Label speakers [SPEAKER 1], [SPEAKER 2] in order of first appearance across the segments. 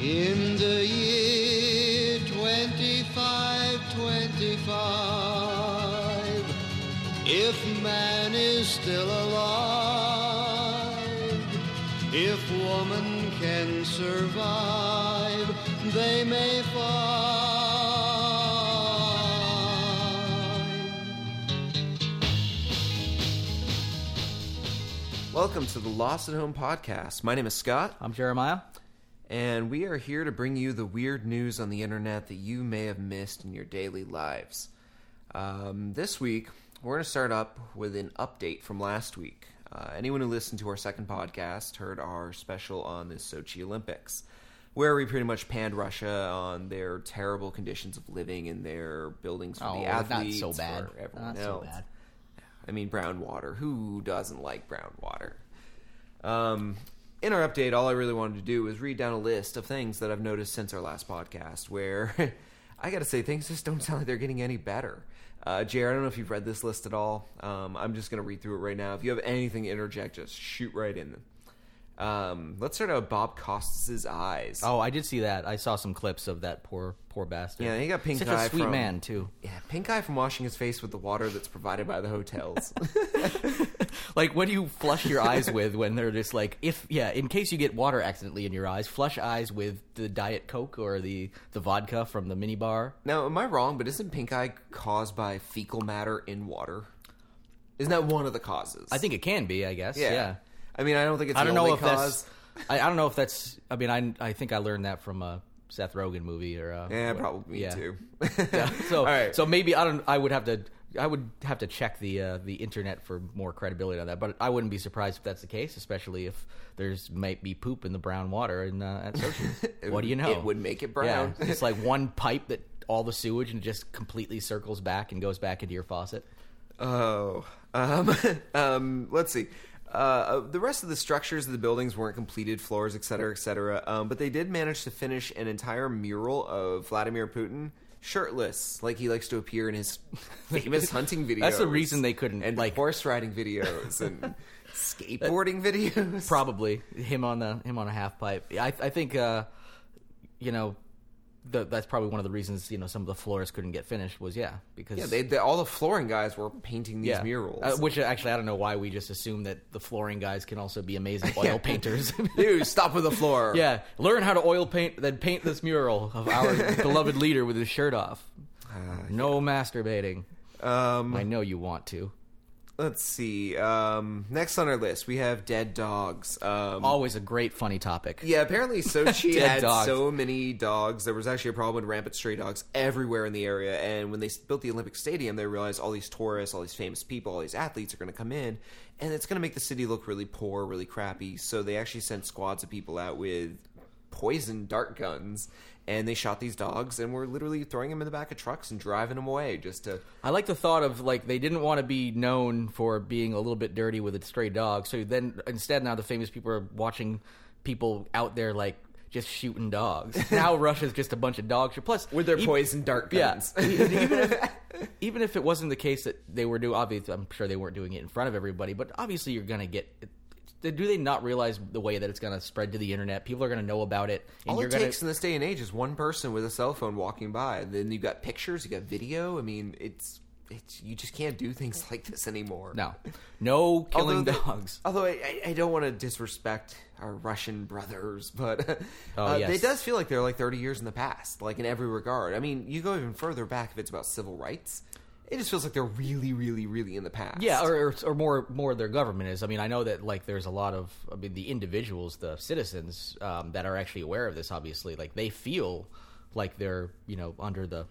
[SPEAKER 1] In the year 2525, if man is still alive, if woman can survive, they may find.
[SPEAKER 2] Welcome to the Lost at Home podcast. My name is Scott,
[SPEAKER 3] I'm Jeremiah.
[SPEAKER 2] and we are here to bring you the weird news on the internet that you may have missed in your daily lives. Um, this week, we're going to start up with an update from last week. Uh, anyone who listened to our second podcast heard our special on the Sochi Olympics, where we pretty much panned Russia on their terrible conditions of living in their buildings for
[SPEAKER 3] Oh,
[SPEAKER 2] the
[SPEAKER 3] not so
[SPEAKER 2] athletes,
[SPEAKER 3] bad.
[SPEAKER 2] for everyone
[SPEAKER 3] Not so
[SPEAKER 2] else.
[SPEAKER 3] bad.
[SPEAKER 2] I mean, brown water. Who doesn't like brown water? Um, in our update, all I really wanted to do was read down a list of things that I've noticed since our last podcast, where I got to say, things just don't sound like they're getting any better. Uh, Jer, I don't know if you've read this list at all. Um, I'm just going to read through it right now. If you have anything to interject, just shoot right in. Um, let's start out with Bob Costas' eyes.
[SPEAKER 3] Oh, I did see that. I saw some clips of that poor, poor bastard.
[SPEAKER 2] Yeah, he got pink
[SPEAKER 3] Such
[SPEAKER 2] eye
[SPEAKER 3] a sweet
[SPEAKER 2] from-
[SPEAKER 3] man too.
[SPEAKER 2] Yeah, pink eye from washing his face with the water that's provided by the hotels.
[SPEAKER 3] Like, what do you flush your eyes with when they're just like, if yeah, in case you get water accidentally in your eyes, flush eyes with the diet coke or the the vodka from the minibar.
[SPEAKER 2] Now, am I wrong? But isn't pink eye caused by fecal matter in water? Isn't that one of the causes?
[SPEAKER 3] I think it can be. I guess. Yeah.
[SPEAKER 2] I mean, I don't think it's.
[SPEAKER 3] I
[SPEAKER 2] the
[SPEAKER 3] don't know
[SPEAKER 2] only
[SPEAKER 3] if
[SPEAKER 2] cause.
[SPEAKER 3] that's. I, I don't know if that's. I mean, I I think I learned that from a Seth Rogen movie or. Uh,
[SPEAKER 2] Yeah,
[SPEAKER 3] what-
[SPEAKER 2] probably me
[SPEAKER 3] yeah.
[SPEAKER 2] too.
[SPEAKER 3] Yeah, so
[SPEAKER 2] all right.
[SPEAKER 3] so maybe I don't. I would have to. I would have to check the uh, the internet for more credibility on that. But I wouldn't be surprised if that's the case, especially if there's might be poop in the brown water in uh, at Sochi. what do you know?
[SPEAKER 2] it would make it brown.
[SPEAKER 3] Yeah, it's like one pipe that all the sewage and it just completely circles back and goes back into your faucet.
[SPEAKER 2] Oh, um, um, let's see. Uh, Uh, the rest of the structures of the buildings weren't completed, floors, et cetera, et cetera. Um, but they did manage to finish an entire mural of Vladimir Putin shirtless, like he likes to appear in his famous hunting videos.
[SPEAKER 3] That's the reason they couldn't,
[SPEAKER 2] and
[SPEAKER 3] like-
[SPEAKER 2] horse riding videos and skateboarding videos.
[SPEAKER 3] Probably him on the him on a half pipe. I I think uh, you know. The, that's probably one of the reasons you know some of the floors couldn't get finished was yeah because
[SPEAKER 2] Yeah, they, they, all the flooring guys were painting these
[SPEAKER 3] Yeah.
[SPEAKER 2] murals.
[SPEAKER 3] Uh, which uh, actually, I don't know why we just assume that the flooring guys can also be amazing oil painters.
[SPEAKER 2] Dude, stop with the floor.
[SPEAKER 3] yeah, learn how to oil paint, then paint this mural of our beloved leader with his shirt off. no masturbating.
[SPEAKER 2] Ah, Um,
[SPEAKER 3] I know you want to.
[SPEAKER 2] let's see. Um, next on our list, we have dead dogs. Um,
[SPEAKER 3] Always a great funny topic.
[SPEAKER 2] Yeah, apparently Sochi
[SPEAKER 3] Dead
[SPEAKER 2] had
[SPEAKER 3] dogs.
[SPEAKER 2] so many dogs. There was actually a problem with rampant stray dogs everywhere in the area. And when they s- built the Olympic Stadium, they realized all these tourists, all these famous people, all these athletes are going to come in, and it's going to make the city look really poor, really crappy. So they actually sent squads of people out with poison dart guns, and they shot these dogs and were literally throwing them in the back of trucks and driving them away just to.
[SPEAKER 3] I like the thought of like they didn't want to be known for being a little bit dirty with a stray dog. So then instead now the famous people are watching people out there like just shooting dogs. Now Russia's just a bunch of dogs. Plus e-
[SPEAKER 2] With their
[SPEAKER 3] ev-
[SPEAKER 2] poison dart guns.
[SPEAKER 3] Yeah, E- even if even if it wasn't the case that they were doing, obviously I'm sure they weren't doing it in front of everybody, but obviously you're gonna get. Do they not realize the way that it's gonna spread to the internet? People are gonna know about it. And
[SPEAKER 2] All
[SPEAKER 3] you're
[SPEAKER 2] it
[SPEAKER 3] gonna,
[SPEAKER 2] takes in this day and age is one person with a cell phone walking by. And then you've got pictures, you got video. I mean, it's it's you just can't do things like this anymore.
[SPEAKER 3] no, no killing
[SPEAKER 2] Although the-
[SPEAKER 3] dogs.
[SPEAKER 2] Although I, I- I don't want to disrespect our Russian brothers, but
[SPEAKER 3] Oh,
[SPEAKER 2] uh,
[SPEAKER 3] yes.
[SPEAKER 2] it does feel like they're like 30 years in the past, like in every regard. I mean, you go even further back if it's about civil rights. It just feels like they're really, really, really in the past.
[SPEAKER 3] Yeah, or, or or more more their government is. I mean, I know that like there's a lot of I mean the individuals, the citizens um, that are actually aware of this. Obviously, like they feel like they're you know under the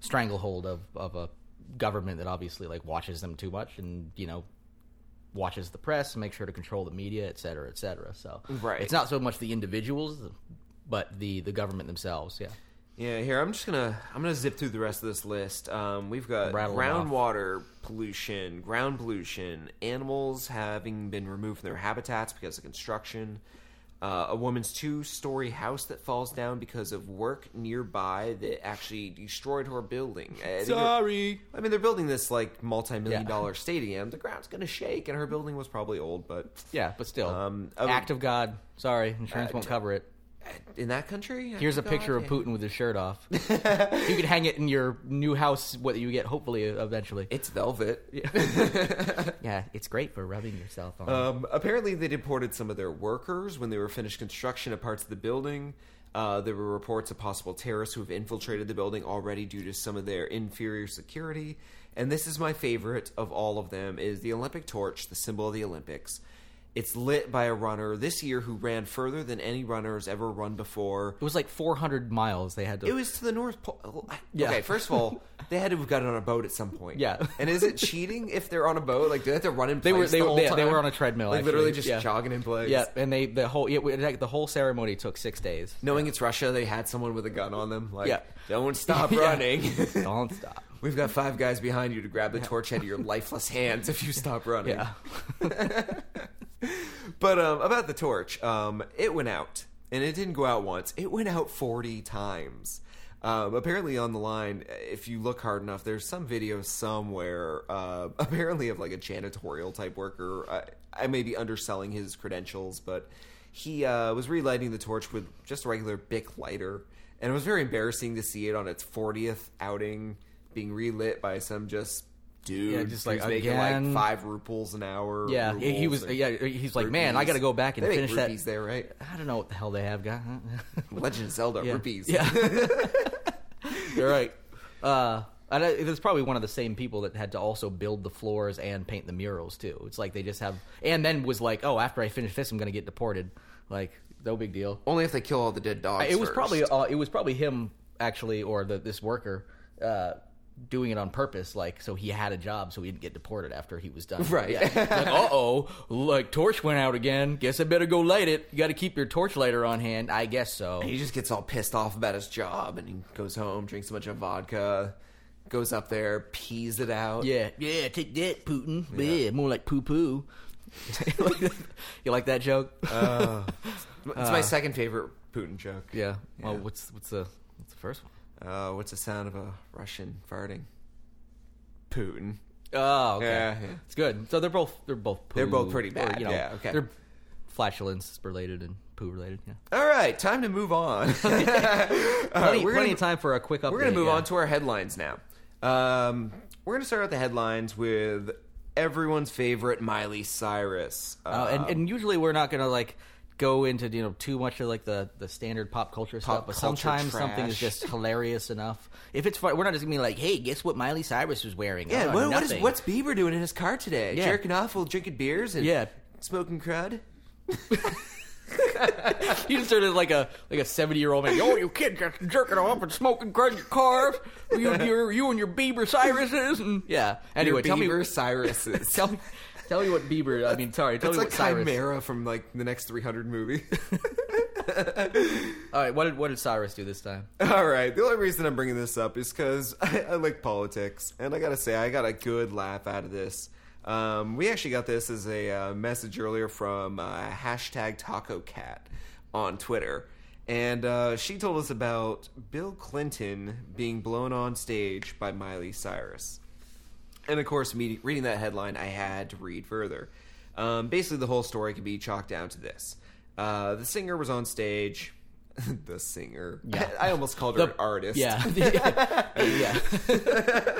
[SPEAKER 3] stranglehold of of a government that obviously like watches them too much and you know watches the press, make sure to control the media, et cetera, et cetera. So
[SPEAKER 2] Right.
[SPEAKER 3] it's not so much the individuals, but the the government themselves. Yeah.
[SPEAKER 2] Yeah, here I'm just gonna I'm gonna zip through the rest of this list. Um, we've got
[SPEAKER 3] Rattle 'em
[SPEAKER 2] groundwater pollution, ground pollution, animals having been removed from their habitats because of construction, uh, a woman's two-story house that falls down because of work nearby that actually destroyed her building. Uh, I think they're-
[SPEAKER 3] Sorry.
[SPEAKER 2] I mean, they're building this like multi-million
[SPEAKER 3] Yeah.
[SPEAKER 2] dollar stadium. The ground's gonna shake, and her building was probably old, but
[SPEAKER 3] Yeah, but still,
[SPEAKER 2] Um, I would- Uh,
[SPEAKER 3] act of God. Sorry, insurance won't cover it.
[SPEAKER 2] in that country. I
[SPEAKER 3] Here's a
[SPEAKER 2] think,
[SPEAKER 3] picture
[SPEAKER 2] oh,
[SPEAKER 3] of
[SPEAKER 2] okay.
[SPEAKER 3] Putin with his shirt off. you could hang it in your new house, what you get hopefully eventually.
[SPEAKER 2] It's velvet.
[SPEAKER 3] Yeah, it's great for rubbing yourself on.
[SPEAKER 2] Um, apparently, they deported some of their workers when they were finished construction of parts of the building. Uh, there were reports of possible terrorists who have infiltrated the building already due to some of their inferior security. And this is my favorite of all of them: is the Olympic torch, the symbol of the Olympics. It's lit by a runner this year who ran further than any runner has ever run before.
[SPEAKER 3] it was like 400 miles they had to.
[SPEAKER 2] It was to the North Pole.
[SPEAKER 3] Yeah.
[SPEAKER 2] Okay, first of all, they had to have gotten on a boat at some point.
[SPEAKER 3] Yeah.
[SPEAKER 2] And is it cheating if they're on a boat? Like, do they have to run in place
[SPEAKER 3] They were- they-
[SPEAKER 2] the whole
[SPEAKER 3] yeah, they
[SPEAKER 2] time?
[SPEAKER 3] were on a treadmill,
[SPEAKER 2] Like, literally
[SPEAKER 3] actually.
[SPEAKER 2] just
[SPEAKER 3] Yeah.
[SPEAKER 2] jogging in place.
[SPEAKER 3] yeah, and they the whole yeah, we- like, the whole ceremony took six days.
[SPEAKER 2] Knowing it's Russia, they had someone with a gun on them. Like,
[SPEAKER 3] Yeah.
[SPEAKER 2] don't stop
[SPEAKER 3] Yeah.
[SPEAKER 2] running.
[SPEAKER 3] Don't stop.
[SPEAKER 2] We've got five guys behind you to grab the torch out of your lifeless hands if you stop running.
[SPEAKER 3] Yeah.
[SPEAKER 2] But um, about the torch, um, it went out, and it didn't go out once. It went out forty times. Um, apparently, on the line, if you look hard enough, there's some video somewhere. Uh, apparently, of like a janitorial type worker. I, I may be underselling his credentials, but he uh, was relighting the torch with just a regular Bic lighter, and it was very embarrassing to see it on its 40th outing being relit by some just dude
[SPEAKER 3] Yeah, just like,
[SPEAKER 2] who's making
[SPEAKER 3] again?
[SPEAKER 2] like five ruples an hour.
[SPEAKER 3] Yeah, he, he
[SPEAKER 2] rubles
[SPEAKER 3] was.
[SPEAKER 2] and-
[SPEAKER 3] Yeah, he's like, man, I got to go back and
[SPEAKER 2] They make
[SPEAKER 3] finish that.
[SPEAKER 2] rupees there, right?
[SPEAKER 3] I don't know what the hell they have, guy.
[SPEAKER 2] Legend of Zelda
[SPEAKER 3] yeah.
[SPEAKER 2] rupees.
[SPEAKER 3] Yeah, you're right. Uh, and I, it was probably one of the same people that had to also build the floors and paint the murals too. It's like they just have, and then was like, oh, after I finish this, I'm gonna get deported. Like, no big deal.
[SPEAKER 2] Only if they kill all the dead dogs.
[SPEAKER 3] it was
[SPEAKER 2] first.
[SPEAKER 3] probably uh, it was probably him actually, or the, this worker. Uh, Doing it on purpose, like so he had a job, so he didn't get deported after he was done.
[SPEAKER 2] Right.
[SPEAKER 3] Yeah. like, uh oh, like torch went out again. Guess I better go light it. You got to keep your torch lighter on hand. I guess so.
[SPEAKER 2] He just gets all pissed off about his job and he goes home, drinks a bunch of vodka, goes up there, pees it out.
[SPEAKER 3] Yeah, yeah, take that, Putin. Yeah, more like poo poo. you like that joke?
[SPEAKER 2] It's
[SPEAKER 3] Uh.
[SPEAKER 2] my second favorite Putin joke.
[SPEAKER 3] yeah. Well,
[SPEAKER 2] yeah.
[SPEAKER 3] what's what's the what's the first one?
[SPEAKER 2] Uh, what's the sound of a Russian farting? Putin.
[SPEAKER 3] Oh, okay.
[SPEAKER 2] Yeah, yeah.
[SPEAKER 3] It's good. So they're both they're both poo,
[SPEAKER 2] They're both pretty
[SPEAKER 3] or,
[SPEAKER 2] bad, yeah, okay.
[SPEAKER 3] They're flatulence related and poo related. Yeah.
[SPEAKER 2] All right, time to move on.
[SPEAKER 3] Plenty,
[SPEAKER 2] we're
[SPEAKER 3] plenty
[SPEAKER 2] gonna-
[SPEAKER 3] of time for a quick update.
[SPEAKER 2] We're going to move
[SPEAKER 3] yeah.
[SPEAKER 2] on to our headlines now. Um, we're going to start out the headlines with everyone's favorite Miley Cyrus. Um,
[SPEAKER 3] Uh, and, and usually we're not going to like go into you know too much of like the, the standard pop culture stuff, but
[SPEAKER 2] culture
[SPEAKER 3] sometimes something is
[SPEAKER 2] trash.
[SPEAKER 3] just hilarious enough. If it's fun, we're not just gonna be like, hey, guess what Miley Cyrus was wearing?
[SPEAKER 2] Yeah,
[SPEAKER 3] Oh,
[SPEAKER 2] what, what is
[SPEAKER 3] nothing.
[SPEAKER 2] what's Bieber doing in his car today?
[SPEAKER 3] Yeah.
[SPEAKER 2] Jerking off while drinking beers and
[SPEAKER 3] Yeah.
[SPEAKER 2] smoking crud.
[SPEAKER 3] You just started like a like a seventy year old man. Oh, you kid got jerking off and smoking credit cards. You, you, you and your Bieber Cyruses and yeah. Anyway,
[SPEAKER 2] Your
[SPEAKER 3] tell
[SPEAKER 2] Bieber
[SPEAKER 3] me,
[SPEAKER 2] Cyrus. is-
[SPEAKER 3] tell me, tell me what Bieber. I mean, sorry, tell
[SPEAKER 2] That's
[SPEAKER 3] me
[SPEAKER 2] like
[SPEAKER 3] what Cyrus.
[SPEAKER 2] Chimera from like the next 300 movie.
[SPEAKER 3] All right, what did what did Cyrus do this time?
[SPEAKER 2] All right, the only reason I'm bringing this up is because I, I like politics, and I gotta say I got a good laugh out of this. Um, we actually got this as a uh, message earlier from uh, hashtag Taco Cat on Twitter, and uh, she told us about Bill Clinton being blown on stage by Miley Cyrus. And of course, me, reading that headline, I had to read further. Um, basically, the whole story can be chalked down to this: uh, the singer was on stage. the singer.
[SPEAKER 3] Yeah.
[SPEAKER 2] I, I almost called her an artist.
[SPEAKER 3] Yeah, yeah. yeah.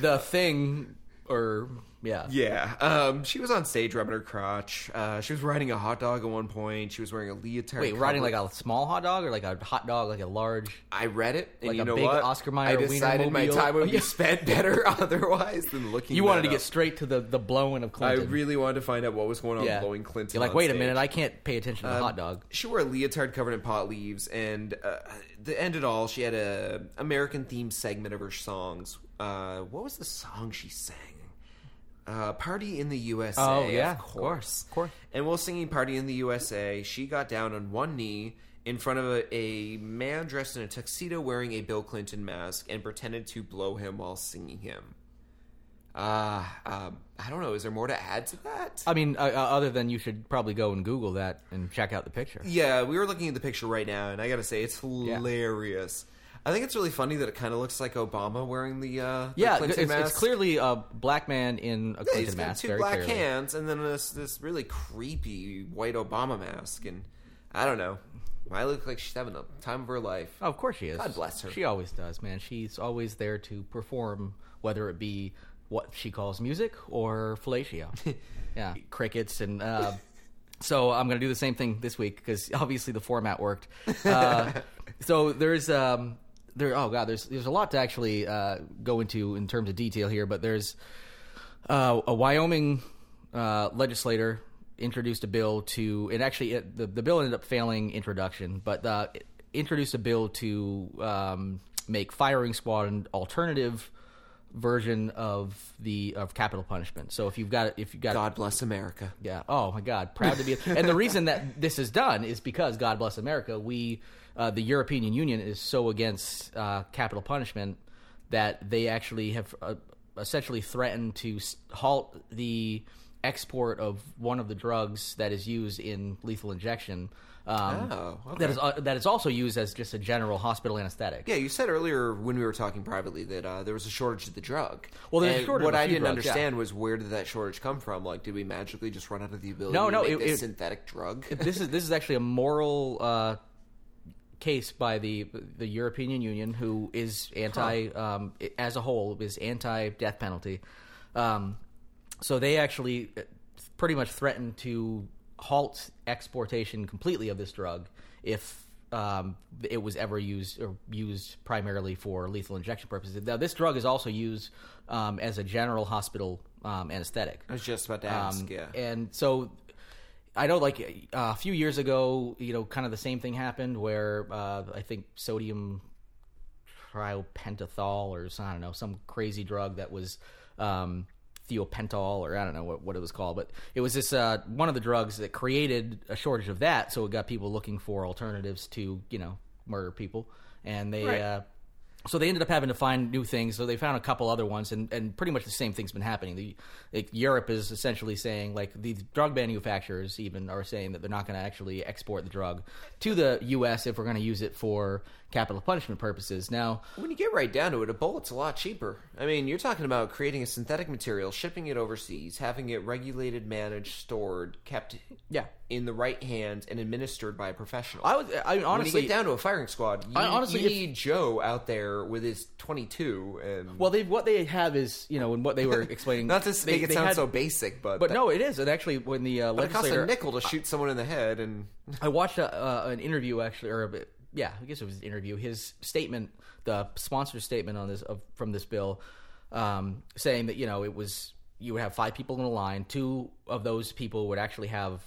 [SPEAKER 3] the thing, or yeah,
[SPEAKER 2] Yeah. Um, she was on stage rubbing her crotch. Uh, she was riding a hot dog at one point. She was wearing a leotard.
[SPEAKER 3] Wait, riding like a small hot dog or like a hot dog, like a large.
[SPEAKER 2] I read it, and
[SPEAKER 3] like
[SPEAKER 2] you
[SPEAKER 3] a
[SPEAKER 2] know
[SPEAKER 3] big
[SPEAKER 2] what?
[SPEAKER 3] Oscar
[SPEAKER 2] I
[SPEAKER 3] Mayer
[SPEAKER 2] decided my
[SPEAKER 3] Wienermobile?
[SPEAKER 2] time would be
[SPEAKER 3] Yeah.
[SPEAKER 2] spent better otherwise than looking.
[SPEAKER 3] You wanted
[SPEAKER 2] that
[SPEAKER 3] to get
[SPEAKER 2] up.
[SPEAKER 3] straight to the the blowing of
[SPEAKER 2] I
[SPEAKER 3] Clinton.
[SPEAKER 2] really wanted to find out what was going on
[SPEAKER 3] yeah.
[SPEAKER 2] blowing Clinton.
[SPEAKER 3] You're like,
[SPEAKER 2] on
[SPEAKER 3] wait a
[SPEAKER 2] stage."
[SPEAKER 3] minute, I can't pay attention to the
[SPEAKER 2] Um,
[SPEAKER 3] hot dog.
[SPEAKER 2] She wore a leotard covered in pot leaves, and uh, the end it all, she had a American themed segment of her songs. Uh, what was the song she sang? Uh, Party in the USA.
[SPEAKER 3] Oh, yeah,
[SPEAKER 2] of
[SPEAKER 3] of
[SPEAKER 2] course,
[SPEAKER 3] course, of course.
[SPEAKER 2] And while singing Party in the USA, she got down on one knee in front of a, a man dressed in a tuxedo wearing a Bill Clinton mask and pretended to blow him while singing him. Uh, um, I don't know. Is there more to add to that?
[SPEAKER 3] I mean, uh, uh, other than you should probably go and Google that and check out the picture.
[SPEAKER 2] Yeah, we were looking at the picture right now, and I gotta say, it's hilarious. I think it's really funny that it kind of looks like Obama wearing the, uh, the
[SPEAKER 3] Yeah,
[SPEAKER 2] Clinton
[SPEAKER 3] it's,
[SPEAKER 2] mask.
[SPEAKER 3] it's clearly a black man in a
[SPEAKER 2] Yeah,
[SPEAKER 3] Clinton
[SPEAKER 2] he's got
[SPEAKER 3] mask.
[SPEAKER 2] two
[SPEAKER 3] very
[SPEAKER 2] black
[SPEAKER 3] clearly.
[SPEAKER 2] hands, and then this this really creepy white Obama mask, and I don't know. I look like she's having a time of her life.
[SPEAKER 3] Oh, of course she is.
[SPEAKER 2] God bless her.
[SPEAKER 3] She always does, man. She's always there to perform, whether it be what she calls music or fellatio. yeah, crickets and. Uh, so I'm going to do the same thing this week because obviously the format worked. Uh, so there's um, there. Oh god, there's there's a lot to actually uh, go into in terms of detail here, but there's uh, a Wyoming uh, legislator introduced a bill to, and actually it, the, the bill ended up failing introduction, but uh, it introduced a bill to um, make firing squad an alternative version of the of capital punishment. So if you've got if you've got
[SPEAKER 2] God bless America.
[SPEAKER 3] yeah. Oh my God. Proud to be. and the reason that this is done is because God bless America. We, uh, the European Union, is so against uh, capital punishment that they actually have uh, essentially threatened to s- halt the export of one of the drugs that is used in lethal injection. Um,
[SPEAKER 2] Oh,
[SPEAKER 3] That is uh, that is also used as just a general hospital anesthetic.
[SPEAKER 2] Yeah, you said earlier when we were talking privately that uh, there was a shortage of the drug.
[SPEAKER 3] Well, there's a
[SPEAKER 2] And
[SPEAKER 3] shortage
[SPEAKER 2] What
[SPEAKER 3] of a
[SPEAKER 2] I
[SPEAKER 3] few
[SPEAKER 2] didn't
[SPEAKER 3] drugs, yeah.
[SPEAKER 2] understand was where did that shortage come from? Like, did we magically just run out of the ability
[SPEAKER 3] No,
[SPEAKER 2] to
[SPEAKER 3] no,
[SPEAKER 2] make
[SPEAKER 3] it-
[SPEAKER 2] this
[SPEAKER 3] it-
[SPEAKER 2] synthetic drug?
[SPEAKER 3] this is this is actually a moral uh, case by the the European Union, who is anti um, as a whole is anti death penalty. Um, so they actually uh, pretty much threatened to halt exportation completely of this drug if um, it was ever used or used primarily for lethal injection purposes. Now, this drug is also used um, as a general hospital um, anesthetic.
[SPEAKER 2] I was just about to ask.
[SPEAKER 3] Um,
[SPEAKER 2] yeah,
[SPEAKER 3] And so I know, like uh, a few years ago, you know, kind of the same thing happened where uh, I think sodium triopentathol or s- I don't know some crazy drug that was um, theopentol or I don't know what, what it was called, but it was this uh, one of the drugs that created a shortage of that, so it got people looking for alternatives to you know murder people, and they.
[SPEAKER 2] Right.
[SPEAKER 3] Uh, so they ended up having to find new things. So they found a couple other ones, and, and pretty much the same thing's been happening. The, like Europe is essentially saying, like the drug manufacturers even are saying that they're not going to actually export the drug to the U.S. if we're going to use it for capital punishment purposes. Now,
[SPEAKER 2] when you get right down to it, a bullet's a lot cheaper. I mean, you're talking about creating a synthetic material, shipping it overseas, having it regulated, managed, stored, kept
[SPEAKER 3] Yeah.
[SPEAKER 2] in the right hands, and administered by a professional.
[SPEAKER 3] I was I
[SPEAKER 2] when you
[SPEAKER 3] honestly
[SPEAKER 2] get down to a firing squad, you
[SPEAKER 3] I- honestly,
[SPEAKER 2] you
[SPEAKER 3] if-
[SPEAKER 2] need Joe out there with his 22 and
[SPEAKER 3] well they what they have is you know and what they were explaining
[SPEAKER 2] not to
[SPEAKER 3] they-
[SPEAKER 2] make it
[SPEAKER 3] they
[SPEAKER 2] sound
[SPEAKER 3] had-
[SPEAKER 2] so basic, but
[SPEAKER 3] but
[SPEAKER 2] that-
[SPEAKER 3] no it is and actually when the uh,
[SPEAKER 2] but it costs a
[SPEAKER 3] legislator
[SPEAKER 2] nickel to shoot someone in the head, and
[SPEAKER 3] I watched a, uh, an interview actually, or a, yeah, I guess it was an interview. His statement, the sponsor statement on this of, from this bill, um, saying that you know it was you would have five people in a line. Two of those people would actually have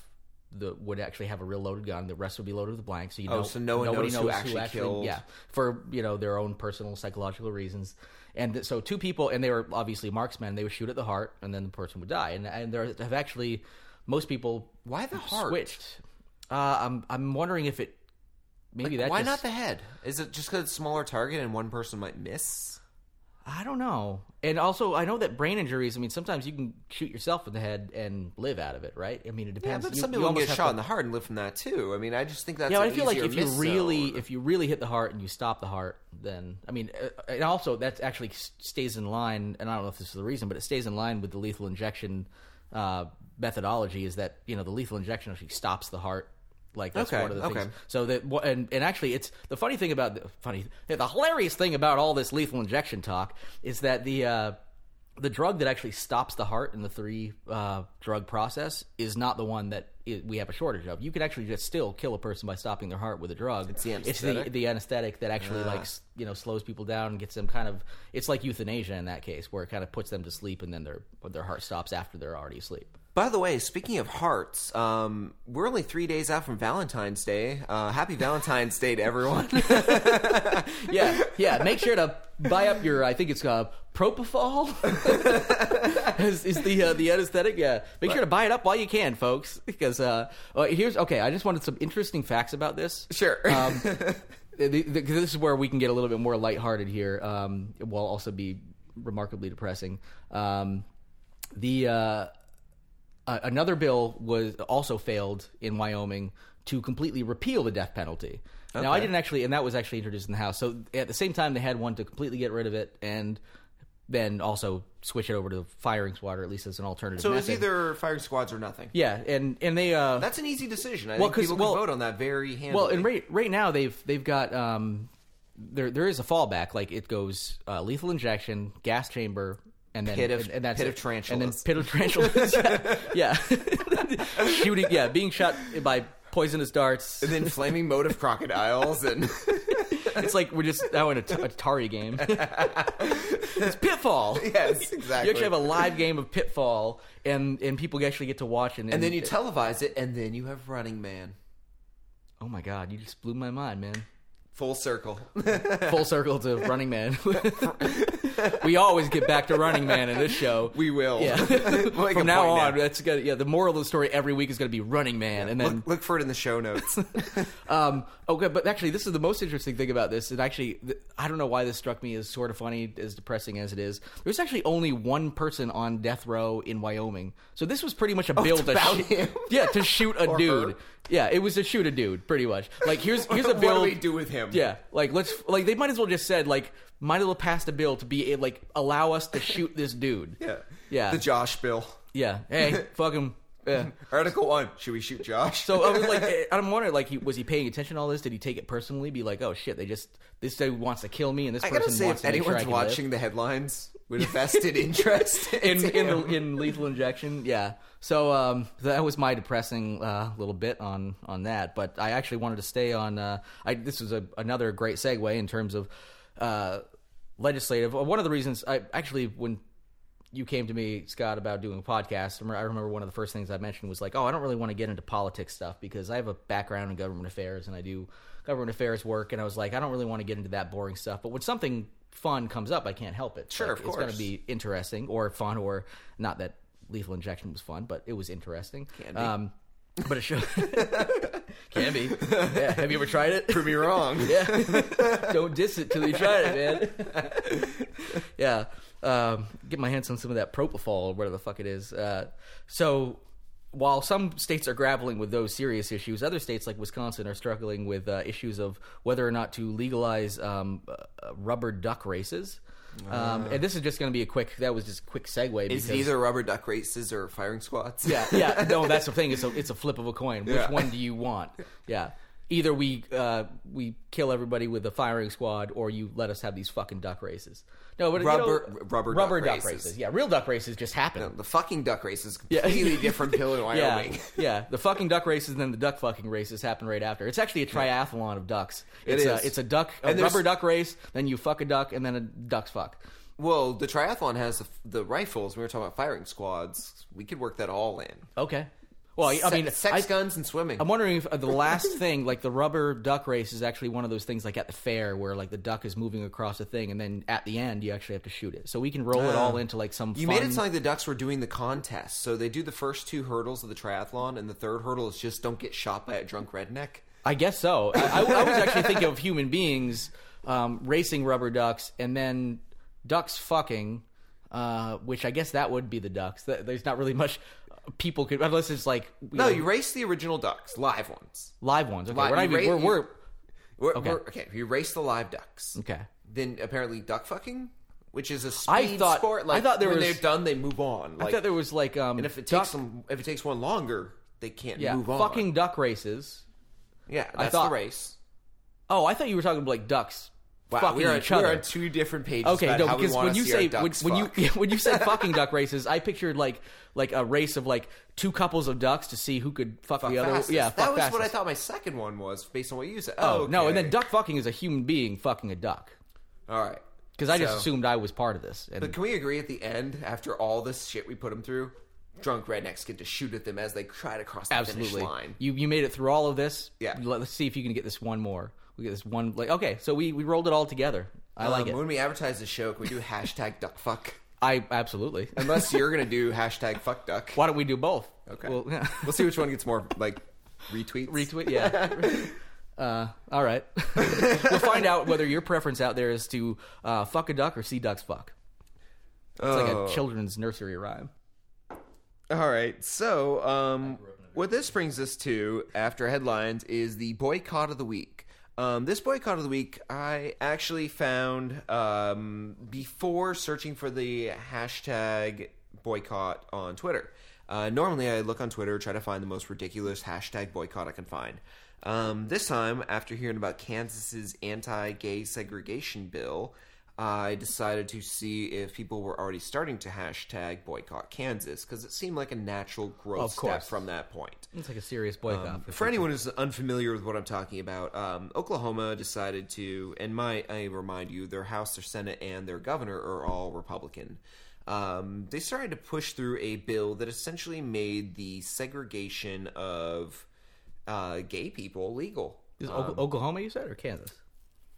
[SPEAKER 3] the would actually have a real loaded gun. The rest would be loaded with blanks. So you
[SPEAKER 2] Oh,
[SPEAKER 3] know,
[SPEAKER 2] so no one
[SPEAKER 3] nobody
[SPEAKER 2] knows who actually killed.
[SPEAKER 3] Yeah, for you know their own personal psychological reasons. And th- so two people, and they were obviously marksmen. They would shoot at the heart, and then the person would die. And and there have actually most people
[SPEAKER 2] Why the heart?
[SPEAKER 3] switched. Uh, I'm I'm wondering if it maybe that
[SPEAKER 2] why
[SPEAKER 3] just-
[SPEAKER 2] not the head? Is it just because it's a smaller target and one person might miss?
[SPEAKER 3] I don't know. And also, I know that brain injuries. I mean, sometimes you can shoot yourself in the head and live out of it, right? I mean, it
[SPEAKER 2] Yeah,
[SPEAKER 3] depends.
[SPEAKER 2] but
[SPEAKER 3] You-
[SPEAKER 2] some
[SPEAKER 3] you
[SPEAKER 2] people
[SPEAKER 3] almost
[SPEAKER 2] get
[SPEAKER 3] have
[SPEAKER 2] shot
[SPEAKER 3] to-
[SPEAKER 2] in the heart and live from that too. I mean, I just think that's
[SPEAKER 3] Yeah, but
[SPEAKER 2] an
[SPEAKER 3] I feel like
[SPEAKER 2] easier
[SPEAKER 3] if you
[SPEAKER 2] miss
[SPEAKER 3] really
[SPEAKER 2] zone.
[SPEAKER 3] if you really hit the heart and you stop the heart, then I mean, uh, and also that actually s- stays in line. And I don't know if this is the reason, but it stays in line with the lethal injection uh, methodology. Is that you know the lethal injection actually stops the heart. Like that's
[SPEAKER 2] Okay,
[SPEAKER 3] one of the
[SPEAKER 2] okay.
[SPEAKER 3] things. So that wha- and and actually, it's the funny thing about the funny the hilarious thing about all this lethal injection talk is that the. Uh, the drug that actually stops the heart in the three uh, drug process is not the one that i we have a shortage of. You could actually just still kill a person by stopping their heart with a drug. It's
[SPEAKER 2] the
[SPEAKER 3] the,
[SPEAKER 2] anesthetic?
[SPEAKER 3] the anesthetic that actually like s- you know slows people down and gets them kind of. It's like euthanasia in that case, where it kind of puts them to sleep and then their their heart stops after they're already asleep.
[SPEAKER 2] By the way, speaking of hearts, um, we're only three days out from Valentine's Day. Uh, happy Valentine's Day to everyone.
[SPEAKER 3] Yeah, yeah. Make sure to buy up your. I think it's uh, propofol. is, is the uh, the anesthetic? Yeah. Make sure to buy it up while you can, folks. Because uh, uh, here's okay. I just wanted some interesting facts about this.
[SPEAKER 2] Sure.
[SPEAKER 3] Um, the, the, 'cause this is where we can get a little bit more lighthearted here, um, while also be remarkably depressing. Um, the uh, uh, another bill was also failed in Wyoming to completely repeal the death penalty. Now I didn't actually, and that was actually introduced in the House. So at the same time, they had one to completely get rid of it, and then also switch it over to firing squad, or at least as an alternative.
[SPEAKER 2] So it's
[SPEAKER 3] method.
[SPEAKER 2] either firing squads or nothing.
[SPEAKER 3] yeah, and and they uh,
[SPEAKER 2] That's an easy decision. I
[SPEAKER 3] Well,
[SPEAKER 2] think
[SPEAKER 3] 'cause-
[SPEAKER 2] people
[SPEAKER 3] well-
[SPEAKER 2] can vote on that very handily.
[SPEAKER 3] Well, and right right now they've they've got um there there is a fallback like it goes uh, lethal injection, gas chamber, and then
[SPEAKER 2] Pit of-
[SPEAKER 3] and, and that's
[SPEAKER 2] pit
[SPEAKER 3] it.
[SPEAKER 2] of tarantulas.
[SPEAKER 3] and then pit of tarantulas. yeah, Yeah. shooting. Yeah, being shot by poisonous darts.
[SPEAKER 2] and then flaming mode of crocodiles and
[SPEAKER 3] It's like we're just now in a, t- a Atari game. it's Pitfall.
[SPEAKER 2] yes, exactly.
[SPEAKER 3] You actually have a live game of Pitfall, and and people actually get to watch and
[SPEAKER 2] and then you televise it, and then you have Running Man.
[SPEAKER 3] oh my god, you just blew my mind, man.
[SPEAKER 2] Full circle.
[SPEAKER 3] full circle to Running Man. we always get back to Running Man in this show.
[SPEAKER 2] We will.
[SPEAKER 3] yeah.
[SPEAKER 2] Make a point
[SPEAKER 3] From now on, that's gonna, yeah. The moral of the story every week is going to be Running Man, and then
[SPEAKER 2] Look, look for it in the show notes.
[SPEAKER 3] um, okay. But actually, this is the most interesting thing about this. And actually, th- I don't know why this struck me as sort of funny, as depressing as it is. There's actually only one person on death row in Wyoming, so this was pretty much a bill
[SPEAKER 2] Oh, it's
[SPEAKER 3] to
[SPEAKER 2] about
[SPEAKER 3] shoot,
[SPEAKER 2] him?
[SPEAKER 3] yeah to shoot a
[SPEAKER 2] Or
[SPEAKER 3] dude.
[SPEAKER 2] her?
[SPEAKER 3] Yeah, it was to shoot a dude, pretty much. Like here's here's a
[SPEAKER 2] What do
[SPEAKER 3] bill.
[SPEAKER 2] we do with him?
[SPEAKER 3] Yeah, like let's like they might as well just said like might as well pass the bill to be a, like allow us to shoot this dude.
[SPEAKER 2] yeah.
[SPEAKER 3] Yeah.
[SPEAKER 2] The Josh bill.
[SPEAKER 3] Yeah. Hey, fuck him. Yeah.
[SPEAKER 2] Article one. Should we shoot Josh?
[SPEAKER 3] So I was like, eh, I'm wondering, like, he, was he paying attention to all this? Did he take it personally? Be like, oh shit, they just this dude wants to kill me, and this
[SPEAKER 2] I gotta
[SPEAKER 3] person
[SPEAKER 2] say,
[SPEAKER 3] wants
[SPEAKER 2] if
[SPEAKER 3] to make sure I
[SPEAKER 2] anyone's
[SPEAKER 3] can live."
[SPEAKER 2] watching the headlines with a vested interest
[SPEAKER 3] in
[SPEAKER 2] it's
[SPEAKER 3] in, the,
[SPEAKER 2] him.
[SPEAKER 3] in lethal injection. Yeah. So um, that was my depressing uh, little bit on on that. But I actually wanted to stay on. Uh, I this was a, another great segue in terms of uh, legislative. One of the reasons I actually when you came to me, Scott, about doing a podcast. I remember- I remember one of the first things I mentioned was like, "Oh, I don't really want to get into politics stuff because I have a background in government affairs and I do government affairs work." And I was like, "I don't really want to get into that boring stuff." But when something fun comes up, I can't help it.
[SPEAKER 2] Sure,
[SPEAKER 3] Like,
[SPEAKER 2] of
[SPEAKER 3] it's going
[SPEAKER 2] course.
[SPEAKER 3] to be interesting or fun or not that lethal injection was fun, but it was interesting. Can
[SPEAKER 2] be.
[SPEAKER 3] Um, but it should can be. Yeah. Have you ever tried it?
[SPEAKER 2] Prove me wrong.
[SPEAKER 3] Yeah. Don't diss it till you try it, man. yeah. Um, get my hands on some of that propofol or whatever the fuck it is. Uh, so while some states are grappling with those serious issues, other states like Wisconsin are struggling with uh, issues of whether or not to legalize um, uh, rubber duck races. Um, and this is just going to be a quick. That was just a quick segue.
[SPEAKER 2] Is it
[SPEAKER 3] because-
[SPEAKER 2] either rubber duck races or firing squads?
[SPEAKER 3] yeah, yeah. No, that's the thing. It's a it's a flip of a coin. Which
[SPEAKER 2] Yeah.
[SPEAKER 3] one do you want? Yeah. Either we uh, we kill everybody with a firing squad, or you let us have these fucking duck races. No, but you know-
[SPEAKER 2] Rubber- r- rubber duck races.
[SPEAKER 3] Yeah, real duck races just happen.
[SPEAKER 2] The fucking duck race is
[SPEAKER 3] Yeah.
[SPEAKER 2] completely different pill in Wyoming.
[SPEAKER 3] Yeah, yeah. The fucking duck races and then the duck fucking races happen right after. It's actually a triathlon of ducks.
[SPEAKER 2] It
[SPEAKER 3] It's
[SPEAKER 2] is.
[SPEAKER 3] A, it's a duck, a
[SPEAKER 2] And there's-
[SPEAKER 3] rubber duck race. Then you fuck a duck, and then a ducks fuck.
[SPEAKER 2] Well, the triathlon has the, the rifles. We were talking about firing squads. We could work that all in.
[SPEAKER 3] Okay. Well, Oh, I- I
[SPEAKER 2] Se-
[SPEAKER 3] mean,
[SPEAKER 2] sex
[SPEAKER 3] I-
[SPEAKER 2] guns and swimming.
[SPEAKER 3] I'm wondering if uh, the last thing, like the rubber duck race, is actually one of those things like at the fair where like the duck is moving across a thing, and then at the end you actually have to shoot it. So we can roll it all into like some.
[SPEAKER 2] Ah. you
[SPEAKER 3] fun,
[SPEAKER 2] made it sound like the ducks were doing the contest. So they do the first two hurdles of the triathlon, and the third hurdle is just don't get shot by a drunk redneck.
[SPEAKER 3] I guess so. I, I, I was actually thinking of human beings um, racing rubber ducks, and then ducks fucking, uh, which I guess that would be the ducks. Th- There's not really much uh, people could unless it's like you
[SPEAKER 2] No,
[SPEAKER 3] know,
[SPEAKER 2] you race the original ducks, live ones.
[SPEAKER 3] live ones. Okay,
[SPEAKER 2] Li-
[SPEAKER 3] we're not
[SPEAKER 2] you
[SPEAKER 3] even,
[SPEAKER 2] ra-
[SPEAKER 3] we're,
[SPEAKER 2] you-
[SPEAKER 3] we're
[SPEAKER 2] We're,
[SPEAKER 3] Okay.
[SPEAKER 2] okay. We're, okay, you race the live ducks.
[SPEAKER 3] okay.
[SPEAKER 2] Then apparently duck fucking, which is a speed
[SPEAKER 3] I thought-
[SPEAKER 2] sport.
[SPEAKER 3] I
[SPEAKER 2] Like
[SPEAKER 3] thought there
[SPEAKER 2] when
[SPEAKER 3] was-
[SPEAKER 2] they're done, they move on. Like,
[SPEAKER 3] I thought there was like um
[SPEAKER 2] and if it
[SPEAKER 3] duck-
[SPEAKER 2] takes them, if it takes one longer, they can't
[SPEAKER 3] yeah,
[SPEAKER 2] move on.
[SPEAKER 3] fucking duck races.
[SPEAKER 2] yeah, that's
[SPEAKER 3] thought-
[SPEAKER 2] the race.
[SPEAKER 3] Oh, I thought you were talking about like ducks fucking
[SPEAKER 2] we are,
[SPEAKER 3] each
[SPEAKER 2] we
[SPEAKER 3] other.
[SPEAKER 2] are on two different pages.
[SPEAKER 3] okay,
[SPEAKER 2] about
[SPEAKER 3] no,
[SPEAKER 2] how we
[SPEAKER 3] because
[SPEAKER 2] wanna
[SPEAKER 3] when you
[SPEAKER 2] see our
[SPEAKER 3] say when,
[SPEAKER 2] ducks
[SPEAKER 3] when you
[SPEAKER 2] fuck.
[SPEAKER 3] when you said fucking duck races, I pictured like like a race of like two couples of ducks to see who could fuck,
[SPEAKER 2] Fuck
[SPEAKER 3] the other.
[SPEAKER 2] fastest.
[SPEAKER 3] Yeah,
[SPEAKER 2] that
[SPEAKER 3] fuck
[SPEAKER 2] was what I
[SPEAKER 3] fastest.
[SPEAKER 2] thought my second one was based on what you said.
[SPEAKER 3] Oh
[SPEAKER 2] Oh,
[SPEAKER 3] no, and then
[SPEAKER 2] okay.
[SPEAKER 3] duck fucking is a human being fucking a duck
[SPEAKER 2] All right,
[SPEAKER 3] because I just
[SPEAKER 2] So-
[SPEAKER 3] assumed I was part of this. And
[SPEAKER 2] But can we agree at the end, after all this shit we put them through, drunk rednecks get to shoot at them as they try to cross the
[SPEAKER 3] absolutely,
[SPEAKER 2] finish line.
[SPEAKER 3] you you made it through all of this.
[SPEAKER 2] Yeah.
[SPEAKER 3] Let- let's see if you can get this one more. We get this one. Like okay, so we we rolled it all together. I like
[SPEAKER 2] Um,
[SPEAKER 3] it.
[SPEAKER 2] When we advertise the show, can we do hashtag duck fuck?
[SPEAKER 3] I absolutely.
[SPEAKER 2] Unless you're gonna do hashtag fuck duck.
[SPEAKER 3] Why don't we do both?
[SPEAKER 2] Okay.
[SPEAKER 3] Well, yeah.
[SPEAKER 2] We'll see which one gets more like retweets.
[SPEAKER 3] Retweet, yeah. uh, all right. we'll find out whether your preference out there is to uh, fuck a duck or see ducks fuck. It's like a
[SPEAKER 2] Oh.
[SPEAKER 3] children's nursery rhyme.
[SPEAKER 2] All right. So, um, what this brings us to after headlines is the boycott of the week. Um, this boycott of the week, I actually found um, before searching for the hashtag boycott on Twitter. Uh, normally, I look on Twitter, try to find the most ridiculous hashtag boycott I can find. Um, this time, after hearing about Kansas's anti-gay segregation bill, I decided to see if people were already starting to hashtag boycott Kansas because it seemed like a natural growth
[SPEAKER 3] Of
[SPEAKER 2] step
[SPEAKER 3] course.
[SPEAKER 2] from that point.
[SPEAKER 3] It's like a serious boycott.
[SPEAKER 2] Um,
[SPEAKER 3] for
[SPEAKER 2] for
[SPEAKER 3] people.
[SPEAKER 2] anyone who's unfamiliar with what I'm talking about, um, Oklahoma decided to, and my I remind you, their House, their Senate, and their governor are all Republican. Um, they started to push through a bill that essentially made the segregation of uh, gay people legal.
[SPEAKER 3] Is O- Oklahoma, you said, or Kansas?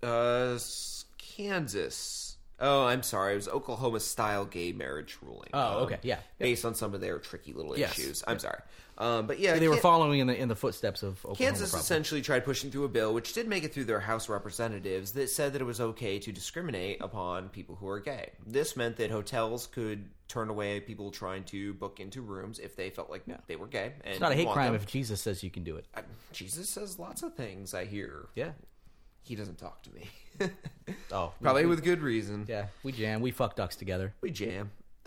[SPEAKER 2] Uh, s- Kansas. Oh, I'm sorry. It was Oklahoma style gay marriage ruling. Um,
[SPEAKER 3] Oh, okay, yeah, yeah.
[SPEAKER 2] Based on some of their tricky little
[SPEAKER 3] Yes,
[SPEAKER 2] issues. I'm sorry. Um, but yeah,
[SPEAKER 3] They were
[SPEAKER 2] Kan-
[SPEAKER 3] following in the in the footsteps of Oklahoma.
[SPEAKER 2] Kansas
[SPEAKER 3] probably.
[SPEAKER 2] essentially tried pushing through a bill, which did make it through their House of representatives, that said that it was okay to discriminate upon people who are gay. This meant that hotels could turn away people trying to book into rooms if they felt like they were gay. And
[SPEAKER 3] It's not a hate crime if Jesus says you can do it.
[SPEAKER 2] Jesus says lots of things I hear.
[SPEAKER 3] Yeah.
[SPEAKER 2] He doesn't talk to me.
[SPEAKER 3] Oh, we-
[SPEAKER 2] Probably with good reason.
[SPEAKER 3] Yeah, we jam. We fuck ducks together.
[SPEAKER 2] we jam.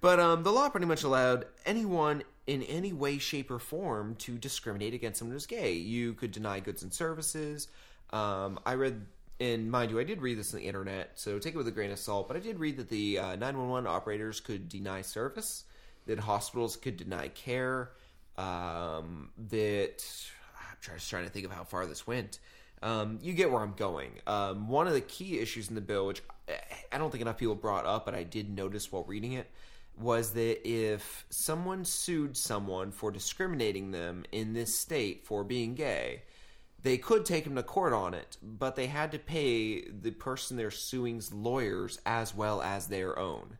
[SPEAKER 2] but um, the law pretty much allowed anyone in any way, shape, or form to discriminate against someone who's gay. You could deny goods and services. Um, I read, and mind you, I did read this on the internet, so take it with a grain of salt. But I did read that the uh, 911 operators could deny service, that hospitals could deny care, um, that I'm just trying to think of how far this went. Um, you get where I'm going. Um, one of the key issues in the bill, which I- I don't think enough people brought up, but I did notice while reading it, was that if someone sued someone for discriminating them in this state for being gay, they could take them to court on it, but they had to pay the person they're suing's lawyers as well as their own.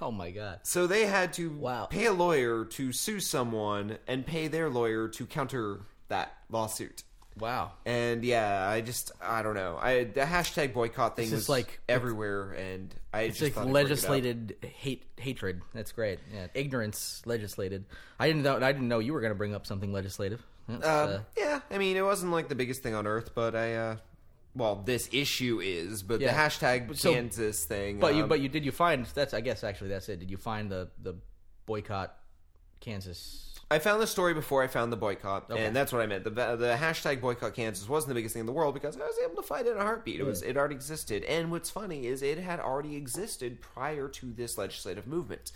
[SPEAKER 3] oh my god.
[SPEAKER 2] So they had to
[SPEAKER 3] Wow.
[SPEAKER 2] pay a lawyer to sue someone and pay their lawyer to counter that lawsuit.
[SPEAKER 3] Wow.
[SPEAKER 2] And yeah, I just I don't know. I the hashtag boycott thing
[SPEAKER 3] This is
[SPEAKER 2] was
[SPEAKER 3] like-
[SPEAKER 2] like everywhere, and I
[SPEAKER 3] It's
[SPEAKER 2] just
[SPEAKER 3] like
[SPEAKER 2] thought I'd bring it up.
[SPEAKER 3] legislated hate hatred. That's great. Yeah, ignorance legislated. I didn't know. I didn't know you were going to bring up something legislative. That's,
[SPEAKER 2] Um,
[SPEAKER 3] uh,
[SPEAKER 2] yeah, I mean it wasn't like the biggest thing on earth, but I uh, well this issue is, but the
[SPEAKER 3] Yeah.
[SPEAKER 2] hashtag
[SPEAKER 3] So-
[SPEAKER 2] Kansas thing.
[SPEAKER 3] but you
[SPEAKER 2] um,
[SPEAKER 3] but you did you find that's I guess actually that's it. Did you find the the boycott Kansas?
[SPEAKER 2] I found the story before I found the boycott, and that's what I meant. The the hashtag boycott Kansas wasn't the biggest thing in the world because I was able to find it in a heartbeat. It was it already existed, and what's funny is it had already existed prior to this legislative movement.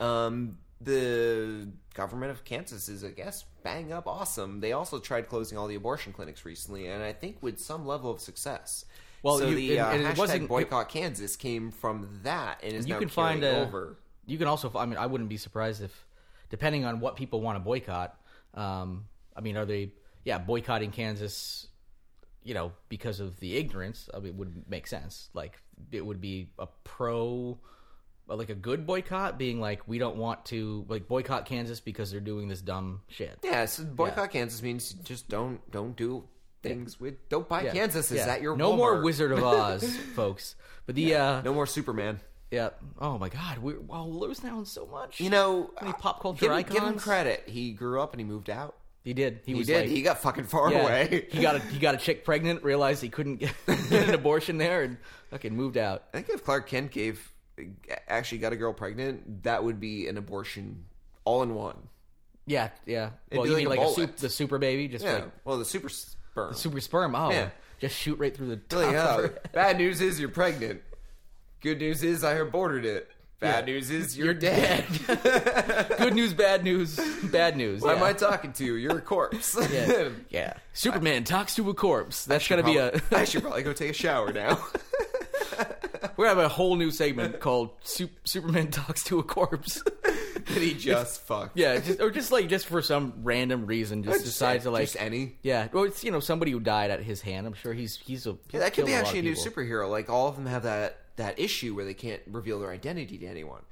[SPEAKER 2] Um, the government of Kansas is, I guess, bang up awesome. They also tried closing all the abortion clinics recently, and I think with some level of success.
[SPEAKER 3] Well,
[SPEAKER 2] Well, so
[SPEAKER 3] you-
[SPEAKER 2] the
[SPEAKER 3] and-
[SPEAKER 2] uh,
[SPEAKER 3] and it
[SPEAKER 2] hashtag
[SPEAKER 3] wasn't-
[SPEAKER 2] boycott Kansas came from that, and is
[SPEAKER 3] You
[SPEAKER 2] now
[SPEAKER 3] can
[SPEAKER 2] carrying
[SPEAKER 3] find a,
[SPEAKER 2] over.
[SPEAKER 3] You can also. I mean, I wouldn't be surprised if, depending on what people want to boycott. Um, I mean, are they? Yeah, boycotting Kansas. You know, because of the ignorance, I mean, it would make sense. Like, it would be a pro, uh, like a good boycott, being like, we don't want to like boycott Kansas because they're doing this dumb shit.
[SPEAKER 2] Yeah, so boycott Kansas means just don't don't do things with don't buy
[SPEAKER 3] Yeah.
[SPEAKER 2] Kansas. Is
[SPEAKER 3] Yeah.
[SPEAKER 2] that your
[SPEAKER 3] no more
[SPEAKER 2] Walmart.
[SPEAKER 3] Wizard of Oz, folks? But the uh,
[SPEAKER 2] No more Superman.
[SPEAKER 3] yeah. Oh my God, we're wow, we're losing out on so much.
[SPEAKER 2] You know,
[SPEAKER 3] Any pop culture
[SPEAKER 2] give, him- Give him
[SPEAKER 3] icons?
[SPEAKER 2] credit. He grew up and he moved out.
[SPEAKER 3] he did. He,
[SPEAKER 2] He
[SPEAKER 3] was
[SPEAKER 2] did.
[SPEAKER 3] like,
[SPEAKER 2] he got fucking far
[SPEAKER 3] Yeah,
[SPEAKER 2] away.
[SPEAKER 3] he got a he got a chick pregnant, realized he couldn't get, get an abortion there, and fucking moved out.
[SPEAKER 2] I think if Clark Kent gave actually got a girl pregnant, that would be an abortion all in one.
[SPEAKER 3] Yeah, yeah. well,
[SPEAKER 2] be
[SPEAKER 3] you
[SPEAKER 2] like
[SPEAKER 3] mean
[SPEAKER 2] a
[SPEAKER 3] like a
[SPEAKER 2] bullet.
[SPEAKER 3] sup- the super baby, just
[SPEAKER 2] Yeah.
[SPEAKER 3] like
[SPEAKER 2] well, the super sperm.
[SPEAKER 3] super sperm. Oh,
[SPEAKER 2] Yeah.
[SPEAKER 3] just shoot right through the top.
[SPEAKER 2] Really,
[SPEAKER 3] of
[SPEAKER 2] yeah.
[SPEAKER 3] her.
[SPEAKER 2] Bad news is you're pregnant. Good news is I aborted it. Bad
[SPEAKER 3] Yeah.
[SPEAKER 2] news is you're,
[SPEAKER 3] You're, dead. Good news, bad news, bad news.
[SPEAKER 2] Why
[SPEAKER 3] Yeah.
[SPEAKER 2] am I talking to you? You're a corpse.
[SPEAKER 3] yeah. yeah. Superman talks to a corpse. That's gonna be a.
[SPEAKER 2] I should probably go take a shower now.
[SPEAKER 3] We're gonna have a whole new segment called Sup- "Superman Talks to a Corpse."
[SPEAKER 2] and he just fucked.
[SPEAKER 3] yeah, just, or just like just for some random reason, just decides to like
[SPEAKER 2] just any.
[SPEAKER 3] Yeah, well, it's you know somebody who died at his hand. I'm sure he's he's a
[SPEAKER 2] Yeah, that could
[SPEAKER 3] killed
[SPEAKER 2] be
[SPEAKER 3] lot
[SPEAKER 2] actually a
[SPEAKER 3] of
[SPEAKER 2] new
[SPEAKER 3] people.
[SPEAKER 2] superhero. Like all of them have that that issue where they can't reveal their identity to anyone.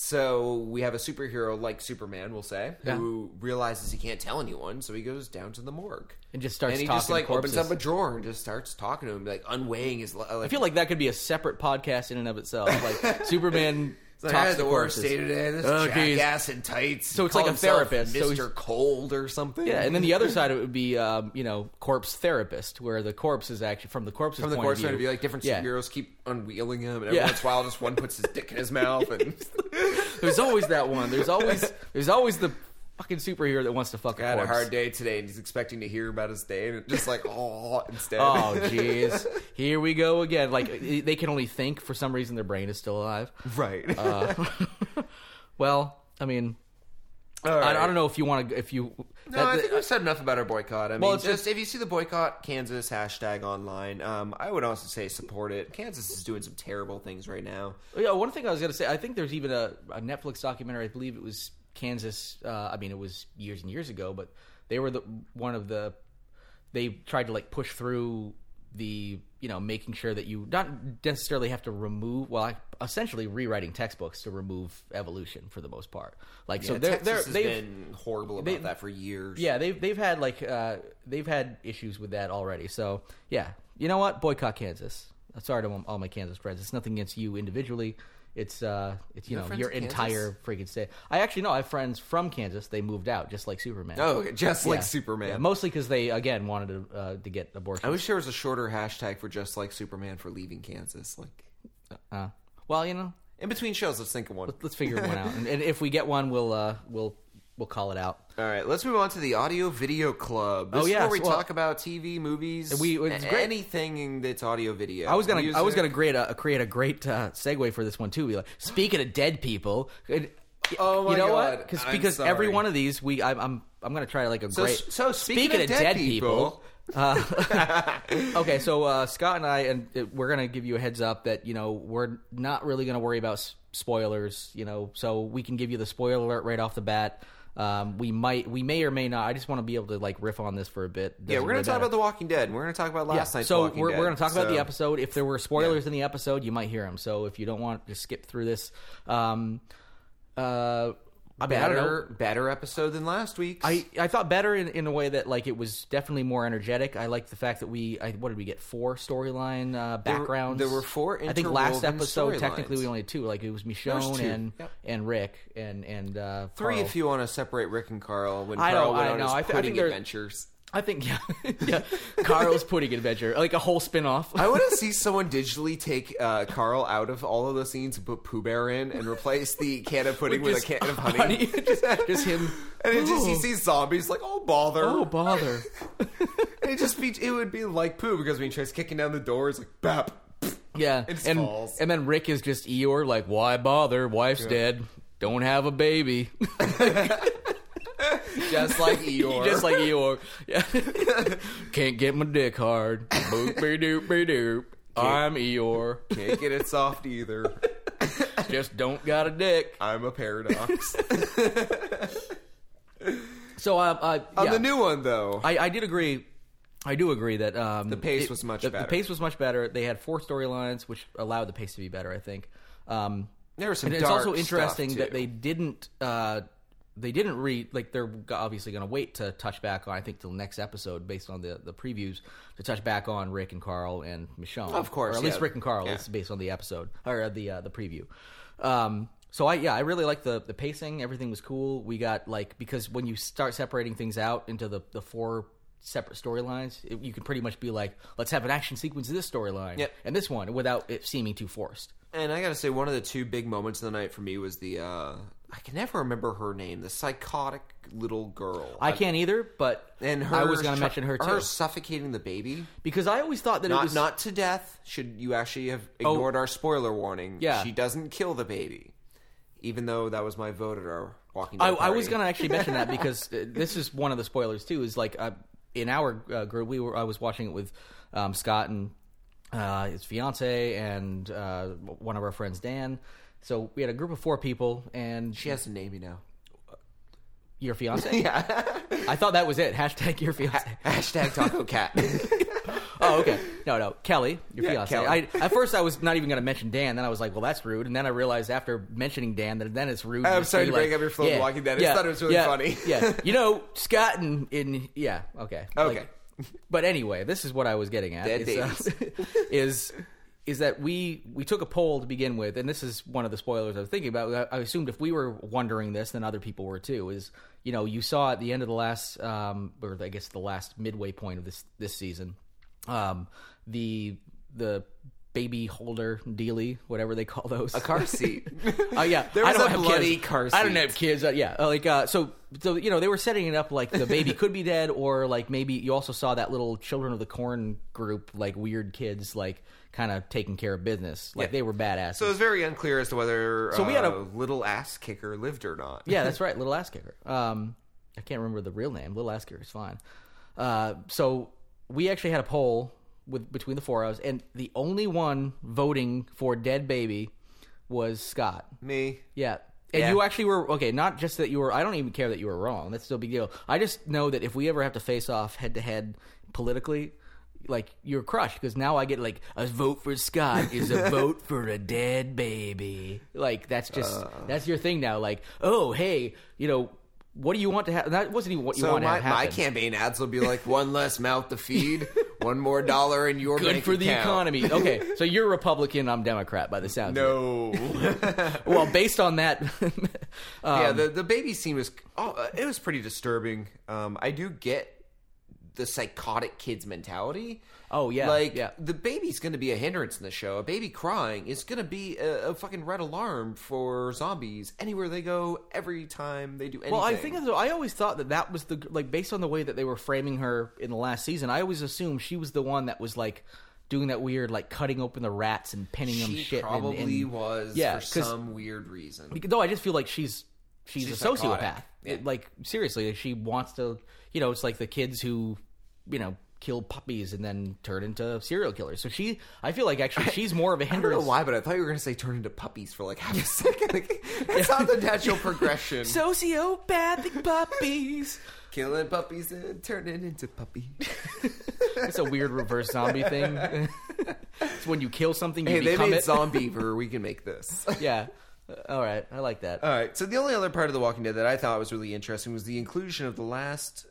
[SPEAKER 2] So we have a superhero like Superman, we'll say, who realizes he can't tell anyone, so he goes down to the morgue
[SPEAKER 3] And just starts
[SPEAKER 2] and he
[SPEAKER 3] talking
[SPEAKER 2] just like
[SPEAKER 3] to corpses.
[SPEAKER 2] opens up a drawer and just starts talking to him, like unweighing his. li- Like,
[SPEAKER 3] I feel like that could be a separate podcast in and of itself, like Superman
[SPEAKER 2] like, I
[SPEAKER 3] talks
[SPEAKER 2] had
[SPEAKER 3] to
[SPEAKER 2] the worst
[SPEAKER 3] corpses.
[SPEAKER 2] day today. This
[SPEAKER 3] Oh, geez.
[SPEAKER 2] jackass in tights.
[SPEAKER 3] So it's
[SPEAKER 2] Call
[SPEAKER 3] like a
[SPEAKER 2] himself
[SPEAKER 3] therapist. So
[SPEAKER 2] Mr.
[SPEAKER 3] he's-
[SPEAKER 2] Cold or something.
[SPEAKER 3] Yeah, and then the other side of it would be, um, you know, corpse therapist, where the corpse is actually from the corpse's
[SPEAKER 2] from the
[SPEAKER 3] point
[SPEAKER 2] course
[SPEAKER 3] of
[SPEAKER 2] point
[SPEAKER 3] view,
[SPEAKER 2] of view, like different
[SPEAKER 3] Yeah.
[SPEAKER 2] superheroes keep unwheeling him, and every
[SPEAKER 3] Yeah.
[SPEAKER 2] once in a while, just one puts his dick in his mouth, and
[SPEAKER 3] There's always that one. There's always there's always the fucking superhero that wants to fuck a
[SPEAKER 2] had a
[SPEAKER 3] corpse.
[SPEAKER 2] hard day today, and he's expecting to hear about his day, and it's just like oh, instead.
[SPEAKER 3] Oh jeez, here we go again. Like i- they can only think for some reason. Their brain is still alive.
[SPEAKER 2] right.
[SPEAKER 3] Uh, Well, I mean,
[SPEAKER 2] All
[SPEAKER 3] I, I
[SPEAKER 2] right.
[SPEAKER 3] don't know if you want to. If you,
[SPEAKER 2] No,
[SPEAKER 3] that- uh,
[SPEAKER 2] I think we've said enough about our boycott. I
[SPEAKER 3] Well,
[SPEAKER 2] mean,
[SPEAKER 3] it's
[SPEAKER 2] just, if you see the boycott Kansas hashtag online, um, I would also say support it. Kansas is doing some terrible things right now.
[SPEAKER 3] yeah. One thing I was gonna say. I think there's even a, a Netflix documentary. I believe it was Kansas. Uh, I mean, it was years and years ago, but they were the one of the. They tried to like push through the you know making sure that you not necessarily have to remove well essentially rewriting textbooks to remove evolution for the most part like so
[SPEAKER 2] Yeah,
[SPEAKER 3] they're,
[SPEAKER 2] Texas
[SPEAKER 3] they're,
[SPEAKER 2] has
[SPEAKER 3] they've
[SPEAKER 2] been horrible about
[SPEAKER 3] they-
[SPEAKER 2] that for years.
[SPEAKER 3] Yeah, they've they've had like uh, they've had issues with that already. So yeah, you know what? Boycott Kansas. I'm sorry to all my Kansas friends. It's nothing against you individually. It's uh, it's you,
[SPEAKER 2] have
[SPEAKER 3] know
[SPEAKER 2] friends
[SPEAKER 3] your
[SPEAKER 2] in Kansas?
[SPEAKER 3] entire freaking state. I actually know I have friends from Kansas. They moved out just like Superman.
[SPEAKER 2] Oh, okay, just
[SPEAKER 3] Yeah.
[SPEAKER 2] like Superman.
[SPEAKER 3] Yeah, mostly because they again wanted to uh, to get
[SPEAKER 2] I
[SPEAKER 3] abortion.
[SPEAKER 2] wish there was a shorter hashtag for just like Superman for leaving Kansas. Like
[SPEAKER 3] Uh, well, you know,
[SPEAKER 2] in between shows, let's think of one.
[SPEAKER 3] let's figure one out, and, and if we get one, we'll uh, we'll we'll call it out.
[SPEAKER 2] All right, let's move on to the audio video club. This
[SPEAKER 3] Oh,
[SPEAKER 2] is
[SPEAKER 3] yes,
[SPEAKER 2] where we
[SPEAKER 3] well-
[SPEAKER 2] talk about TV, movies,
[SPEAKER 3] We- it's
[SPEAKER 2] a-
[SPEAKER 3] great.
[SPEAKER 2] anything that's audio video.
[SPEAKER 3] I was gonna, I
[SPEAKER 2] Music.
[SPEAKER 3] was gonna create a create a great uh, segue for this one too. Be like, speaking of dead people, it-
[SPEAKER 2] Oh my
[SPEAKER 3] you know
[SPEAKER 2] God,
[SPEAKER 3] Because
[SPEAKER 2] I'm
[SPEAKER 3] because every
[SPEAKER 2] sorry.
[SPEAKER 3] one of these, we I, I'm I'm gonna try like a
[SPEAKER 2] So-
[SPEAKER 3] great.
[SPEAKER 2] so speaking of dead people-
[SPEAKER 3] uh, okay, so uh, Scott and I, and uh, we're gonna give you a heads up that you know we're not really gonna worry about s- spoilers. You know, so we can give you the spoiler alert right off the bat. Um, we might, we may or may not. I just want to be able to like riff on this for a bit.
[SPEAKER 2] Yeah,
[SPEAKER 3] Doesn't
[SPEAKER 2] we're gonna
[SPEAKER 3] really
[SPEAKER 2] talk
[SPEAKER 3] matter.
[SPEAKER 2] about The Walking Dead. We're gonna talk about last
[SPEAKER 3] Yeah,
[SPEAKER 2] night's
[SPEAKER 3] so
[SPEAKER 2] Walking
[SPEAKER 3] we're,
[SPEAKER 2] Dead.
[SPEAKER 3] we're going to talk about the
[SPEAKER 2] so-
[SPEAKER 3] episode. If there were spoilers in the episode, you might hear them. So if you don't want, just skip through this. Um, uh, I mean, I don't know.
[SPEAKER 2] better better episode than last week's.
[SPEAKER 3] I, I thought better in, in a way that like it was definitely more energetic. I liked the fact that we I, what did we get four storyline uh,
[SPEAKER 2] were-
[SPEAKER 3] backgrounds.
[SPEAKER 2] there were four
[SPEAKER 3] I think last
[SPEAKER 2] interwoven
[SPEAKER 3] episode technically
[SPEAKER 2] storylines.
[SPEAKER 3] we only had two. Like it was Michonne
[SPEAKER 2] two.
[SPEAKER 3] and
[SPEAKER 2] Yep.
[SPEAKER 3] and Rick and and uh,
[SPEAKER 2] three
[SPEAKER 3] Carl.
[SPEAKER 2] if you want to separate Rick and Carl when
[SPEAKER 3] I
[SPEAKER 2] Carl
[SPEAKER 3] don't-
[SPEAKER 2] went
[SPEAKER 3] I
[SPEAKER 2] on
[SPEAKER 3] know.
[SPEAKER 2] his
[SPEAKER 3] I th- I
[SPEAKER 2] pudding
[SPEAKER 3] think there-
[SPEAKER 2] adventures.
[SPEAKER 3] I think yeah yeah Carl's pudding adventure like a whole spin off.
[SPEAKER 2] I want to see someone digitally take uh, Carl out of all of those scenes and put Pooh Bear in and replace the can of pudding with,
[SPEAKER 3] Just
[SPEAKER 2] a can of honey.
[SPEAKER 3] just, just him.
[SPEAKER 2] And it just he
[SPEAKER 3] Oh.
[SPEAKER 2] sees zombies like oh bother
[SPEAKER 3] Oh bother!
[SPEAKER 2] and it just be it would be like poo because when he tries kicking down the door it's like bap
[SPEAKER 3] Yeah,
[SPEAKER 2] It just
[SPEAKER 3] and
[SPEAKER 2] falls.
[SPEAKER 3] and then Rick is just Eeyore, like, why bother? Wife's dead. Don't have a baby.
[SPEAKER 2] just like Eeyore
[SPEAKER 3] just like Eeyore. Yeah. Can't get my dick hard. Boop be doop be doop. I'm Eeyore.
[SPEAKER 2] can't get it soft either
[SPEAKER 3] Just don't got a dick.
[SPEAKER 2] I'm a paradox
[SPEAKER 3] So I, I yeah.
[SPEAKER 2] on the new one though
[SPEAKER 3] I, I did agree. I do agree that um, the
[SPEAKER 2] pace was much
[SPEAKER 3] the,
[SPEAKER 2] better.
[SPEAKER 3] The pace was much better. They had four storylines, which allowed the pace to be better. I think. Um,
[SPEAKER 2] There was some
[SPEAKER 3] and It's
[SPEAKER 2] dark
[SPEAKER 3] also interesting
[SPEAKER 2] stuff,
[SPEAKER 3] that
[SPEAKER 2] too.
[SPEAKER 3] they didn't. Uh, they didn't read like they're g- obviously going to wait to touch back on. I think till next episode, based on the the previews, to touch back on Rick and Carl and Michonne.
[SPEAKER 2] Of course,
[SPEAKER 3] or at least
[SPEAKER 2] yeah.
[SPEAKER 3] Rick and Carl.
[SPEAKER 2] Yeah.
[SPEAKER 3] It's based on the episode or uh, the uh, the preview. Um, so I yeah I really liked the the pacing. Everything was cool. We got like because when you start separating things out into the the four separate storylines, it- you can pretty much be like, let's have an action sequence of this storyline
[SPEAKER 2] Yep.
[SPEAKER 3] and this one without it seeming too forced.
[SPEAKER 2] and I gotta say one of the two big moments of the night for me was the uh I can never remember her name the psychotic little girl
[SPEAKER 3] I can't either, but
[SPEAKER 2] and her
[SPEAKER 3] I was going to
[SPEAKER 2] tr-
[SPEAKER 3] mention her too
[SPEAKER 2] her suffocating the baby
[SPEAKER 3] because I always thought that
[SPEAKER 2] not
[SPEAKER 3] it was Oh.
[SPEAKER 2] not to death. Should you actually have ignored our spoiler warning?
[SPEAKER 3] Yeah.
[SPEAKER 2] she doesn't kill the baby, even though that was my vote at our Walking Dead.
[SPEAKER 3] I, I
[SPEAKER 2] party.
[SPEAKER 3] was going to actually mention that because uh, this is one of the spoilers too. Is like uh, in our uh, group, we were I was watching it with um, Scott and uh, his fiance and uh, one of our friends Dan. So we had a group of four people, and
[SPEAKER 2] She has a name, you know.
[SPEAKER 3] your fiance. yeah, I thought that was it. Hashtag your fiance.
[SPEAKER 2] Hashtag Taco Cat.
[SPEAKER 3] Oh, okay. No, no, Kelly, your
[SPEAKER 2] Yeah,
[SPEAKER 3] fiance.
[SPEAKER 2] Kelly.
[SPEAKER 3] I, at first, I was not even going to mention Dan. Then I was like, "Well, that's rude." And then I realized after mentioning Dan that then it's rude.
[SPEAKER 2] I'm
[SPEAKER 3] just
[SPEAKER 2] sorry to
[SPEAKER 3] like,
[SPEAKER 2] break up your flow of Walking Dead. I just thought it was really
[SPEAKER 3] yeah,
[SPEAKER 2] funny.
[SPEAKER 3] yeah, you know, Scott and in yeah, okay,
[SPEAKER 2] Okay.
[SPEAKER 3] Like, but anyway, this is what I was getting at.
[SPEAKER 2] Dead
[SPEAKER 3] is, uh, is is that we we took a poll to begin with, and this is one of the spoilers I was thinking about. I, I assumed if we were wondering this, then other people were too. Is you know you saw at the end of the last, um, or I guess the last midway point of this this season, um, the the baby holder dealy, whatever they call those,
[SPEAKER 2] A car seat.
[SPEAKER 3] Oh yeah,
[SPEAKER 2] There
[SPEAKER 3] I
[SPEAKER 2] was
[SPEAKER 3] don't
[SPEAKER 2] a
[SPEAKER 3] have
[SPEAKER 2] bloody
[SPEAKER 3] kids.
[SPEAKER 2] car
[SPEAKER 3] I don't
[SPEAKER 2] seat.
[SPEAKER 3] have kids. Uh, yeah, Uh, like uh, so, so you know they were setting it up like the baby could be dead, or like maybe you also saw that little Children of the Corn group, like weird kids, like kind of taking care of business, like
[SPEAKER 2] Yeah.
[SPEAKER 3] they were badass.
[SPEAKER 2] so it was very unclear as to whether
[SPEAKER 3] So we had
[SPEAKER 2] uh,
[SPEAKER 3] a-
[SPEAKER 2] little ass kicker lived or not.
[SPEAKER 3] yeah, that's right, Little Ass Kicker. Um, I can't remember the real name. Little Ass Kicker is fine. Uh, so we actually had a poll with between the four of us, and the only one voting for dead baby was Scott.
[SPEAKER 2] Me.
[SPEAKER 3] Yeah. And
[SPEAKER 2] Yeah.
[SPEAKER 3] you actually were okay. Not just that you were. I don't even care that you were wrong. That's still a big deal. I just know that if we ever have to face off head to head politically, like you're crushed because now I get like a vote for Scott is a vote for a dead baby. Like that's just
[SPEAKER 2] Uh.
[SPEAKER 3] that's your thing now. Like oh hey, you know what do you want to have? That wasn't even what you
[SPEAKER 2] So
[SPEAKER 3] want to
[SPEAKER 2] my,
[SPEAKER 3] have
[SPEAKER 2] my
[SPEAKER 3] happen.
[SPEAKER 2] campaign ads will be like one less mouth to feed, one more dollar in your
[SPEAKER 3] Good
[SPEAKER 2] bank
[SPEAKER 3] for the
[SPEAKER 2] account.
[SPEAKER 3] economy. Okay, so you're Republican. I'm Democrat by the sounds. of it.
[SPEAKER 2] No.
[SPEAKER 3] Well, based on that, um,
[SPEAKER 2] yeah, the the baby scene was oh, uh, it was pretty disturbing. Um, I do get the psychotic kids mentality.
[SPEAKER 3] Oh, yeah,
[SPEAKER 2] like
[SPEAKER 3] yeah.
[SPEAKER 2] the baby's going to be a hindrance in the show. A baby crying is going to be a, a fucking red alarm for zombies anywhere they go. Every time they do anything.
[SPEAKER 3] Well, I think though I always thought that that was the like based on the way that they were framing her in the last season. I always assumed she was the one that was like doing that weird like cutting open the rats and pinning them
[SPEAKER 2] she
[SPEAKER 3] shit. and-
[SPEAKER 2] probably
[SPEAKER 3] and,
[SPEAKER 2] was for
[SPEAKER 3] yeah, 'cause-
[SPEAKER 2] some weird reason.
[SPEAKER 3] because- though I just feel like she's she's,
[SPEAKER 2] She's
[SPEAKER 3] a sociopath.
[SPEAKER 2] psychotic. Yeah.
[SPEAKER 3] It- like seriously, she wants to. You know, it's like the kids who, you know, kill puppies and then turn into serial killers. So she, I feel like actually she's more of a
[SPEAKER 2] I don't know
[SPEAKER 3] hindrance.
[SPEAKER 2] why, but I thought you were going to say turn into puppies for like half a second. Like, That's not the natural progression.
[SPEAKER 3] Sociopathic puppies.
[SPEAKER 2] Killing puppies and turning into puppy.
[SPEAKER 3] It's a weird reverse zombie thing. it's when you kill something, you
[SPEAKER 2] Hey, they
[SPEAKER 3] become
[SPEAKER 2] made
[SPEAKER 3] it.
[SPEAKER 2] Zombiever. We can make this.
[SPEAKER 3] yeah. Uh, All right, I like that.
[SPEAKER 2] All right. So the only other part of The Walking Dead that I thought was really interesting was the inclusion of the last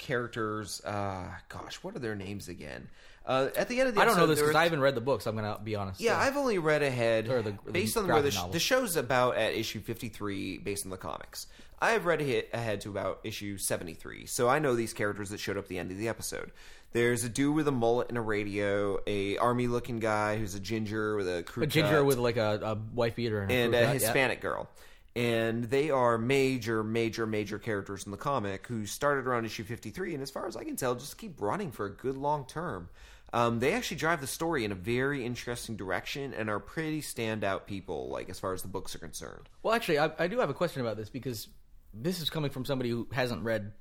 [SPEAKER 2] characters. Uh, gosh, what are their names again? Uh, at the end of the
[SPEAKER 3] I don't know
[SPEAKER 2] episode,
[SPEAKER 3] this
[SPEAKER 2] there
[SPEAKER 3] because
[SPEAKER 2] were-
[SPEAKER 3] I haven't read the books. I'm gonna be honest.
[SPEAKER 2] Yeah,
[SPEAKER 3] So-
[SPEAKER 2] I've only read ahead
[SPEAKER 3] Or the-
[SPEAKER 2] based
[SPEAKER 3] the
[SPEAKER 2] on where the,
[SPEAKER 3] graphic
[SPEAKER 2] sh-
[SPEAKER 3] novel.
[SPEAKER 2] the show's about at issue 53 based on the comics. I have read ahe- ahead to about issue 73, so I know these characters that showed up at the end of the episode. There's a dude with a mullet and a radio, a army looking guy who's a ginger with a crew
[SPEAKER 3] a ginger
[SPEAKER 2] cut
[SPEAKER 3] with like a, a white beater and,
[SPEAKER 2] Uh, and
[SPEAKER 3] fruit
[SPEAKER 2] a
[SPEAKER 3] nut, yeah.
[SPEAKER 2] Hispanic girl. And they are major, major, major characters in the comic who started around issue 53, and as far as I can tell, just keep running for a good long term. Um, they actually drive the story in a very interesting direction and are pretty standout people, like as far as the books are concerned.
[SPEAKER 3] Well, actually, I, I do have a question about this because this is coming from somebody who hasn't read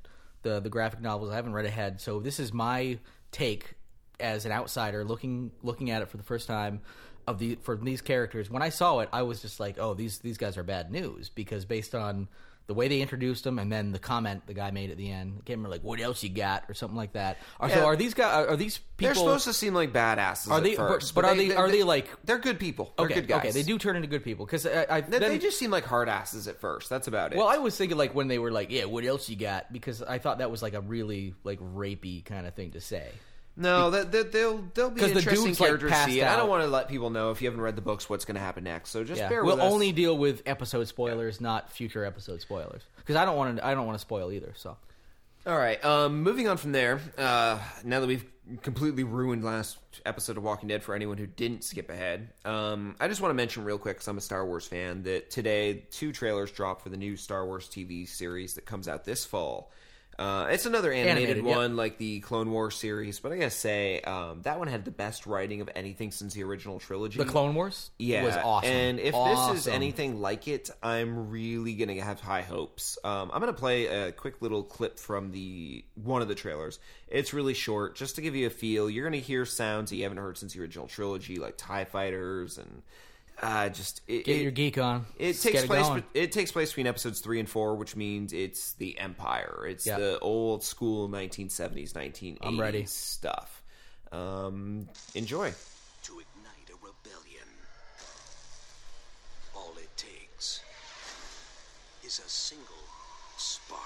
[SPEAKER 3] the the graphic novels. I haven't read ahead, so this is my take as an outsider looking looking at it for the first time of the for these characters. When I saw it, I was just like, "Oh, these these guys are bad news," because based on the way they introduced them, and then the comment the guy made at the end, came like, "What else you got?" or something like that. Are,
[SPEAKER 2] Yeah.
[SPEAKER 3] So are these guys? Are, are these people?
[SPEAKER 2] They're supposed to seem like badasses.
[SPEAKER 3] Are
[SPEAKER 2] at
[SPEAKER 3] they- but-
[SPEAKER 2] first,
[SPEAKER 3] but are they- are they, like-
[SPEAKER 2] they're good people? They're good guys.
[SPEAKER 3] Okay, they do turn into good people because I, I
[SPEAKER 2] They,
[SPEAKER 3] then-
[SPEAKER 2] they just seem like hard asses at first. That's about it.
[SPEAKER 3] Well, I was thinking like when they were like, "Yeah, what else you got?" Because I thought that was like a really like rapey kind of thing to say.
[SPEAKER 2] No, that that they'll they'll be
[SPEAKER 3] 'Cause the
[SPEAKER 2] interesting
[SPEAKER 3] dude's, like,
[SPEAKER 2] characters to
[SPEAKER 3] passed
[SPEAKER 2] see. And I don't
[SPEAKER 3] out.
[SPEAKER 2] want to let people know if you haven't read the books what's going to happen next. So just
[SPEAKER 3] Yeah,
[SPEAKER 2] bear
[SPEAKER 3] we'll
[SPEAKER 2] with us.
[SPEAKER 3] only deal with episode spoilers, not future episode spoilers, because I don't want to. I don't want to spoil either. So
[SPEAKER 2] All right. Um, moving on from there. Uh, now that we've completely ruined last episode of Walking Dead for anyone who didn't skip ahead, um, I just want to mention real quick because I'm a Star Wars fan that today two trailers dropped for the new Star Wars TV series that comes out this fall. Uh, it's another animated,
[SPEAKER 3] Animated, yeah.
[SPEAKER 2] one like the Clone Wars series, but I gotta say um, that one had the best writing of anything since the original trilogy.
[SPEAKER 3] the Clone Wars,
[SPEAKER 2] yeah,
[SPEAKER 3] was awesome.
[SPEAKER 2] And if this is
[SPEAKER 3] Awesome.
[SPEAKER 2] anything like it, I'm really gonna have high hopes. Um, I'm gonna play a quick little clip from the one of the trailers. It's really short, just to give you a feel. You're gonna hear sounds that you haven't heard since the original trilogy, like Tie Fighters and uh, just it,
[SPEAKER 3] get
[SPEAKER 2] it-
[SPEAKER 3] your geek on.
[SPEAKER 2] it
[SPEAKER 3] Let's
[SPEAKER 2] takes
[SPEAKER 3] get
[SPEAKER 2] place.
[SPEAKER 3] going.
[SPEAKER 2] It takes place between episodes three and four, which means it's the Empire. It's
[SPEAKER 3] Yeah.
[SPEAKER 2] the old school 1970s, 1980s
[SPEAKER 3] ready.
[SPEAKER 2] stuff. Um, enjoy.
[SPEAKER 4] to ignite a rebellion. All it takes is a single spark.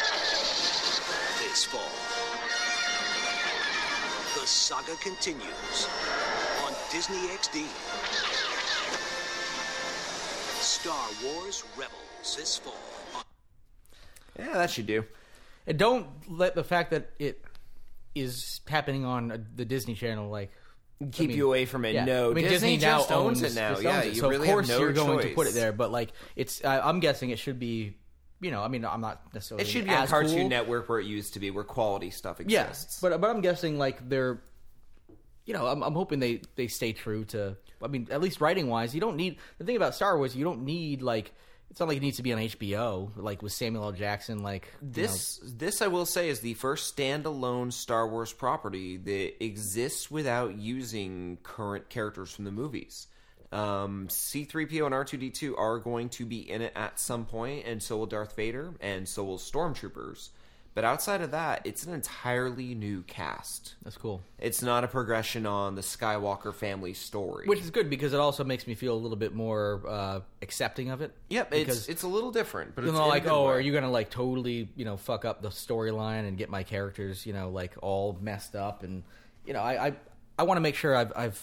[SPEAKER 4] This baseball. The saga continues on Disney XD. Star Wars Rebels this fall. on-
[SPEAKER 2] Yeah, that should do.
[SPEAKER 3] And don't let the fact that it is happening on uh, the Disney Channel like
[SPEAKER 2] Keep you away from it.
[SPEAKER 3] Yeah.
[SPEAKER 2] no,
[SPEAKER 3] I mean,
[SPEAKER 2] Disney, just owns, it now.
[SPEAKER 3] just
[SPEAKER 2] Yeah,
[SPEAKER 3] owns it.
[SPEAKER 2] you
[SPEAKER 3] so
[SPEAKER 2] really
[SPEAKER 3] of course
[SPEAKER 2] have no
[SPEAKER 3] you're going to
[SPEAKER 2] choice.
[SPEAKER 3] put it there. But like, it's I, I'm guessing it should be, you know, I mean, I'm not necessarily.
[SPEAKER 2] It should be on
[SPEAKER 3] as
[SPEAKER 2] Cartoon
[SPEAKER 3] cool.
[SPEAKER 2] Network where it used to be, where quality stuff
[SPEAKER 3] Yeah,
[SPEAKER 2] exists.
[SPEAKER 3] but but I'm guessing like they're, you know, I'm, I'm hoping they they stay true to. I mean, at least writing wise, you don't need the thing about Star Wars. You don't need like it's not like it needs to be on HBO like with Samuel L. Jackson like you
[SPEAKER 2] this this I will say is the first standalone Star Wars property that exists without using current characters from the movies. Um, C3PO and R2D2 are going to be in it at some point, and so will Darth Vader, and so will Stormtroopers. But outside of that, it's an entirely new cast.
[SPEAKER 3] know, that's cool.
[SPEAKER 2] It's not a progression on the Skywalker family story.
[SPEAKER 3] Which is good because it also makes me feel a little bit more uh, accepting of it.
[SPEAKER 2] yep,
[SPEAKER 3] because-
[SPEAKER 2] it's it's a little different, but
[SPEAKER 3] You
[SPEAKER 2] it's
[SPEAKER 3] know,
[SPEAKER 2] in a
[SPEAKER 3] like,
[SPEAKER 2] good
[SPEAKER 3] oh,
[SPEAKER 2] way.
[SPEAKER 3] are you gonna like totally, you know, fuck up the storyline and get my characters, you know, like all messed up and you know, I I, I want to make sure I've I've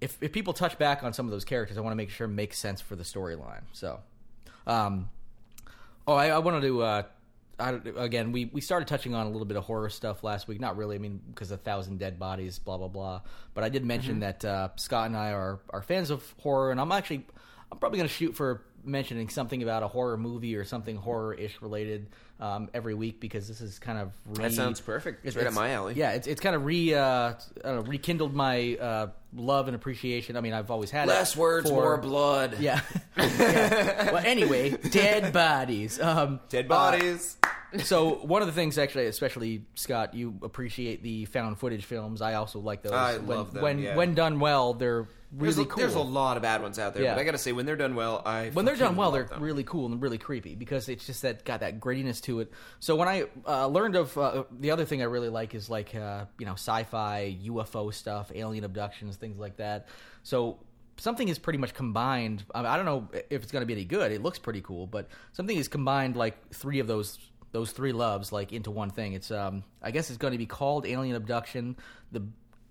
[SPEAKER 3] if if people touch back on some of those characters, I want to make sure it makes sense for the storyline. So, um, oh, I, I wanted to. Uh, I, don't- again, we, we started touching on a little bit of horror stuff last week. Not really, I mean, because a thousand dead bodies, blah blah blah. But I did
[SPEAKER 2] Mm-hmm.
[SPEAKER 3] mention that uh, Scott and I are are fans of horror, and I'm actually I'm probably going to shoot for mentioning something about a horror movie or something horror ish related um, every week because this is kind of re-
[SPEAKER 2] That sounds perfect. It's right up my alley.
[SPEAKER 3] Yeah, it's it's kind of re uh, I don't know, rekindled my uh, love and appreciation. I mean, I've always had it
[SPEAKER 2] less words,
[SPEAKER 3] for-
[SPEAKER 2] more blood?
[SPEAKER 3] Yeah. Yeah. Well, anyway, dead bodies. Um,
[SPEAKER 2] dead bodies.
[SPEAKER 3] Uh, so one of the things, actually, especially Scott, you appreciate the found footage films. I also like those.
[SPEAKER 2] I
[SPEAKER 3] when,
[SPEAKER 2] love them,
[SPEAKER 3] When
[SPEAKER 2] yeah.
[SPEAKER 3] when done well, they're really
[SPEAKER 2] There's, a,
[SPEAKER 3] cool.
[SPEAKER 2] there's a lot of bad ones out there,
[SPEAKER 3] Yeah.
[SPEAKER 2] but I gotta say, when they're done well, I
[SPEAKER 3] when they're
[SPEAKER 2] fucking
[SPEAKER 3] done well,
[SPEAKER 2] love
[SPEAKER 3] they're
[SPEAKER 2] them.
[SPEAKER 3] really cool and really creepy because it's just that got that grittiness to it. So when I uh, learned of uh, the other thing I really like is like uh, you know sci-fi UFO stuff, alien abductions, things like that. So something is pretty much combined. I, I don't know if it's going to be any good. It looks pretty cool, but something is combined like three of those those three loves like into one thing. It's um I guess it's going to be called Alien Abduction. The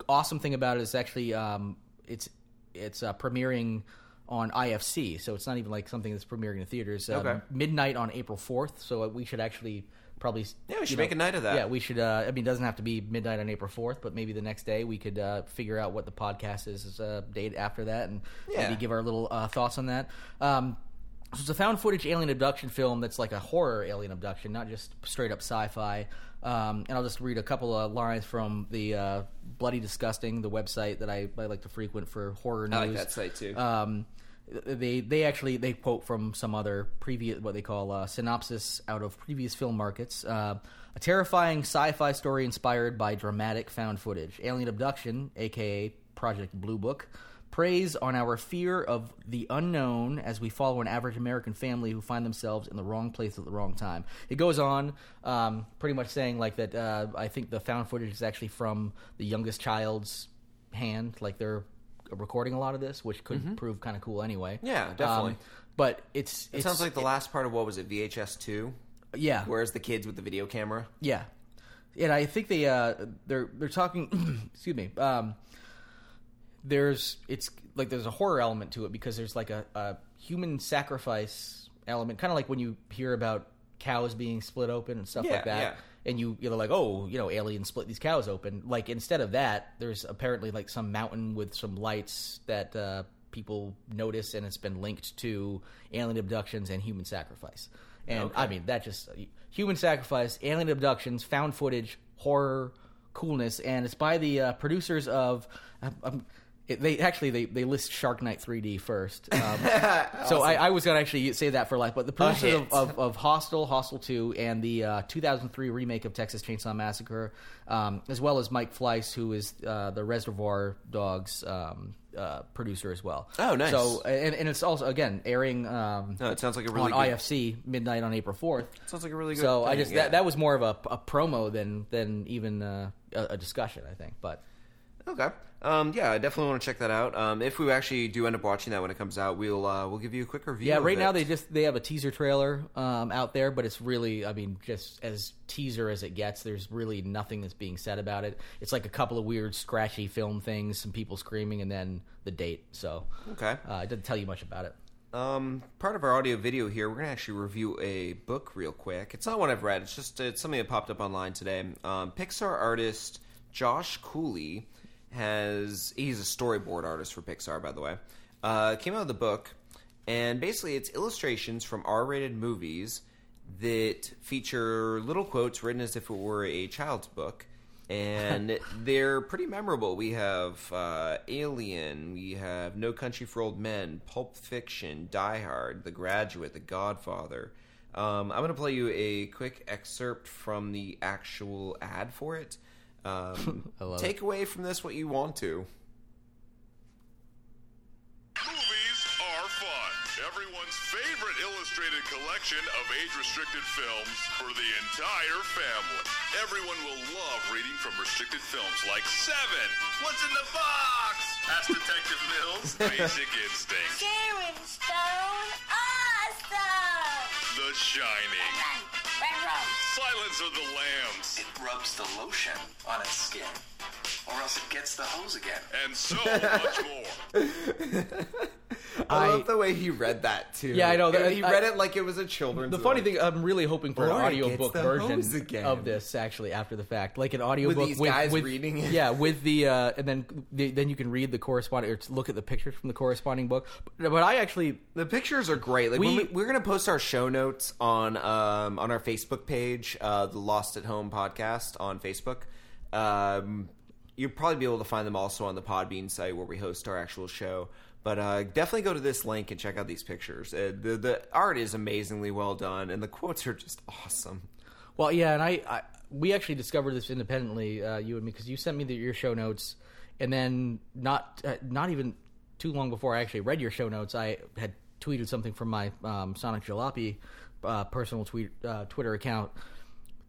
[SPEAKER 3] awesome thing about it is actually um it's it's uh, premiering on IFC, so it's not even like something that's premiering in theaters. Um,
[SPEAKER 2] Okay.
[SPEAKER 3] Midnight on April fourth, so we should actually probably
[SPEAKER 2] Yeah, we
[SPEAKER 3] you
[SPEAKER 2] should make a night of that.
[SPEAKER 3] Yeah, we should. Uh, I mean, it doesn't have to be midnight on April fourth, but maybe the next day we could uh, figure out what the podcast is, is uh, date after that, and
[SPEAKER 2] Yeah.
[SPEAKER 3] maybe give our little uh, thoughts on that. Um, so it's a found footage alien abduction film that's like a horror alien abduction, not just straight up sci-fi. Um, and I'll just read a couple of lines from the uh, Bloody Disgusting, the website that I, I like to frequent for horror news.
[SPEAKER 2] I like that site too.
[SPEAKER 3] Um, they they actually they quote from some other previous what they call uh, synopsis out of previous film markets. Uh, a terrifying sci-fi story inspired by dramatic found footage, alien abduction, aka Project Blue Book, preys on our fear of the unknown as we follow an average American family who find themselves in the wrong place at the wrong time. It goes on, um, pretty much saying like that. Uh, I think the found footage is actually from the youngest child's hand, like they're recording a lot of this, which could prove kind of cool anyway.
[SPEAKER 2] Mm-hmm.
[SPEAKER 3] Um,
[SPEAKER 2] Yeah, definitely.
[SPEAKER 3] but it's
[SPEAKER 2] it sounds like the last part of what was it VHS two,
[SPEAKER 3] yeah,
[SPEAKER 2] where's the kids with the video camera?
[SPEAKER 3] yeah, and I think they uh they're they're talking. excuse me. Um, there's it's like there's a horror element to it because there's like a, a human sacrifice element, kind of like when you hear about cows being split open and stuff
[SPEAKER 2] Yeah,
[SPEAKER 3] like that.
[SPEAKER 2] yeah.
[SPEAKER 3] And you you're like, oh, you know, aliens split these cows open. Like instead of that, there's apparently like some mountain with some lights that uh, people notice, and it's been linked to alien abductions and human sacrifice. And I mean, that just uh, human sacrifice, alien abductions, found footage, horror, coolness, and it's by the uh, producers of. i I'm, it, they actually they, they list Shark Knight 3D first, um, so I, I was gonna actually say that for life, but the producers
[SPEAKER 2] hit.
[SPEAKER 3] of, of, of Hostel, Hostel 2, and the uh, 2003 remake of Texas Chainsaw Massacre, um, as well as Mike Fleiss, who is uh, the Reservoir Dogs um, uh, producer as well.
[SPEAKER 2] Oh, nice.
[SPEAKER 3] So and, and it's also again airing. Um,
[SPEAKER 2] No, it sounds like a really
[SPEAKER 3] on
[SPEAKER 2] good-
[SPEAKER 3] IFC midnight on April 4th.
[SPEAKER 2] Sounds like a really good
[SPEAKER 3] So I
[SPEAKER 2] thing,
[SPEAKER 3] just
[SPEAKER 2] yeah.
[SPEAKER 3] that that was more of a, a promo than than even uh, a, a discussion, I think. But
[SPEAKER 2] Okay. Um, yeah, I definitely want to check that out. Um, if we actually do end up watching that when it comes out, we'll uh, we'll give you a quick review.
[SPEAKER 3] Yeah,
[SPEAKER 2] of
[SPEAKER 3] right now
[SPEAKER 2] it.
[SPEAKER 3] they just they have a teaser trailer um, out there, but it's really, I mean, just as teaser as it gets. There's really nothing that's being said about it. It's like a couple of weird, scratchy film things, some people screaming, and then the date. So
[SPEAKER 2] okay.
[SPEAKER 3] uh, it doesn't tell you much about it.
[SPEAKER 2] Um, part of our audio video here, we're gonna actually review a book real quick. It's not one I've read. It's just it's something that popped up online today. Um, Pixar artist Josh Cooley has he's a storyboard artist for Pixar, by the way. Uh, came out with a book, and basically it's illustrations from R-rated movies that feature little quotes written as if it were a child's book. And they're pretty memorable. We have uh, Alien, we have No Country for Old Men, Pulp Fiction, Die Hard, The Graduate, The Godfather. Um, I'm going to play you a quick excerpt from the actual ad for it. Um,
[SPEAKER 3] I love
[SPEAKER 2] take away from this what you want to.
[SPEAKER 5] Movies are fun. Everyone's favorite illustrated collection of age restricted films for the entire family. Everyone will love reading from restricted films like Seven, What's in the Box? Ask Detective Mills, Basic Instinct,
[SPEAKER 6] Sharon Stone, awesome!
[SPEAKER 5] The Shining,
[SPEAKER 6] Red Rose.
[SPEAKER 5] Silence of the Lambs,
[SPEAKER 4] It rubs the lotion on its skin, or else it gets the hose again.
[SPEAKER 5] and so much more.
[SPEAKER 2] I,
[SPEAKER 3] I-
[SPEAKER 2] love the way he read that too.
[SPEAKER 3] Yeah, I know, that-
[SPEAKER 2] he
[SPEAKER 3] I-
[SPEAKER 2] read it like it was a children's.
[SPEAKER 3] The funny
[SPEAKER 2] book.
[SPEAKER 3] thing, I'm really hoping for an
[SPEAKER 2] Boy, it gets
[SPEAKER 3] audiobook
[SPEAKER 2] the hose
[SPEAKER 3] version
[SPEAKER 2] again.
[SPEAKER 3] of this actually after the fact, like an audiobook
[SPEAKER 2] these guys reading it.
[SPEAKER 3] Yeah, with the uh, and then the, then you can read the corresponding or t- look at the pictures from the corresponding book. But, but I actually
[SPEAKER 2] The pictures are great. Like we,
[SPEAKER 3] We-
[SPEAKER 2] we, we're going to post our show notes on um, on our Facebook page, uh, the Lost at Home podcast on Facebook. Um, you'll probably be able to find them also on the Podbean site where we host our actual show. But uh, definitely go to this link and check out these pictures. Uh, the the art is amazingly well done, and the quotes are just awesome.
[SPEAKER 3] Well, yeah, and I, I we actually discovered this independently, uh, you and me, because you sent me the, your show notes, and then not uh, not even too long before I actually read your show notes, I had tweeted something from my um, Sonic Jalopy uh, personal tweet uh, Twitter account.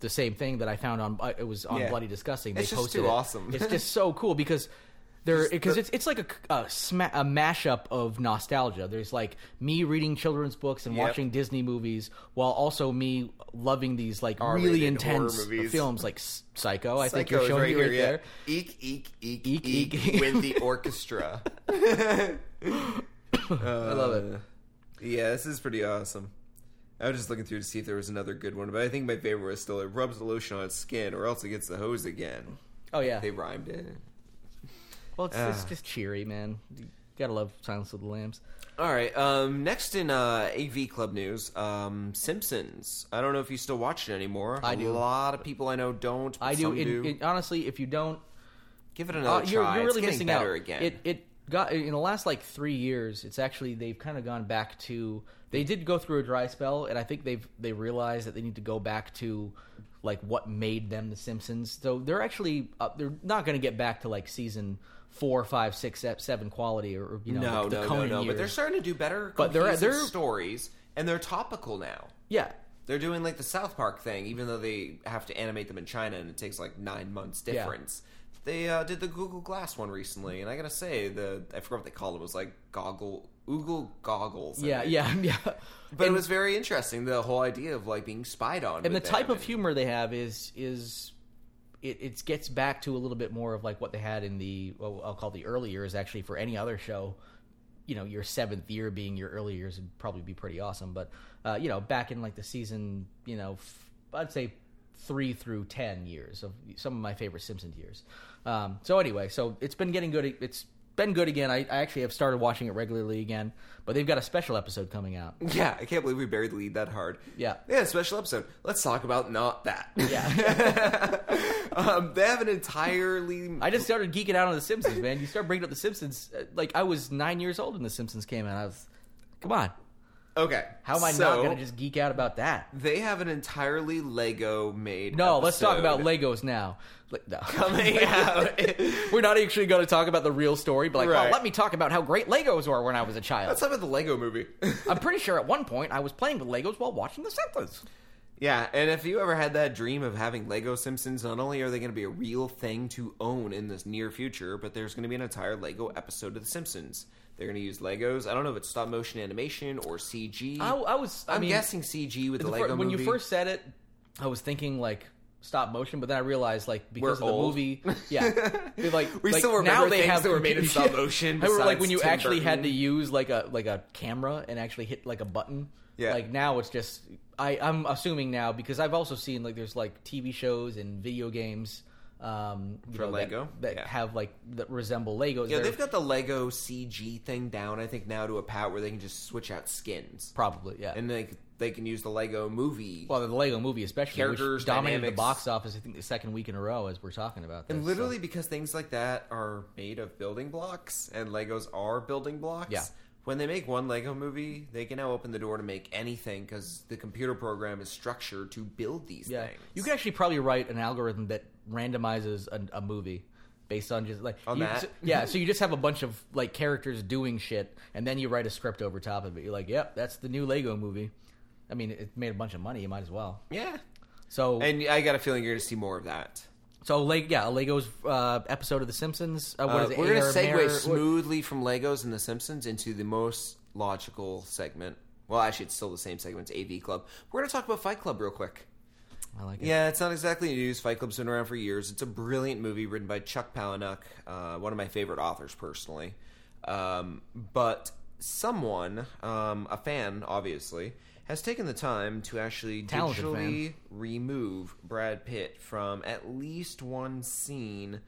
[SPEAKER 3] The same thing that I found on uh, it was on
[SPEAKER 2] Yeah.
[SPEAKER 3] Bloody Disgusting. They
[SPEAKER 2] It's just
[SPEAKER 3] posted
[SPEAKER 2] too
[SPEAKER 3] it.
[SPEAKER 2] awesome.
[SPEAKER 3] it's just so cool because. There, because
[SPEAKER 2] the-
[SPEAKER 3] it's it's like a a, sma- a mashup of nostalgia. There's like me reading children's books and
[SPEAKER 2] Yep.
[SPEAKER 3] watching Disney movies, while also me loving these like
[SPEAKER 2] R-rated
[SPEAKER 3] really
[SPEAKER 2] horror
[SPEAKER 3] intense
[SPEAKER 2] movies.
[SPEAKER 3] films like S- Psycho. I think
[SPEAKER 2] Psycho
[SPEAKER 3] you're
[SPEAKER 2] is
[SPEAKER 3] showing me right
[SPEAKER 2] yeah.
[SPEAKER 3] there.
[SPEAKER 2] Eek, eek, eek,
[SPEAKER 3] Eek,
[SPEAKER 2] eek,
[SPEAKER 3] eek.
[SPEAKER 2] with the orchestra.
[SPEAKER 3] I love
[SPEAKER 2] Uh,
[SPEAKER 3] it.
[SPEAKER 2] Yeah, this is pretty awesome. I was just looking through to see if there was another good one, but I think my favorite was still it rubs the lotion on its skin or else it gets the hose again.
[SPEAKER 3] Oh yeah.
[SPEAKER 2] They uh. rhymed it.
[SPEAKER 3] Well, it's, it's just cheery, man. You gotta love Silence of the Lambs.
[SPEAKER 2] All right. Um, next in uh, AV Club news, um, Simpsons. I don't know if you still watch it anymore.
[SPEAKER 3] I
[SPEAKER 2] A
[SPEAKER 3] do.
[SPEAKER 2] lot of people I know don't. But
[SPEAKER 3] I do.
[SPEAKER 2] some
[SPEAKER 3] It,
[SPEAKER 2] do.
[SPEAKER 3] It, honestly, if you don't,
[SPEAKER 2] Give it
[SPEAKER 3] uh,
[SPEAKER 2] another
[SPEAKER 3] you're,
[SPEAKER 2] try.
[SPEAKER 3] you're
[SPEAKER 2] It's
[SPEAKER 3] really
[SPEAKER 2] getting
[SPEAKER 3] missing
[SPEAKER 2] better
[SPEAKER 3] out.
[SPEAKER 2] again.
[SPEAKER 3] It it got in the last like three years. It's actually they've kind of gone back to. They did go through a dry spell, and I think they've they realized that they need to go back to like what made them the Simpsons. So they're actually uh, they're not going to get back to like season four, five, six, se- seven quality or you know
[SPEAKER 2] no,
[SPEAKER 3] like, the
[SPEAKER 2] no, no,
[SPEAKER 3] Conan
[SPEAKER 2] no. But
[SPEAKER 3] years.
[SPEAKER 2] they're starting to do better.
[SPEAKER 3] But they're-
[SPEAKER 2] cohesive
[SPEAKER 3] they're-
[SPEAKER 2] stories and they're topical now.
[SPEAKER 3] yeah.
[SPEAKER 2] They're doing like the South Park thing, even though they have to animate them in China and it takes like nine months
[SPEAKER 3] Yeah.
[SPEAKER 2] difference. They uh, did the Google Glass one recently, and I gotta say the I forgot what they called it, it was like goggle Google goggles. I
[SPEAKER 3] Yeah,
[SPEAKER 2] think.
[SPEAKER 3] yeah, yeah.
[SPEAKER 2] But it was very interesting the whole idea of like being spied on
[SPEAKER 3] and the
[SPEAKER 2] with
[SPEAKER 3] type
[SPEAKER 2] them
[SPEAKER 3] of
[SPEAKER 2] and-
[SPEAKER 3] humor they have is is it, it gets back to a little bit more of like what they had in the well, I'll call the early years actually for any other show. You know, your seventh year being your early years would probably be pretty awesome, but uh, you know, back in like the season, you know, f- I'd say three through ten years of some of my favorite Simpsons years. Um, so anyway, so it's been getting good. It's been good again. I, I actually have started watching it regularly again, but they've got a special episode coming out.
[SPEAKER 2] Yeah, I can't believe we buried the lead that hard.
[SPEAKER 3] Yeah.
[SPEAKER 2] Yeah, special episode. Let's talk about not that.
[SPEAKER 3] Yeah.
[SPEAKER 2] um, they have an entirely
[SPEAKER 3] I just started geeking out on The Simpsons, man. You start bringing up The Simpsons, uh, like I was nine years old when The Simpsons came out. I was, come on,
[SPEAKER 2] Okay.
[SPEAKER 3] how am I
[SPEAKER 2] so,
[SPEAKER 3] not going to just geek out about that?
[SPEAKER 2] they have an entirely Lego made
[SPEAKER 3] No, let's talk about
[SPEAKER 2] episode.
[SPEAKER 3] Legos now. Like, no.
[SPEAKER 2] coming out.
[SPEAKER 3] We're not actually going to talk about the real story, but like, well,
[SPEAKER 2] Right.
[SPEAKER 3] let me talk about how great Legos were when I was a child.
[SPEAKER 2] Let's talk about the Lego movie.
[SPEAKER 3] I'm pretty sure at one point I was playing with Legos while watching The Simpsons.
[SPEAKER 2] Yeah, and if you ever had that dream of having Lego Simpsons, not only are they going to be a real thing to own in this near future, but there's going to be an entire Lego episode of The Simpsons. They're going to use Legos. I don't know if it's stop motion animation or CG.
[SPEAKER 3] I, I was. I
[SPEAKER 2] am
[SPEAKER 3] mean,
[SPEAKER 2] guessing CG with the,
[SPEAKER 3] the fir-
[SPEAKER 2] Lego
[SPEAKER 3] when
[SPEAKER 2] movie.
[SPEAKER 3] you first said it, I was thinking like stop motion, but then I realized like because
[SPEAKER 2] We're
[SPEAKER 3] of the
[SPEAKER 2] old.
[SPEAKER 3] movie, yeah, Be like
[SPEAKER 2] We
[SPEAKER 3] like,
[SPEAKER 2] still remember
[SPEAKER 3] now they
[SPEAKER 2] things
[SPEAKER 3] have
[SPEAKER 2] that were made in
[SPEAKER 3] computer-
[SPEAKER 2] stop motion
[SPEAKER 3] I remember like
[SPEAKER 2] besides
[SPEAKER 3] when you
[SPEAKER 2] Tim
[SPEAKER 3] actually had
[SPEAKER 2] Burton.
[SPEAKER 3] to use like a like a camera and actually hit like a button.
[SPEAKER 2] Yeah.
[SPEAKER 3] Like now it's just I I'm assuming now because I've also seen like there's like TV shows and video games. Um, you
[SPEAKER 2] For
[SPEAKER 3] know, that-
[SPEAKER 2] Lego?
[SPEAKER 3] that,
[SPEAKER 2] Yeah.
[SPEAKER 3] have like that resemble Legos.
[SPEAKER 2] yeah,
[SPEAKER 3] They're-
[SPEAKER 2] they've got the Lego CG thing down. I think now to a pat where they can just switch out skins,
[SPEAKER 3] probably yeah.
[SPEAKER 2] and they they can use the Lego movie.
[SPEAKER 3] Well, the Lego Movie, especially,
[SPEAKER 2] Characters,
[SPEAKER 3] which dominated
[SPEAKER 2] dynamics.
[SPEAKER 3] the box office, I think, the second week in a row as we're talking about this.
[SPEAKER 2] And
[SPEAKER 3] so-
[SPEAKER 2] literally because things like that are made of building blocks and Legos are building blocks.
[SPEAKER 3] Yeah.
[SPEAKER 2] When they make one Lego movie, they can now open the door to make anything because the computer program is structured to build these
[SPEAKER 3] yeah,
[SPEAKER 2] things.
[SPEAKER 3] you could actually probably write an algorithm that randomizes a, a movie based on just like
[SPEAKER 2] On
[SPEAKER 3] you-
[SPEAKER 2] that?
[SPEAKER 3] so- yeah, so you just have a bunch of like characters doing shit, and then you write a script over top of it. You're like, yep, that's the new Lego Movie. I mean, it made a bunch of money. You might as well.
[SPEAKER 2] yeah.
[SPEAKER 3] So
[SPEAKER 2] And I got a feeling you're going to see more of that.
[SPEAKER 3] so like yeah, a Lego's uh, episode of The Simpsons. Uh, what
[SPEAKER 2] Uh,
[SPEAKER 3] is it?
[SPEAKER 2] we're going
[SPEAKER 3] Air
[SPEAKER 2] to segue
[SPEAKER 3] Mare-
[SPEAKER 2] smoothly from Legos and The Simpsons into the most logical segment. Well, actually, it's still the same segment. It's AV Club. We're going to talk about Fight Club real quick.
[SPEAKER 3] I like it.
[SPEAKER 2] Yeah, it's not exactly news. Fight Club's been around for years. It's a brilliant movie written by Chuck Palahniuk, uh, one of my favorite authors personally. Um, but someone, um, a fan, obviously, has taken the time to actually
[SPEAKER 3] Talented fan.
[SPEAKER 2] digitally remove Brad Pitt from at least one scene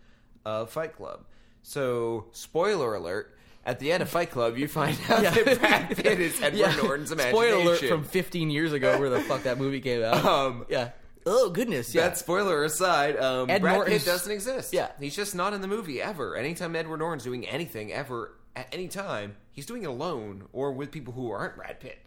[SPEAKER 2] of Fight Club. So, spoiler alert. At the end of Fight Club, you find out that Brad Pitt is Edward
[SPEAKER 3] Yeah.
[SPEAKER 2] Norton's imagination.
[SPEAKER 3] Spoiler alert from 15 years ago, where the fuck that movie came out.
[SPEAKER 2] Um,
[SPEAKER 3] yeah. Oh goodness. Yeah.
[SPEAKER 2] That spoiler aside, um,
[SPEAKER 3] Ed
[SPEAKER 2] Brad
[SPEAKER 3] Norton's-
[SPEAKER 2] Pitt doesn't exist.
[SPEAKER 3] Yeah.
[SPEAKER 2] he's just not in the movie ever. Anytime Edward Norton's doing anything ever at any time, he's doing it alone or with people who aren't Brad Pitt.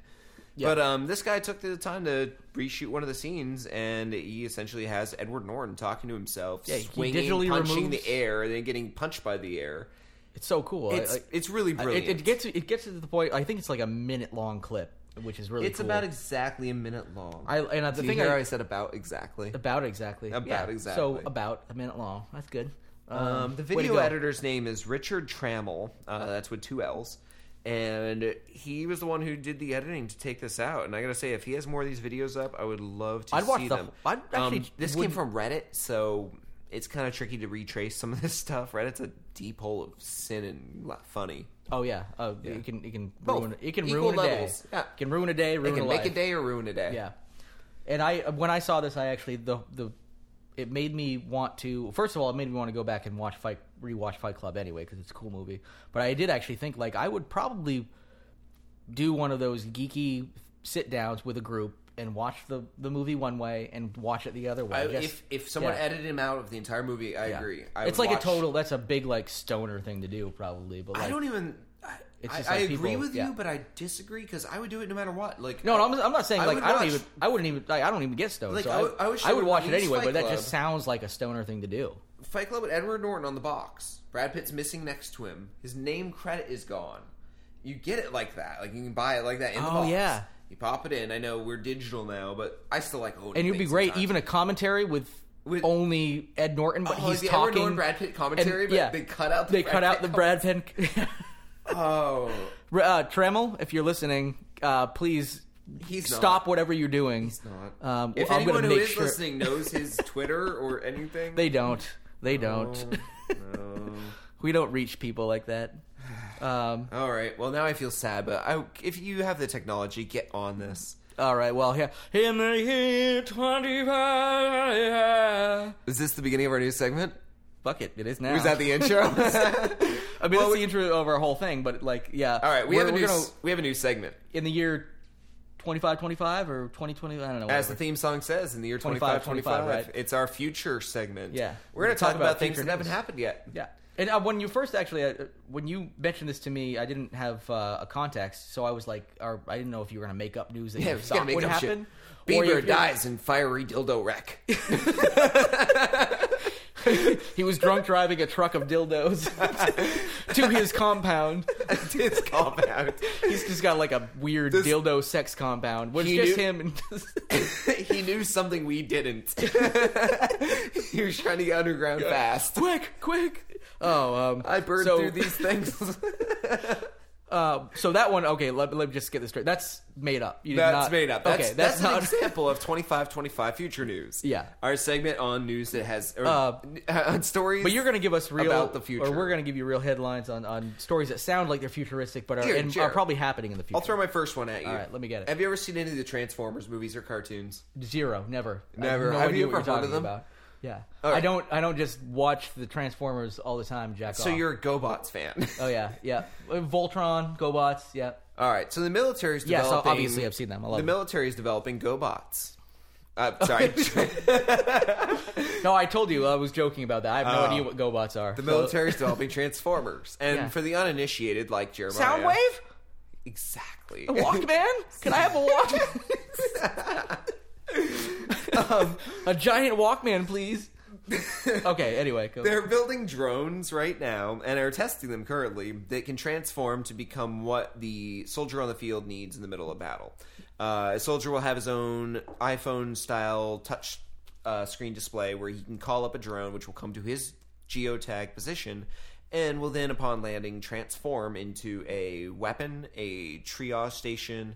[SPEAKER 3] Yeah.
[SPEAKER 2] But um, this guy took the time to reshoot one of the scenes, and he essentially has Edward Norton talking to himself,
[SPEAKER 3] Yeah, he
[SPEAKER 2] swinging,
[SPEAKER 3] digitally
[SPEAKER 2] punching
[SPEAKER 3] removes-
[SPEAKER 2] the air, and then getting punched by the air.
[SPEAKER 3] it's so cool. I-
[SPEAKER 2] It's
[SPEAKER 3] I-
[SPEAKER 2] it's really
[SPEAKER 3] I-
[SPEAKER 2] brilliant.
[SPEAKER 3] It, it gets it gets to the point. I think it's like a minute long clip, which is really.
[SPEAKER 2] it's
[SPEAKER 3] cool.
[SPEAKER 2] about exactly a minute long.
[SPEAKER 3] I and uh, the
[SPEAKER 2] Do you
[SPEAKER 3] thing
[SPEAKER 2] hear
[SPEAKER 3] I
[SPEAKER 2] how I said about exactly.
[SPEAKER 3] about exactly
[SPEAKER 2] About
[SPEAKER 3] Yeah. So
[SPEAKER 2] exactly.
[SPEAKER 3] about a minute long. That's good.
[SPEAKER 2] Um, the
[SPEAKER 3] way to
[SPEAKER 2] video
[SPEAKER 3] go.
[SPEAKER 2] editor's name is Richard Trammell. Uh, that's with two L's. And he was the one who did the editing to take this out. And I gotta say, if he has more of these videos up, I would love to
[SPEAKER 3] I'd
[SPEAKER 2] see
[SPEAKER 3] watch the-
[SPEAKER 2] them.
[SPEAKER 3] I'd
[SPEAKER 2] Um,
[SPEAKER 3] actually
[SPEAKER 2] this came
[SPEAKER 3] wouldn't-
[SPEAKER 2] from Reddit, so it's kind of tricky to retrace some of this stuff. Reddit's a deep hole of sin and la- funny.
[SPEAKER 3] Oh yeah. Oh, it can it can
[SPEAKER 2] Both.
[SPEAKER 3] ruin it can
[SPEAKER 2] Equal
[SPEAKER 3] ruin a day.
[SPEAKER 2] levels. Yeah.
[SPEAKER 3] It can ruin a day.
[SPEAKER 2] It
[SPEAKER 3] Ruin
[SPEAKER 2] can
[SPEAKER 3] a
[SPEAKER 2] make
[SPEAKER 3] life.
[SPEAKER 2] a day or ruin a day.
[SPEAKER 3] Yeah. And I when I saw this, I actually the the it made me want to first of all it made me want to go back and watch fight rewatch Fight Club anyway because it's a cool movie. But I did actually think like I would probably do one of those geeky sit downs with a group and watch the the movie one way and watch it the other way.
[SPEAKER 2] I-
[SPEAKER 3] Just-
[SPEAKER 2] if if someone
[SPEAKER 3] yeah,
[SPEAKER 2] edited him out of the entire movie, I
[SPEAKER 3] yeah.
[SPEAKER 2] agree. I
[SPEAKER 3] it's
[SPEAKER 2] would
[SPEAKER 3] like a
[SPEAKER 2] watch-
[SPEAKER 3] total. That's a big like stoner thing to do probably. But like,
[SPEAKER 2] I don't even. I,
[SPEAKER 3] It's
[SPEAKER 2] I-
[SPEAKER 3] just like
[SPEAKER 2] I agree
[SPEAKER 3] people-
[SPEAKER 2] with
[SPEAKER 3] yeah.
[SPEAKER 2] you, but I disagree because I would do it no matter what. Like
[SPEAKER 3] No, no I'm, I'm not saying
[SPEAKER 2] I
[SPEAKER 3] like
[SPEAKER 2] would
[SPEAKER 3] I don't
[SPEAKER 2] watch-
[SPEAKER 3] even I wouldn't even like, I don't even get stoned.
[SPEAKER 2] Like,
[SPEAKER 3] so
[SPEAKER 2] I
[SPEAKER 3] I,
[SPEAKER 2] would- I
[SPEAKER 3] I
[SPEAKER 2] would
[SPEAKER 3] would,
[SPEAKER 2] show it
[SPEAKER 3] watch
[SPEAKER 2] at
[SPEAKER 3] it
[SPEAKER 2] least
[SPEAKER 3] anyway,
[SPEAKER 2] Fight
[SPEAKER 3] but that
[SPEAKER 2] Club.
[SPEAKER 3] just sounds like a stoner thing to do.
[SPEAKER 2] Fight Club with Edward Norton on the box. Brad Pitt's missing next to him. His name credit is gone. You get it like that. Like you can buy it like that in the
[SPEAKER 3] Oh,
[SPEAKER 2] box.
[SPEAKER 3] yeah.
[SPEAKER 2] You pop it in. I know we're digital now, but I still like owning.
[SPEAKER 3] And it'd be
[SPEAKER 2] things
[SPEAKER 3] great,
[SPEAKER 2] sometimes.
[SPEAKER 3] even a commentary with,
[SPEAKER 2] With-
[SPEAKER 3] only Ed Norton, but
[SPEAKER 2] Oh,
[SPEAKER 3] he's
[SPEAKER 2] the Edward
[SPEAKER 3] talking.
[SPEAKER 2] Norton Brad Pitt commentary, but they cut out the
[SPEAKER 3] they
[SPEAKER 2] Brad
[SPEAKER 3] cut out
[SPEAKER 2] Pitt
[SPEAKER 3] the Brad Pitt.
[SPEAKER 2] oh,
[SPEAKER 3] uh, Tremel, if you're listening, uh, please
[SPEAKER 2] He's not.
[SPEAKER 3] stop whatever you're doing.
[SPEAKER 2] it's not.
[SPEAKER 3] Um,
[SPEAKER 2] if
[SPEAKER 3] I'm
[SPEAKER 2] anyone
[SPEAKER 3] gonna
[SPEAKER 2] who
[SPEAKER 3] make
[SPEAKER 2] is
[SPEAKER 3] sure
[SPEAKER 2] listening knows his Twitter or anything,
[SPEAKER 3] they don't, they don't.
[SPEAKER 2] Oh, No.
[SPEAKER 3] we don't reach people like that. Um,
[SPEAKER 2] All right. Well, now I feel sad, but I, if you have the technology, get on this.
[SPEAKER 3] all right, well, here, in the year 25,
[SPEAKER 2] Is this the beginning of our new segment?
[SPEAKER 3] fuck it, it is now.
[SPEAKER 2] Was that the intro?
[SPEAKER 3] I mean, that's the intro of our whole thing, but like, yeah.
[SPEAKER 2] All right, we
[SPEAKER 3] We're-
[SPEAKER 2] have a
[SPEAKER 3] we're
[SPEAKER 2] new
[SPEAKER 3] gonna-
[SPEAKER 2] s- we have a new segment.
[SPEAKER 3] in the year 2525 or 2020 i don't know
[SPEAKER 2] As the
[SPEAKER 3] whatever.
[SPEAKER 2] theme song says, in the year
[SPEAKER 3] 25,
[SPEAKER 2] 2525,
[SPEAKER 3] right?
[SPEAKER 2] it's our future segment.
[SPEAKER 3] Yeah.
[SPEAKER 2] We're going to talk, about, things
[SPEAKER 3] future
[SPEAKER 2] that haven't
[SPEAKER 3] news.
[SPEAKER 2] happened yet.
[SPEAKER 3] yeah and uh, when you first actually uh, when you mentioned this to me i didn't have uh, a context so i was like or i didn't know if you were going to make up news that
[SPEAKER 2] Yeah,
[SPEAKER 3] you
[SPEAKER 2] it's
[SPEAKER 3] thought
[SPEAKER 2] going to
[SPEAKER 3] would
[SPEAKER 2] make up
[SPEAKER 3] happen
[SPEAKER 2] shit.
[SPEAKER 3] or
[SPEAKER 2] Bieber
[SPEAKER 3] you're-
[SPEAKER 2] dies in fiery dildo wreck.
[SPEAKER 3] he was drunk driving a truck of dildos to his compound.
[SPEAKER 2] it's compound.
[SPEAKER 3] He's just got like a weird
[SPEAKER 2] This-
[SPEAKER 3] dildo sex compound, which
[SPEAKER 2] He
[SPEAKER 3] is just
[SPEAKER 2] knew-
[SPEAKER 3] him. And
[SPEAKER 2] he knew something we didn't. he was trying to get underground fast.
[SPEAKER 3] quick, quick. Oh, um,
[SPEAKER 2] I burned
[SPEAKER 3] so,
[SPEAKER 2] through these things.
[SPEAKER 3] Uh, so that one, okay. Let, let me just get this straight. That's made up. You did
[SPEAKER 2] That's
[SPEAKER 3] not-
[SPEAKER 2] made up.
[SPEAKER 3] Okay,
[SPEAKER 2] That's, that's, an
[SPEAKER 3] not.
[SPEAKER 2] example of 2525 future news.
[SPEAKER 3] Yeah.
[SPEAKER 2] Our segment on news that has or,
[SPEAKER 3] Uh,
[SPEAKER 2] on stories.
[SPEAKER 3] But you're going to give us real
[SPEAKER 2] About the future.
[SPEAKER 3] or we're going to give you real headlines on, on stories that sound like they're futuristic, but are,
[SPEAKER 2] Here,
[SPEAKER 3] and
[SPEAKER 2] Jared.
[SPEAKER 3] are probably happening in the future.
[SPEAKER 2] I'll throw my first one at you.
[SPEAKER 3] All right, let me get it.
[SPEAKER 2] Have you ever seen any of the Transformers movies or cartoons?
[SPEAKER 3] Zero, never, I
[SPEAKER 2] Never.
[SPEAKER 3] No
[SPEAKER 2] Have
[SPEAKER 3] idea
[SPEAKER 2] you ever heard
[SPEAKER 3] what you're
[SPEAKER 2] of
[SPEAKER 3] talking
[SPEAKER 2] them?
[SPEAKER 3] About. Yeah,
[SPEAKER 2] All right.
[SPEAKER 3] I don't. I don't just watch the Transformers all the time, Jack.
[SPEAKER 2] So
[SPEAKER 3] off.
[SPEAKER 2] you're a GoBots fan.
[SPEAKER 3] Oh yeah, yeah. Uh, Voltron, GoBots. Yeah.
[SPEAKER 2] All right. So the military is
[SPEAKER 3] Yes,
[SPEAKER 2] developing.
[SPEAKER 3] obviously I've seen them. I
[SPEAKER 2] the
[SPEAKER 3] love them.
[SPEAKER 2] military is developing GoBots. Uh, sorry.
[SPEAKER 3] No, I told you I was joking about that. I have no
[SPEAKER 2] Oh.
[SPEAKER 3] idea what GoBots are.
[SPEAKER 2] the military is developing Transformers, and
[SPEAKER 3] Yeah.
[SPEAKER 2] for the uninitiated, like Jeremiah,
[SPEAKER 3] Soundwave,
[SPEAKER 2] Exactly.
[SPEAKER 3] Walkman. Can I have a Walkman? um, a giant Walkman, please. Okay. Anyway, go.
[SPEAKER 2] They're building drones right now and are testing them currently that can transform to become what the soldier on the field needs in the middle of battle. Uh, a soldier will have his own iPhone style touch uh, screen display where he can call up a drone which will come to his geotag position and will then, upon landing, transform into a weapon, a triage station,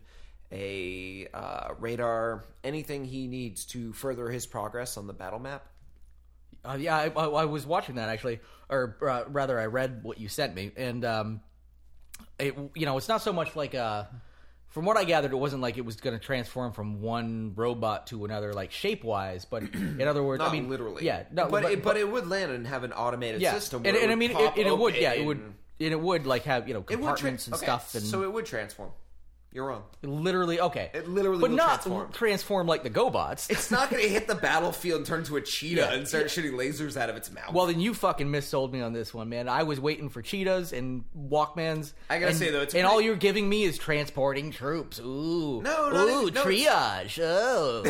[SPEAKER 2] a uh, radar, anything he needs to further his progress on the battle map.
[SPEAKER 3] Uh, yeah, I, I, I was watching that actually, or uh, rather, I read what you sent me, and um, it you know it's not so much like uh, from what I gathered, it wasn't like it was going to transform from one robot to another, like shape wise, but in other words,
[SPEAKER 2] Not
[SPEAKER 3] I mean
[SPEAKER 2] literally.
[SPEAKER 3] yeah, no,
[SPEAKER 2] but, it, but it would land and have an automated
[SPEAKER 3] yeah,
[SPEAKER 2] system.
[SPEAKER 3] and,
[SPEAKER 2] Where
[SPEAKER 3] and
[SPEAKER 2] it
[SPEAKER 3] I mean,
[SPEAKER 2] would
[SPEAKER 3] it,
[SPEAKER 2] pop
[SPEAKER 3] and it would, yeah,
[SPEAKER 2] open
[SPEAKER 3] it would,
[SPEAKER 2] and-
[SPEAKER 3] and it would like have you know
[SPEAKER 2] It would tra-
[SPEAKER 3] compartments and
[SPEAKER 2] okay,
[SPEAKER 3] stuff, and
[SPEAKER 2] so it would transform. You're wrong.
[SPEAKER 3] literally okay,
[SPEAKER 2] It literally
[SPEAKER 3] but
[SPEAKER 2] will
[SPEAKER 3] not
[SPEAKER 2] transform.
[SPEAKER 3] like the GoBots.
[SPEAKER 2] It's not going to hit the battlefield and turn to a cheetah
[SPEAKER 3] Yeah.
[SPEAKER 2] and start shooting lasers out of its mouth.
[SPEAKER 3] Well, then you fucking missold me on this one, man. I was waiting for cheetahs and Walkmans.
[SPEAKER 2] I gotta
[SPEAKER 3] and-
[SPEAKER 2] say, though, it's
[SPEAKER 3] and
[SPEAKER 2] pretty-
[SPEAKER 3] all you're giving me is transporting troops. Ooh,
[SPEAKER 2] No, not
[SPEAKER 3] ooh,
[SPEAKER 2] even- no,
[SPEAKER 3] triage.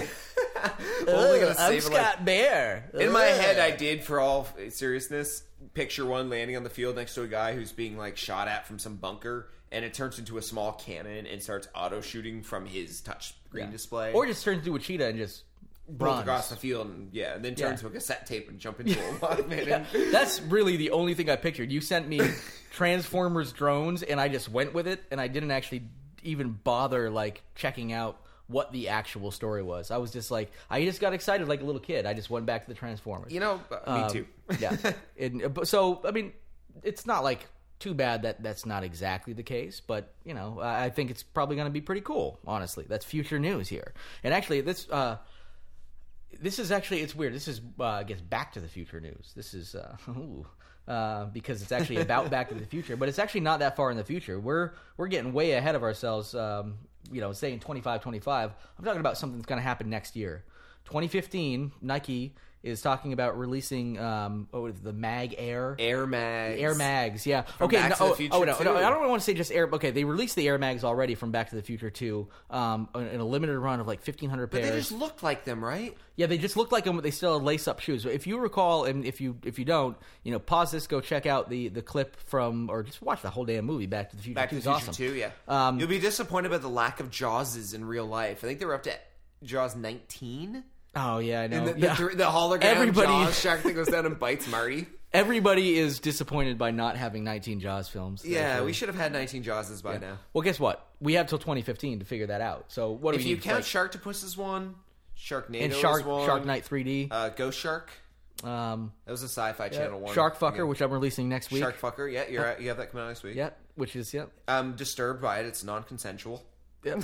[SPEAKER 3] Oh,
[SPEAKER 2] Well, we're
[SPEAKER 3] Ooh,
[SPEAKER 2] gonna
[SPEAKER 3] uh, I'm
[SPEAKER 2] save it, like-
[SPEAKER 3] Scott Uh. Bear.
[SPEAKER 2] in my
[SPEAKER 3] Ugh.
[SPEAKER 2] head, I did, for all seriousness, picture one landing on the field next to a guy who's being like shot at from some bunker, and it turns into a small cannon and starts auto shooting from his touch screen display,
[SPEAKER 3] or just turns into a cheetah and just
[SPEAKER 2] rolls
[SPEAKER 3] bronze.
[SPEAKER 2] across the field and yeah, and then
[SPEAKER 3] Yeah.
[SPEAKER 2] turns to a cassette tape and jump into a Walkman.
[SPEAKER 3] Yeah, that's really the only thing I pictured. You sent me Transformers drones, and I just went with it, and I didn't actually even bother like checking out what the actual story was. I was just like, I just got excited like a little kid. I just went back to the Transformers.
[SPEAKER 2] You know, uh, me
[SPEAKER 3] Um,
[SPEAKER 2] too.
[SPEAKER 3] yeah. And, uh, but- so I mean, it's not like too bad that that's not exactly the case, but you know, I I think it's probably going to be pretty cool. Honestly, that's future news here. And actually, this uh, this is actually it's weird. This is uh, I guess Back to the Future news. This is uh, ooh, uh, because it's actually about Back to the Future, but it's actually not that far in the future. We're we're getting way ahead of ourselves. Um, you know, saying 25, 25. I'm talking about something that's going to happen next year. 2015, Nike is talking about releasing um, oh, the Mag Air.
[SPEAKER 2] Air Mags.
[SPEAKER 3] Air Mags, yeah. okay,
[SPEAKER 2] Back
[SPEAKER 3] no,
[SPEAKER 2] to the
[SPEAKER 3] oh,
[SPEAKER 2] Future
[SPEAKER 3] oh, no, no,
[SPEAKER 2] 2.
[SPEAKER 3] I don't want to say just Air. Okay, they released the Air Mags already from Back to the Future 2 um, in in a limited run of like 1,500 pairs.
[SPEAKER 2] They just looked like them, right?
[SPEAKER 3] Yeah, they just looked like them, but they still had lace-up shoes. So if you recall, and if you if you don't, you know, pause this, go check out the the clip from, or just watch the whole damn movie. Back to the Future
[SPEAKER 2] Back
[SPEAKER 3] 2
[SPEAKER 2] to the
[SPEAKER 3] is
[SPEAKER 2] Future
[SPEAKER 3] awesome. Um,
[SPEAKER 2] Two, yeah. You'll be disappointed by the lack of Jawses in real life. I think they were up to Jaws 19.
[SPEAKER 3] Oh yeah, I know.
[SPEAKER 2] And the,
[SPEAKER 3] Yeah.
[SPEAKER 2] the, the hologram
[SPEAKER 3] Everybody-
[SPEAKER 2] Jaws shark that goes down and bites Marty.
[SPEAKER 3] Everybody is disappointed by not having 19 Jaws films.
[SPEAKER 2] Yeah,
[SPEAKER 3] Actually.
[SPEAKER 2] we should have had 19 Jawses by now.
[SPEAKER 3] Well, guess what? We have till 2015 to figure that out. So what do
[SPEAKER 2] If
[SPEAKER 3] we
[SPEAKER 2] you
[SPEAKER 3] need?
[SPEAKER 2] count
[SPEAKER 3] like,
[SPEAKER 2] Sharktopus as one, Sharknado
[SPEAKER 3] and Shark
[SPEAKER 2] is one,
[SPEAKER 3] Shark Night 3D,
[SPEAKER 2] uh, Ghost Shark.
[SPEAKER 3] um,
[SPEAKER 2] That was a sci-fi channel one.
[SPEAKER 3] Shark Fucker,
[SPEAKER 2] Yeah.
[SPEAKER 3] which I'm releasing next week.
[SPEAKER 2] Shark Fucker. Yeah, you're right. you have that coming out next week.
[SPEAKER 3] yeah, which is yeah.
[SPEAKER 2] I'm disturbed by it. It's non-consensual
[SPEAKER 3] yeah.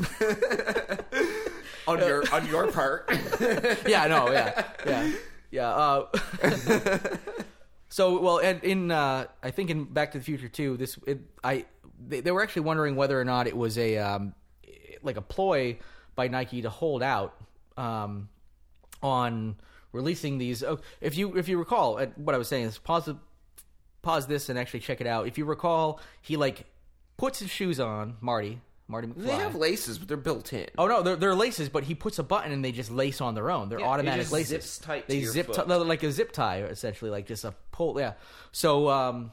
[SPEAKER 2] on
[SPEAKER 3] Uh,
[SPEAKER 2] your on your part.
[SPEAKER 3] yeah, no, yeah, yeah, yeah. Uh, so, well, and in uh, I think in Back to the Future too, this it, I they, they were actually wondering whether or not it was a um, like a ploy by Nike to hold out um, on releasing these. Oh, if you if you recall, uh, what I was saying is pause the- pause this and actually check it out. If you recall, he like puts his shoes on, Marty, Marty McFly.
[SPEAKER 2] They have laces, but they're built in.
[SPEAKER 3] Oh no, they're, they're laces, but he puts a button and they just lace on their own. They're
[SPEAKER 2] Yeah, it
[SPEAKER 3] automatic
[SPEAKER 2] just
[SPEAKER 3] laces.
[SPEAKER 2] zips tight to
[SPEAKER 3] they
[SPEAKER 2] your
[SPEAKER 3] zip
[SPEAKER 2] foot.
[SPEAKER 3] ti- they're like a zip tie, essentially, like just a pull. Yeah. So um,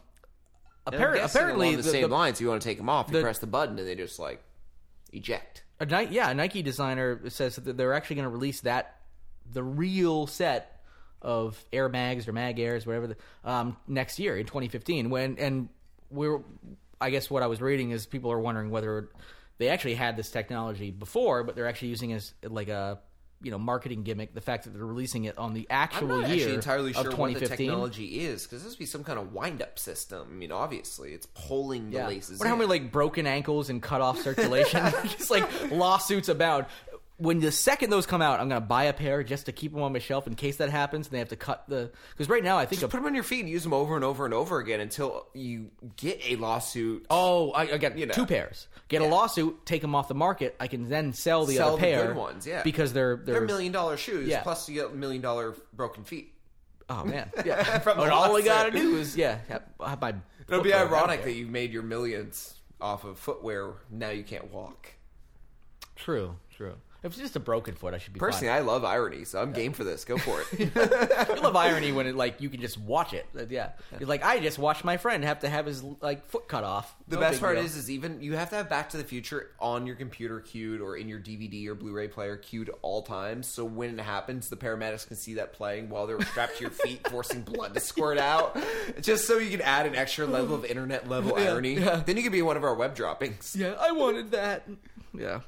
[SPEAKER 2] And I'm
[SPEAKER 3] apparently,
[SPEAKER 2] guessing
[SPEAKER 3] apparently,
[SPEAKER 2] along the, same lines. You want to take them off, you
[SPEAKER 3] the-
[SPEAKER 2] press the button, and they just like eject.
[SPEAKER 3] a Ni- yeah, a Nike designer says that they're actually going to release that the real set of Air Mags or Mag Airs, whatever, the, um, next year in 2015. When and we're, I guess what I was reading is people are wondering whether they actually had this technology before, but they're actually using it as like a you know marketing gimmick. The fact that they're releasing it on the
[SPEAKER 2] I'm
[SPEAKER 3] actual
[SPEAKER 2] not
[SPEAKER 3] year
[SPEAKER 2] actually entirely sure
[SPEAKER 3] of
[SPEAKER 2] what the
[SPEAKER 3] 2015.
[SPEAKER 2] technology is because this would be some kind of wind-up system. I mean, obviously, it's pulling the
[SPEAKER 3] Yeah.
[SPEAKER 2] laces.
[SPEAKER 3] Wonder how
[SPEAKER 2] in.
[SPEAKER 3] many like broken ankles and cut off circulation, just like lawsuits about. When the second those come out, I'm gonna buy a pair just to keep them on my shelf in case that happens. And they have to cut the because right now I think
[SPEAKER 2] Just
[SPEAKER 3] a,
[SPEAKER 2] put them on your feet and use them over and over and over again until you get a lawsuit.
[SPEAKER 3] oh I, I got
[SPEAKER 2] You know.
[SPEAKER 3] two pairs. Get a lawsuit, take them off the market. I can then sell the
[SPEAKER 2] sell
[SPEAKER 3] other
[SPEAKER 2] the
[SPEAKER 3] pair
[SPEAKER 2] good ones, yeah,
[SPEAKER 3] because they're
[SPEAKER 2] they're,
[SPEAKER 3] they're,
[SPEAKER 2] million dollar shoes.
[SPEAKER 3] Yeah.
[SPEAKER 2] Plus, you get million dollar broken feet.
[SPEAKER 3] Oh man, yeah.
[SPEAKER 2] From
[SPEAKER 3] But
[SPEAKER 2] the
[SPEAKER 3] all I
[SPEAKER 2] lawsuit.
[SPEAKER 3] gotta do is yeah, have, have my.
[SPEAKER 2] It'll be
[SPEAKER 3] footwear. I don't
[SPEAKER 2] ironic
[SPEAKER 3] care.
[SPEAKER 2] that you made your millions off of footwear. Now you can't walk.
[SPEAKER 3] True, true. If it's just a broken foot, I should be
[SPEAKER 2] Personally,
[SPEAKER 3] Fine.
[SPEAKER 2] I love irony, so I'm game for this. Go for it.
[SPEAKER 3] I love irony when it like you can just watch it. Like, Yeah, It's like I just watched my friend have to have his like foot cut off.
[SPEAKER 2] The
[SPEAKER 3] No
[SPEAKER 2] best
[SPEAKER 3] big
[SPEAKER 2] part
[SPEAKER 3] deal.
[SPEAKER 2] is, is even you have to have Back to the Future on your computer queued or in your DVD or Blu-ray player queued at all times. So when it happens, the paramedics can see that playing while they're strapped to your feet, forcing blood to squirt out, just so you can add an extra level of internet level irony. Then you can be one of our web droppings. Uh,
[SPEAKER 3] yeah, I wanted that. Yeah,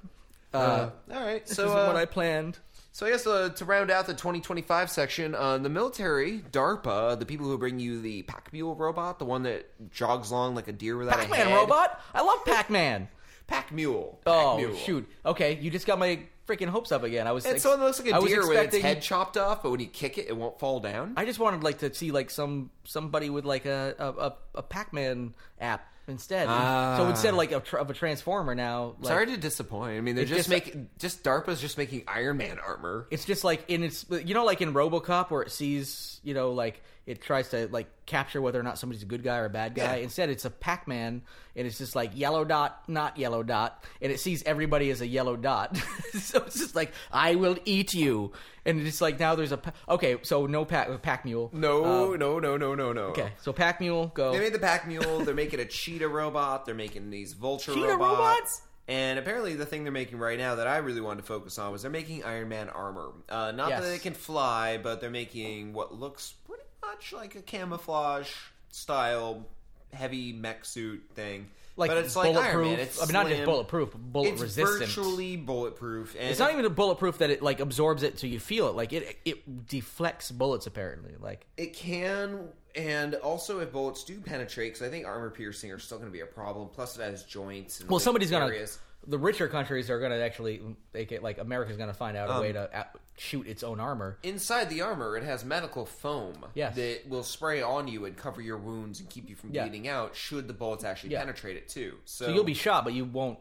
[SPEAKER 2] All right,
[SPEAKER 3] so
[SPEAKER 2] so
[SPEAKER 3] is
[SPEAKER 2] uh,
[SPEAKER 3] what I planned.
[SPEAKER 2] So I guess uh, to round out the 2025 section, uh, the military, DARPA, the people who bring you the pack mule robot, the one that jogs along like a deer without a
[SPEAKER 3] Pac-Man
[SPEAKER 2] head,
[SPEAKER 3] robot. I love Pac-Man.
[SPEAKER 2] pack mule.
[SPEAKER 3] Oh
[SPEAKER 2] Pac-Mule.
[SPEAKER 3] shoot. Okay, you just got my freaking hopes up again. I was.
[SPEAKER 2] It's
[SPEAKER 3] ex-
[SPEAKER 2] someone that looks like
[SPEAKER 3] I
[SPEAKER 2] a
[SPEAKER 3] was
[SPEAKER 2] deer with its
[SPEAKER 3] expecting-
[SPEAKER 2] head chopped off, but when you kick it, it won't fall down.
[SPEAKER 3] I just wanted like to see like some somebody with like a a, a, a Pac-Man app instead.
[SPEAKER 2] Ah.
[SPEAKER 3] so instead of, like a, tr- of a transformer now. Like,
[SPEAKER 2] Sorry to disappoint. I mean, they're
[SPEAKER 3] It
[SPEAKER 2] just,
[SPEAKER 3] just-
[SPEAKER 2] making just DARPA's just making Iron Man armor.
[SPEAKER 3] It's just like in its, you know, like in RoboCop where it sees, you know, like it tries to like capture whether or not somebody's a good guy or a bad guy.
[SPEAKER 2] Yeah.
[SPEAKER 3] Instead, it's a Pac-Man, and it's just like yellow dot, not yellow dot, and it sees everybody as a yellow dot. so it's just like I will eat you, and it's like now there's a Pa- okay, so no Pac Pac Mule,
[SPEAKER 2] No, no, no, no, no, no.
[SPEAKER 3] Um, okay, so Pac Mule go.
[SPEAKER 2] They made the pack mule. They're making a cheetah robot. They're making these vulture
[SPEAKER 3] Cheetah
[SPEAKER 2] robots.
[SPEAKER 3] robots?
[SPEAKER 2] And apparently, the thing they're making right now that I really wanted to focus on was they're making Iron Man armor. Uh, not
[SPEAKER 3] Yes.
[SPEAKER 2] that it can fly, but they're making what looks pretty much like a camouflage style heavy mech suit thing.
[SPEAKER 3] Like
[SPEAKER 2] but it's like Iron Man.
[SPEAKER 3] bulletproof-
[SPEAKER 2] It's
[SPEAKER 3] I mean, not just
[SPEAKER 2] slim.
[SPEAKER 3] bulletproof, but bullet
[SPEAKER 2] it's
[SPEAKER 3] resistant.
[SPEAKER 2] virtually bulletproof. And
[SPEAKER 3] It's not even a bulletproof that it like absorbs it so you feel it. Like it it deflects bullets apparently. Like
[SPEAKER 2] It can, and also if bullets do penetrate, because I think armor piercing are still going to be a problem. Plus, it has joints. And
[SPEAKER 3] Well,
[SPEAKER 2] like,
[SPEAKER 3] somebody's gonna.
[SPEAKER 2] areas.
[SPEAKER 3] The richer countries are gonna actually they get like America's gonna find out a
[SPEAKER 2] Um,
[SPEAKER 3] way to out- shoot its own armor.
[SPEAKER 2] Inside the armor, it has medical foam
[SPEAKER 3] Yes.
[SPEAKER 2] that will spray on you and cover your wounds and keep you from
[SPEAKER 3] Yeah.
[SPEAKER 2] bleeding out. Should the bullets actually
[SPEAKER 3] Yeah.
[SPEAKER 2] penetrate it too, so,
[SPEAKER 3] So you'll be shot, but you won't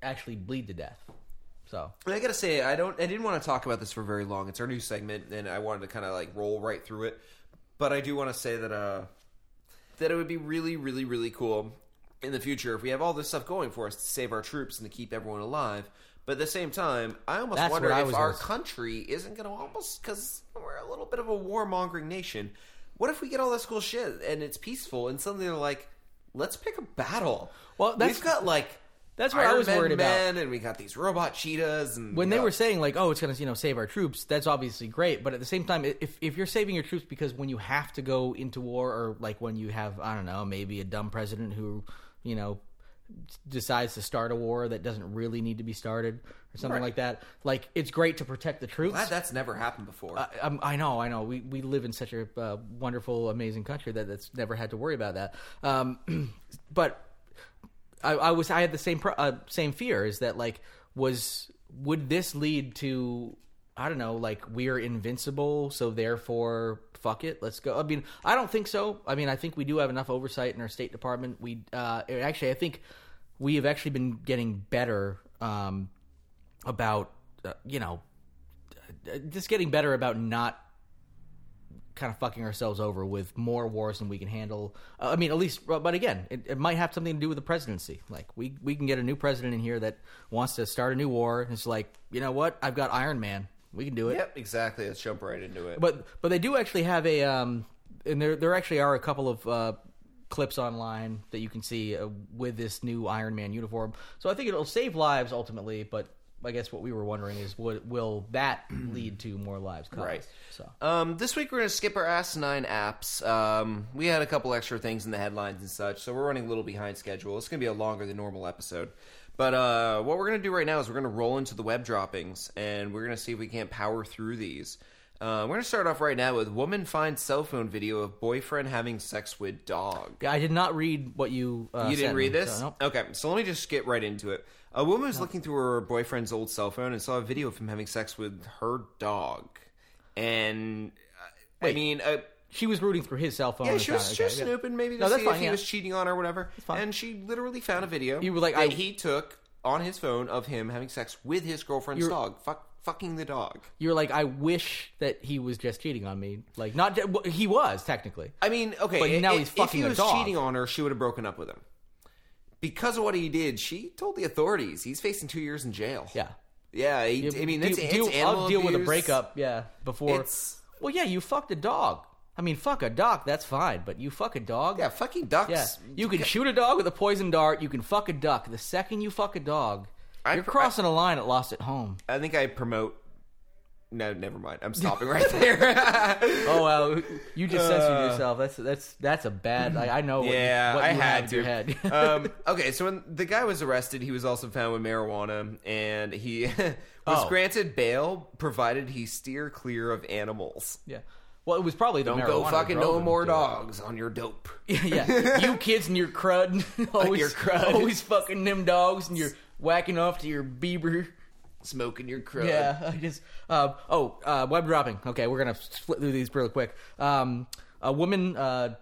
[SPEAKER 3] actually bleed to death. So
[SPEAKER 2] And I gotta say, I don't. I didn't want to talk about this for very long. It's our new segment, and I wanted to kind of like roll right through it. But I do want to say that uh, that it would be really, really, really cool in the future if we have all this stuff going for us to save our troops and to keep everyone alive. But at the same time, I almost
[SPEAKER 3] That's
[SPEAKER 2] wonder
[SPEAKER 3] what I
[SPEAKER 2] if
[SPEAKER 3] was
[SPEAKER 2] our
[SPEAKER 3] gonna say.
[SPEAKER 2] country isn't going to almost because we're a little bit of a warmongering nation. What if we get all this cool shit and it's peaceful, and suddenly they're like, "Let's pick a battle."
[SPEAKER 3] Well, that's-
[SPEAKER 2] we've got like.
[SPEAKER 3] that's what I
[SPEAKER 2] Iron
[SPEAKER 3] was
[SPEAKER 2] Man
[SPEAKER 3] worried about.
[SPEAKER 2] men, and we got these robot cheetahs, and
[SPEAKER 3] when
[SPEAKER 2] we
[SPEAKER 3] they
[SPEAKER 2] got-
[SPEAKER 3] were saying like, "Oh, it's going to you know save our troops," that's obviously great. But at the same time, i- if if you're saving your troops because when you have to go into war, or like when you have I don't know, maybe a dumb president who you know decides to start a war that doesn't really need to be started or something like that, like it's great to protect the troops.
[SPEAKER 2] Glad that's never happened before.
[SPEAKER 3] I, I'm- um, I know, I know. We we live in such a uh, wonderful, amazing country that that's never had to worry about that. Um, but I, I was I had the same pro- uh, same fear is that like was would this lead to I don't know like we're invincible so therefore fuck it let's go I mean I don't think so I mean I think we do have enough oversight in our State Department we uh, actually I think we have actually been getting better um, uh, about uh, you know uh, just getting better about not kind of fucking ourselves over with more wars than we can handle. Uh, I mean, at least, but again, it, it might have something to do with the presidency. Like we we can get a new president in here that wants to start a new war. And it's like, you know what? I've got Iron Man. We can do it.
[SPEAKER 2] Yep, exactly. Let's jump right into it.
[SPEAKER 3] But but they do actually have a um, and there there actually are a couple of uh, clips online that you can see uh, with this new Iron Man uniform. So I think it'll save lives ultimately. But I guess what we were wondering is what will that lead to more lives? Caused?
[SPEAKER 2] Right.
[SPEAKER 3] So
[SPEAKER 2] Um, this week we're going to skip our asinine apps. Um, we had a couple extra things in the headlines and such, so we're running a little behind schedule. It's going to be a longer than normal episode. But uh, what we're going to do right now is we're going to roll into the web droppings, and we're going to see if we can't power through these. Uh, we're going to start off right now with woman finds cell phone video of boyfriend having sex with dog.
[SPEAKER 3] Yeah, I did not read what you uh,
[SPEAKER 2] You didn't
[SPEAKER 3] sent
[SPEAKER 2] read
[SPEAKER 3] me,
[SPEAKER 2] this?
[SPEAKER 3] so nope.
[SPEAKER 2] Okay, so let me just get right into it. A woman was looking through her boyfriend's old cell phone and saw a video of him having sex with her dog. And uh, I mean, uh,
[SPEAKER 3] She was rooting through his cell phone.
[SPEAKER 2] yeah,
[SPEAKER 3] and
[SPEAKER 2] she was,
[SPEAKER 3] found-
[SPEAKER 2] she was
[SPEAKER 3] okay, yeah.
[SPEAKER 2] snooping maybe to
[SPEAKER 3] No, that's
[SPEAKER 2] see if
[SPEAKER 3] fine,
[SPEAKER 2] he
[SPEAKER 3] yeah.
[SPEAKER 2] was cheating on her or whatever.
[SPEAKER 3] fine.
[SPEAKER 2] And she literally found a video
[SPEAKER 3] You were like,
[SPEAKER 2] that
[SPEAKER 3] I-
[SPEAKER 2] he took on his phone of him having sex with his girlfriend's
[SPEAKER 3] You're-
[SPEAKER 2] dog. Fuck, fucking the dog.
[SPEAKER 3] You were like, I wish that he was just cheating on me. Like not ju- well, he was technically.
[SPEAKER 2] I mean, okay,
[SPEAKER 3] But
[SPEAKER 2] i-
[SPEAKER 3] now
[SPEAKER 2] i-
[SPEAKER 3] he's
[SPEAKER 2] if he
[SPEAKER 3] fucking a
[SPEAKER 2] was
[SPEAKER 3] dog.
[SPEAKER 2] cheating on her, she would have broken up with him. Because of what he did, she told the authorities he's facing two years in jail.
[SPEAKER 3] Yeah.
[SPEAKER 2] Yeah, he, I mean, it's,
[SPEAKER 3] deal,
[SPEAKER 2] it's
[SPEAKER 3] deal-
[SPEAKER 2] animal
[SPEAKER 3] I'll deal with a
[SPEAKER 2] abuse.
[SPEAKER 3] breakup. Yeah, before.
[SPEAKER 2] It's-
[SPEAKER 3] well, yeah, you fucked a dog. I mean, fuck a dog, that's fine. But you fuck a dog.
[SPEAKER 2] Yeah, fucking
[SPEAKER 3] yeah.
[SPEAKER 2] ducks.
[SPEAKER 3] You can shoot a dog with a poison dart. You can fuck a duck. The second you fuck a dog,
[SPEAKER 2] I
[SPEAKER 3] you're
[SPEAKER 2] pr-
[SPEAKER 3] crossing a line at lost at home.
[SPEAKER 2] I think I promote. No, never mind. I'm stopping right there.
[SPEAKER 3] Oh well, you just censored yourself. That's that's that's a bad. I, I know. What
[SPEAKER 2] yeah,
[SPEAKER 3] you, what
[SPEAKER 2] I
[SPEAKER 3] you
[SPEAKER 2] had
[SPEAKER 3] have
[SPEAKER 2] to.
[SPEAKER 3] in your head.
[SPEAKER 2] um, okay, so when the guy was arrested, he was also found with marijuana, and he was
[SPEAKER 3] Oh.
[SPEAKER 2] granted bail provided he steer clear of animals.
[SPEAKER 3] yeah. Well, it was probably the
[SPEAKER 2] Don't go
[SPEAKER 3] marijuana that
[SPEAKER 2] fucking
[SPEAKER 3] drove
[SPEAKER 2] no
[SPEAKER 3] him
[SPEAKER 2] more
[SPEAKER 3] to it.
[SPEAKER 2] dogs on your dope.
[SPEAKER 3] yeah, you kids and your crud, always
[SPEAKER 2] Your crud.
[SPEAKER 3] always fucking them dogs, and you're whacking off to your Bieber.
[SPEAKER 2] Smoking your crud.
[SPEAKER 3] Yeah, I just. Uh, oh, uh, web dropping. Okay, we're gonna split through these real quick. Um, a woman uh,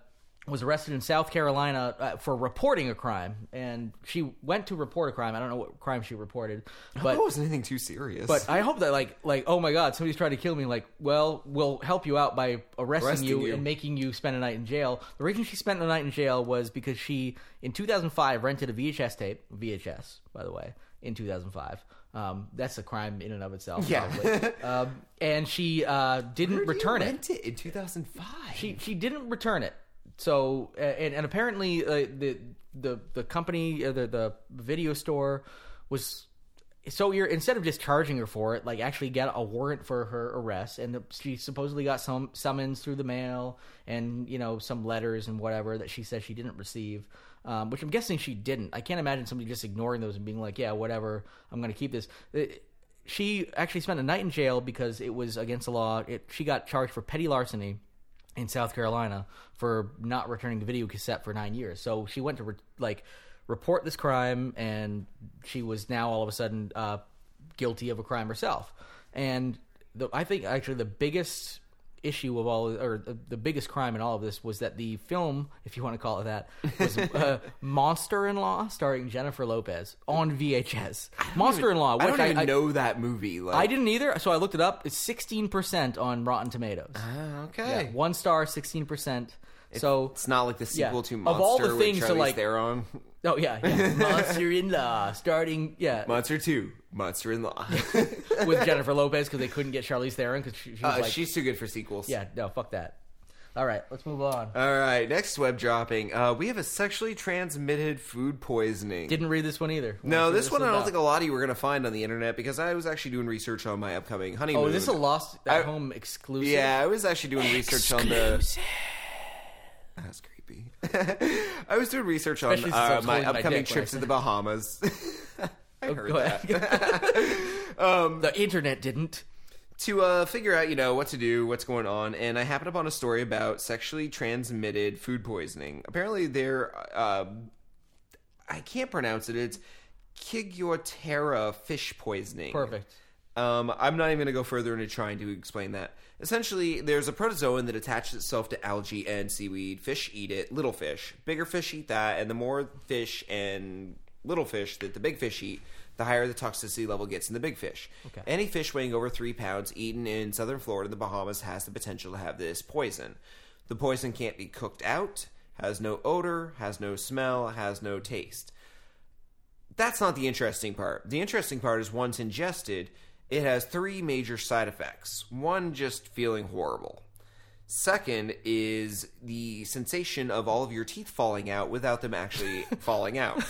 [SPEAKER 3] was arrested in South Carolina uh, for reporting a crime, and she went to report a crime. I don't know what crime she reported, but
[SPEAKER 2] That wasn't anything too serious.
[SPEAKER 3] but I hope that like like oh my god, somebody's trying to kill me. Like, well, we'll help you out by arresting,
[SPEAKER 2] Arresting
[SPEAKER 3] you,
[SPEAKER 2] you.
[SPEAKER 3] and making you spend a night in jail. The reason she spent a night in jail was because she in 2005 rented a VHS tape, VHS by the way, in 2005. Um, that's a crime in and of itself.
[SPEAKER 2] Yeah.
[SPEAKER 3] Probably. um, and she uh, didn't
[SPEAKER 2] Where do you
[SPEAKER 3] return it.
[SPEAKER 2] rent it in 2005.
[SPEAKER 3] She she didn't return it. So uh, and and apparently uh, the the the company uh, the the video store was so you're instead of just charging her for it, like actually got a warrant for her arrest, and the, she supposedly got some summons through the mail and you know some letters and whatever that she says she didn't receive. Um, which I'm guessing she didn't. I can't imagine somebody just ignoring those and being like, "Yeah, whatever, I'm going to keep this." It- she actually spent a night in jail because it was against the law. It, she got charged for petty larceny, in South Carolina for not returning the video cassette for nine years. So she went to re- like report this crime, and she was now all of a sudden uh, guilty of a crime herself. And the, I think actually the biggest issue of all, or the, the biggest crime in all of this was that the film, if you want to call it that, was uh, Monster in Law, starring Jennifer Lopez on VHS. Monster in Law.
[SPEAKER 2] I don't
[SPEAKER 3] which
[SPEAKER 2] even
[SPEAKER 3] I,
[SPEAKER 2] know that movie. Like,
[SPEAKER 3] I didn't either, so I looked it up. It's sixteen percent on Rotten Tomatoes.
[SPEAKER 2] Ah,
[SPEAKER 3] Yeah,
[SPEAKER 2] okay.
[SPEAKER 3] one star, sixteen percent. So
[SPEAKER 2] It's not like the
[SPEAKER 3] Yeah.
[SPEAKER 2] sequel to
[SPEAKER 3] Of
[SPEAKER 2] Monster
[SPEAKER 3] all the
[SPEAKER 2] with
[SPEAKER 3] things to,
[SPEAKER 2] Charlize
[SPEAKER 3] like-
[SPEAKER 2] Theron.
[SPEAKER 3] oh yeah, yeah. Monster in Law, starting yeah
[SPEAKER 2] Monster Two, Monster in Law.
[SPEAKER 3] with Jennifer Lopez because they couldn't get Charlize Theron because she, she was
[SPEAKER 2] Uh,
[SPEAKER 3] like
[SPEAKER 2] she's too good for sequels.
[SPEAKER 3] yeah no fuck that. All right, let's move on.
[SPEAKER 2] All right. Next web dropping. Uh, we have a sexually transmitted food poisoning.
[SPEAKER 3] Didn't read this one either.
[SPEAKER 2] no,
[SPEAKER 3] Let's see
[SPEAKER 2] this
[SPEAKER 3] what
[SPEAKER 2] one I don't
[SPEAKER 3] about.
[SPEAKER 2] think a lot of you were going to find on the internet because I was actually doing research on my upcoming honeymoon.
[SPEAKER 3] Oh, is this a lost
[SPEAKER 2] I-
[SPEAKER 3] at home exclusive?
[SPEAKER 2] Yeah, I was actually doing research on the. That's creepy. I was doing research on
[SPEAKER 3] Especially since I
[SPEAKER 2] uh,
[SPEAKER 3] was
[SPEAKER 2] my
[SPEAKER 3] holding my
[SPEAKER 2] upcoming
[SPEAKER 3] dick when
[SPEAKER 2] trip
[SPEAKER 3] I
[SPEAKER 2] to
[SPEAKER 3] said
[SPEAKER 2] the Bahamas. I heard
[SPEAKER 3] Oh, Go
[SPEAKER 2] that. Um,
[SPEAKER 3] ahead. the internet didn't.
[SPEAKER 2] to uh, figure out, you know, what to do, what's going on, and I happened upon a story about sexually transmitted food poisoning. Apparently, there, uh, I can't pronounce it. It's Kigyotera fish poisoning.
[SPEAKER 3] Perfect.
[SPEAKER 2] Um, I'm not even going to go further into trying to explain that. Essentially, there's a protozoan that attaches itself to algae and seaweed. Fish eat it, little fish. Bigger fish eat that, and the more fish and little fish that the big fish eat, the higher the toxicity level gets in the big fish.
[SPEAKER 3] Okay.
[SPEAKER 2] Any fish weighing over three pounds eaten in southern Florida and the Bahamas has the potential to have this poison. The poison can't be cooked out, has no odor, has no smell, has no taste that's not the interesting part. The interesting part is once ingested, it has three major side effects. One, just feeling horrible. Second is the sensation of all of your teeth falling out without them actually falling out.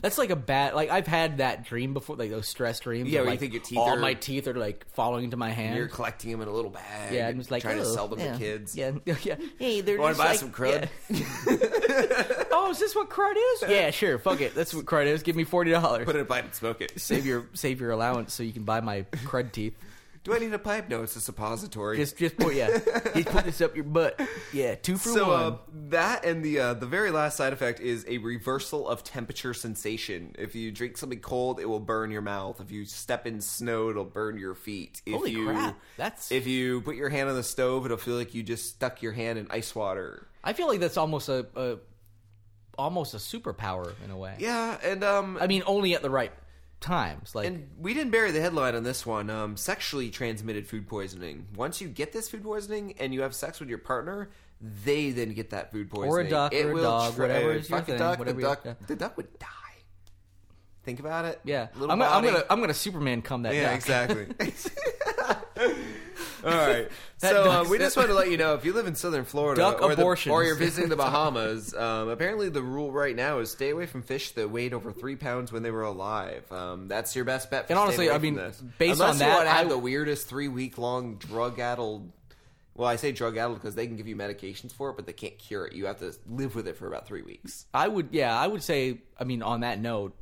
[SPEAKER 3] That's like a bad. Like I've had that dream before, like those stress dreams.
[SPEAKER 2] Yeah, where
[SPEAKER 3] of,
[SPEAKER 2] you
[SPEAKER 3] like,
[SPEAKER 2] think your teeth
[SPEAKER 3] all
[SPEAKER 2] are-
[SPEAKER 3] my teeth are like falling into my hand.
[SPEAKER 2] You're collecting them in a little bag.
[SPEAKER 3] yeah,
[SPEAKER 2] and
[SPEAKER 3] I'm just like
[SPEAKER 2] trying to
[SPEAKER 3] "Oh,
[SPEAKER 2] sell them
[SPEAKER 3] yeah,
[SPEAKER 2] to kids.
[SPEAKER 3] Yeah, yeah. Hey, they're
[SPEAKER 2] Want
[SPEAKER 3] just
[SPEAKER 2] to buy
[SPEAKER 3] like-
[SPEAKER 2] some crud?
[SPEAKER 3] yeah. oh, is this what crud is? yeah, sure. Fuck it. That's what crud is. Give me forty dollars.
[SPEAKER 2] Put it in a pipe and smoke it.
[SPEAKER 3] save your save your allowance so you can buy my crud teeth.
[SPEAKER 2] Do I need a pipe? No, it's a suppository.
[SPEAKER 3] Just just put yeah. Just put this up your butt. Yeah, two for
[SPEAKER 2] so
[SPEAKER 3] one.
[SPEAKER 2] uh, that and the uh, the very last side effect is a reversal of temperature sensation. If you drink something cold, it will burn your mouth. If you step in snow, it'll burn your feet. If
[SPEAKER 3] Holy
[SPEAKER 2] you,
[SPEAKER 3] crap, that's-
[SPEAKER 2] if you put your hand on the stove, it'll feel like you just stuck your hand in ice water.
[SPEAKER 3] I feel like that's almost a, a almost a superpower in a way.
[SPEAKER 2] Yeah, and um,
[SPEAKER 3] I mean, only at the right times. Like
[SPEAKER 2] and we didn't bury the headline on this one. Um, sexually transmitted food poisoning. Once you get this food poisoning and you have sex with your partner. They then get that food poisoning,
[SPEAKER 3] duck
[SPEAKER 2] It
[SPEAKER 3] or a
[SPEAKER 2] will
[SPEAKER 3] dog,
[SPEAKER 2] tra- eh,
[SPEAKER 3] whatever is your
[SPEAKER 2] fuck a
[SPEAKER 3] thing,
[SPEAKER 2] duck, the
[SPEAKER 3] whatever you-
[SPEAKER 2] duck,
[SPEAKER 3] yeah.
[SPEAKER 2] the duck would die. Think about it.
[SPEAKER 3] yeah,
[SPEAKER 2] little
[SPEAKER 3] I'm, gonna, I'm
[SPEAKER 2] body.
[SPEAKER 3] gonna I'm gonna Superman come that.
[SPEAKER 2] yeah,
[SPEAKER 3] duck.
[SPEAKER 2] exactly. All right.
[SPEAKER 3] That
[SPEAKER 2] so uh,
[SPEAKER 3] duck's-
[SPEAKER 2] we just want to let you know if you live in Southern Florida
[SPEAKER 3] Duck
[SPEAKER 2] or, the-
[SPEAKER 3] abortions.
[SPEAKER 2] or you're visiting the Bahamas, um, apparently the rule right now is stay away from fish that weighed over three pounds when they were alive. Um, that's your best bet. For
[SPEAKER 3] And
[SPEAKER 2] staying
[SPEAKER 3] honestly,
[SPEAKER 2] away
[SPEAKER 3] I
[SPEAKER 2] from
[SPEAKER 3] mean,
[SPEAKER 2] this.
[SPEAKER 3] based
[SPEAKER 2] Unless
[SPEAKER 3] on
[SPEAKER 2] you
[SPEAKER 3] that,
[SPEAKER 2] wanna have
[SPEAKER 3] I-
[SPEAKER 2] the weirdest three week long drug addled. Well, I say drug addled because they can give you medications for it, but they can't cure it. You have to live with it for about three weeks.
[SPEAKER 3] I would yeah, I would say. I mean, on that note,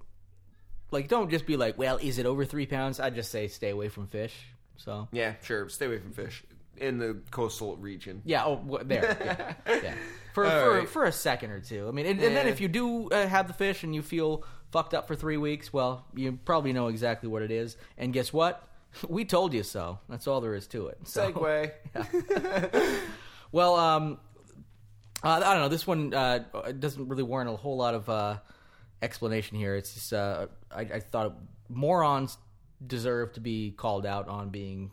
[SPEAKER 3] like don't just be like, well, is it over three pounds? I'd just say stay away from fish. So
[SPEAKER 2] Yeah, sure. Stay away from fish in the coastal region.
[SPEAKER 3] Yeah, oh, wha- there. Yeah. yeah. For,
[SPEAKER 2] All
[SPEAKER 3] for,
[SPEAKER 2] right.
[SPEAKER 3] for a second or two. I mean, and, and then
[SPEAKER 2] Yeah.
[SPEAKER 3] if you do uh, have the fish and you feel fucked up for three weeks, well, you probably know exactly what it is. And guess what? We told you so. That's all there is to it. So,
[SPEAKER 2] Segway.
[SPEAKER 3] Well, um, uh, I don't know. This one uh, it doesn't really warrant a whole lot of uh, explanation here. It's just uh, I, I thought morons deserve to be called out on being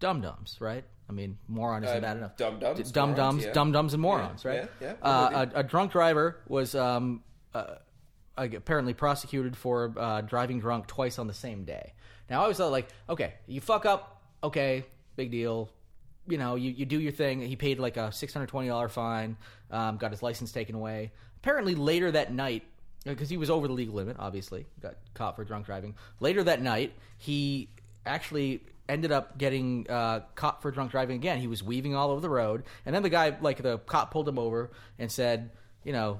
[SPEAKER 3] dum dums, right? I mean, moron isn't
[SPEAKER 2] Uh,
[SPEAKER 3] bad enough.
[SPEAKER 2] dum-dums,
[SPEAKER 3] D- dum
[SPEAKER 2] morons,
[SPEAKER 3] dums,
[SPEAKER 2] yeah.
[SPEAKER 3] dum dums, and morons,
[SPEAKER 2] Yeah,
[SPEAKER 3] right?
[SPEAKER 2] yeah, yeah,
[SPEAKER 3] Uh, a, a drunk driver was um, uh, like, apparently prosecuted for uh, driving drunk twice on the same day. Now I always thought like, okay, you fuck up, okay, big deal. You know, you, you do your thing. He paid like a six hundred twenty dollar fine, um, got his license taken away. Apparently later that night, because he was over the legal limit, obviously got caught for drunk driving. Later that night, he actually ended up getting uh, caught for drunk driving again. He was weaving all over the road, and then the guy, like the cop, pulled him over and said, you know,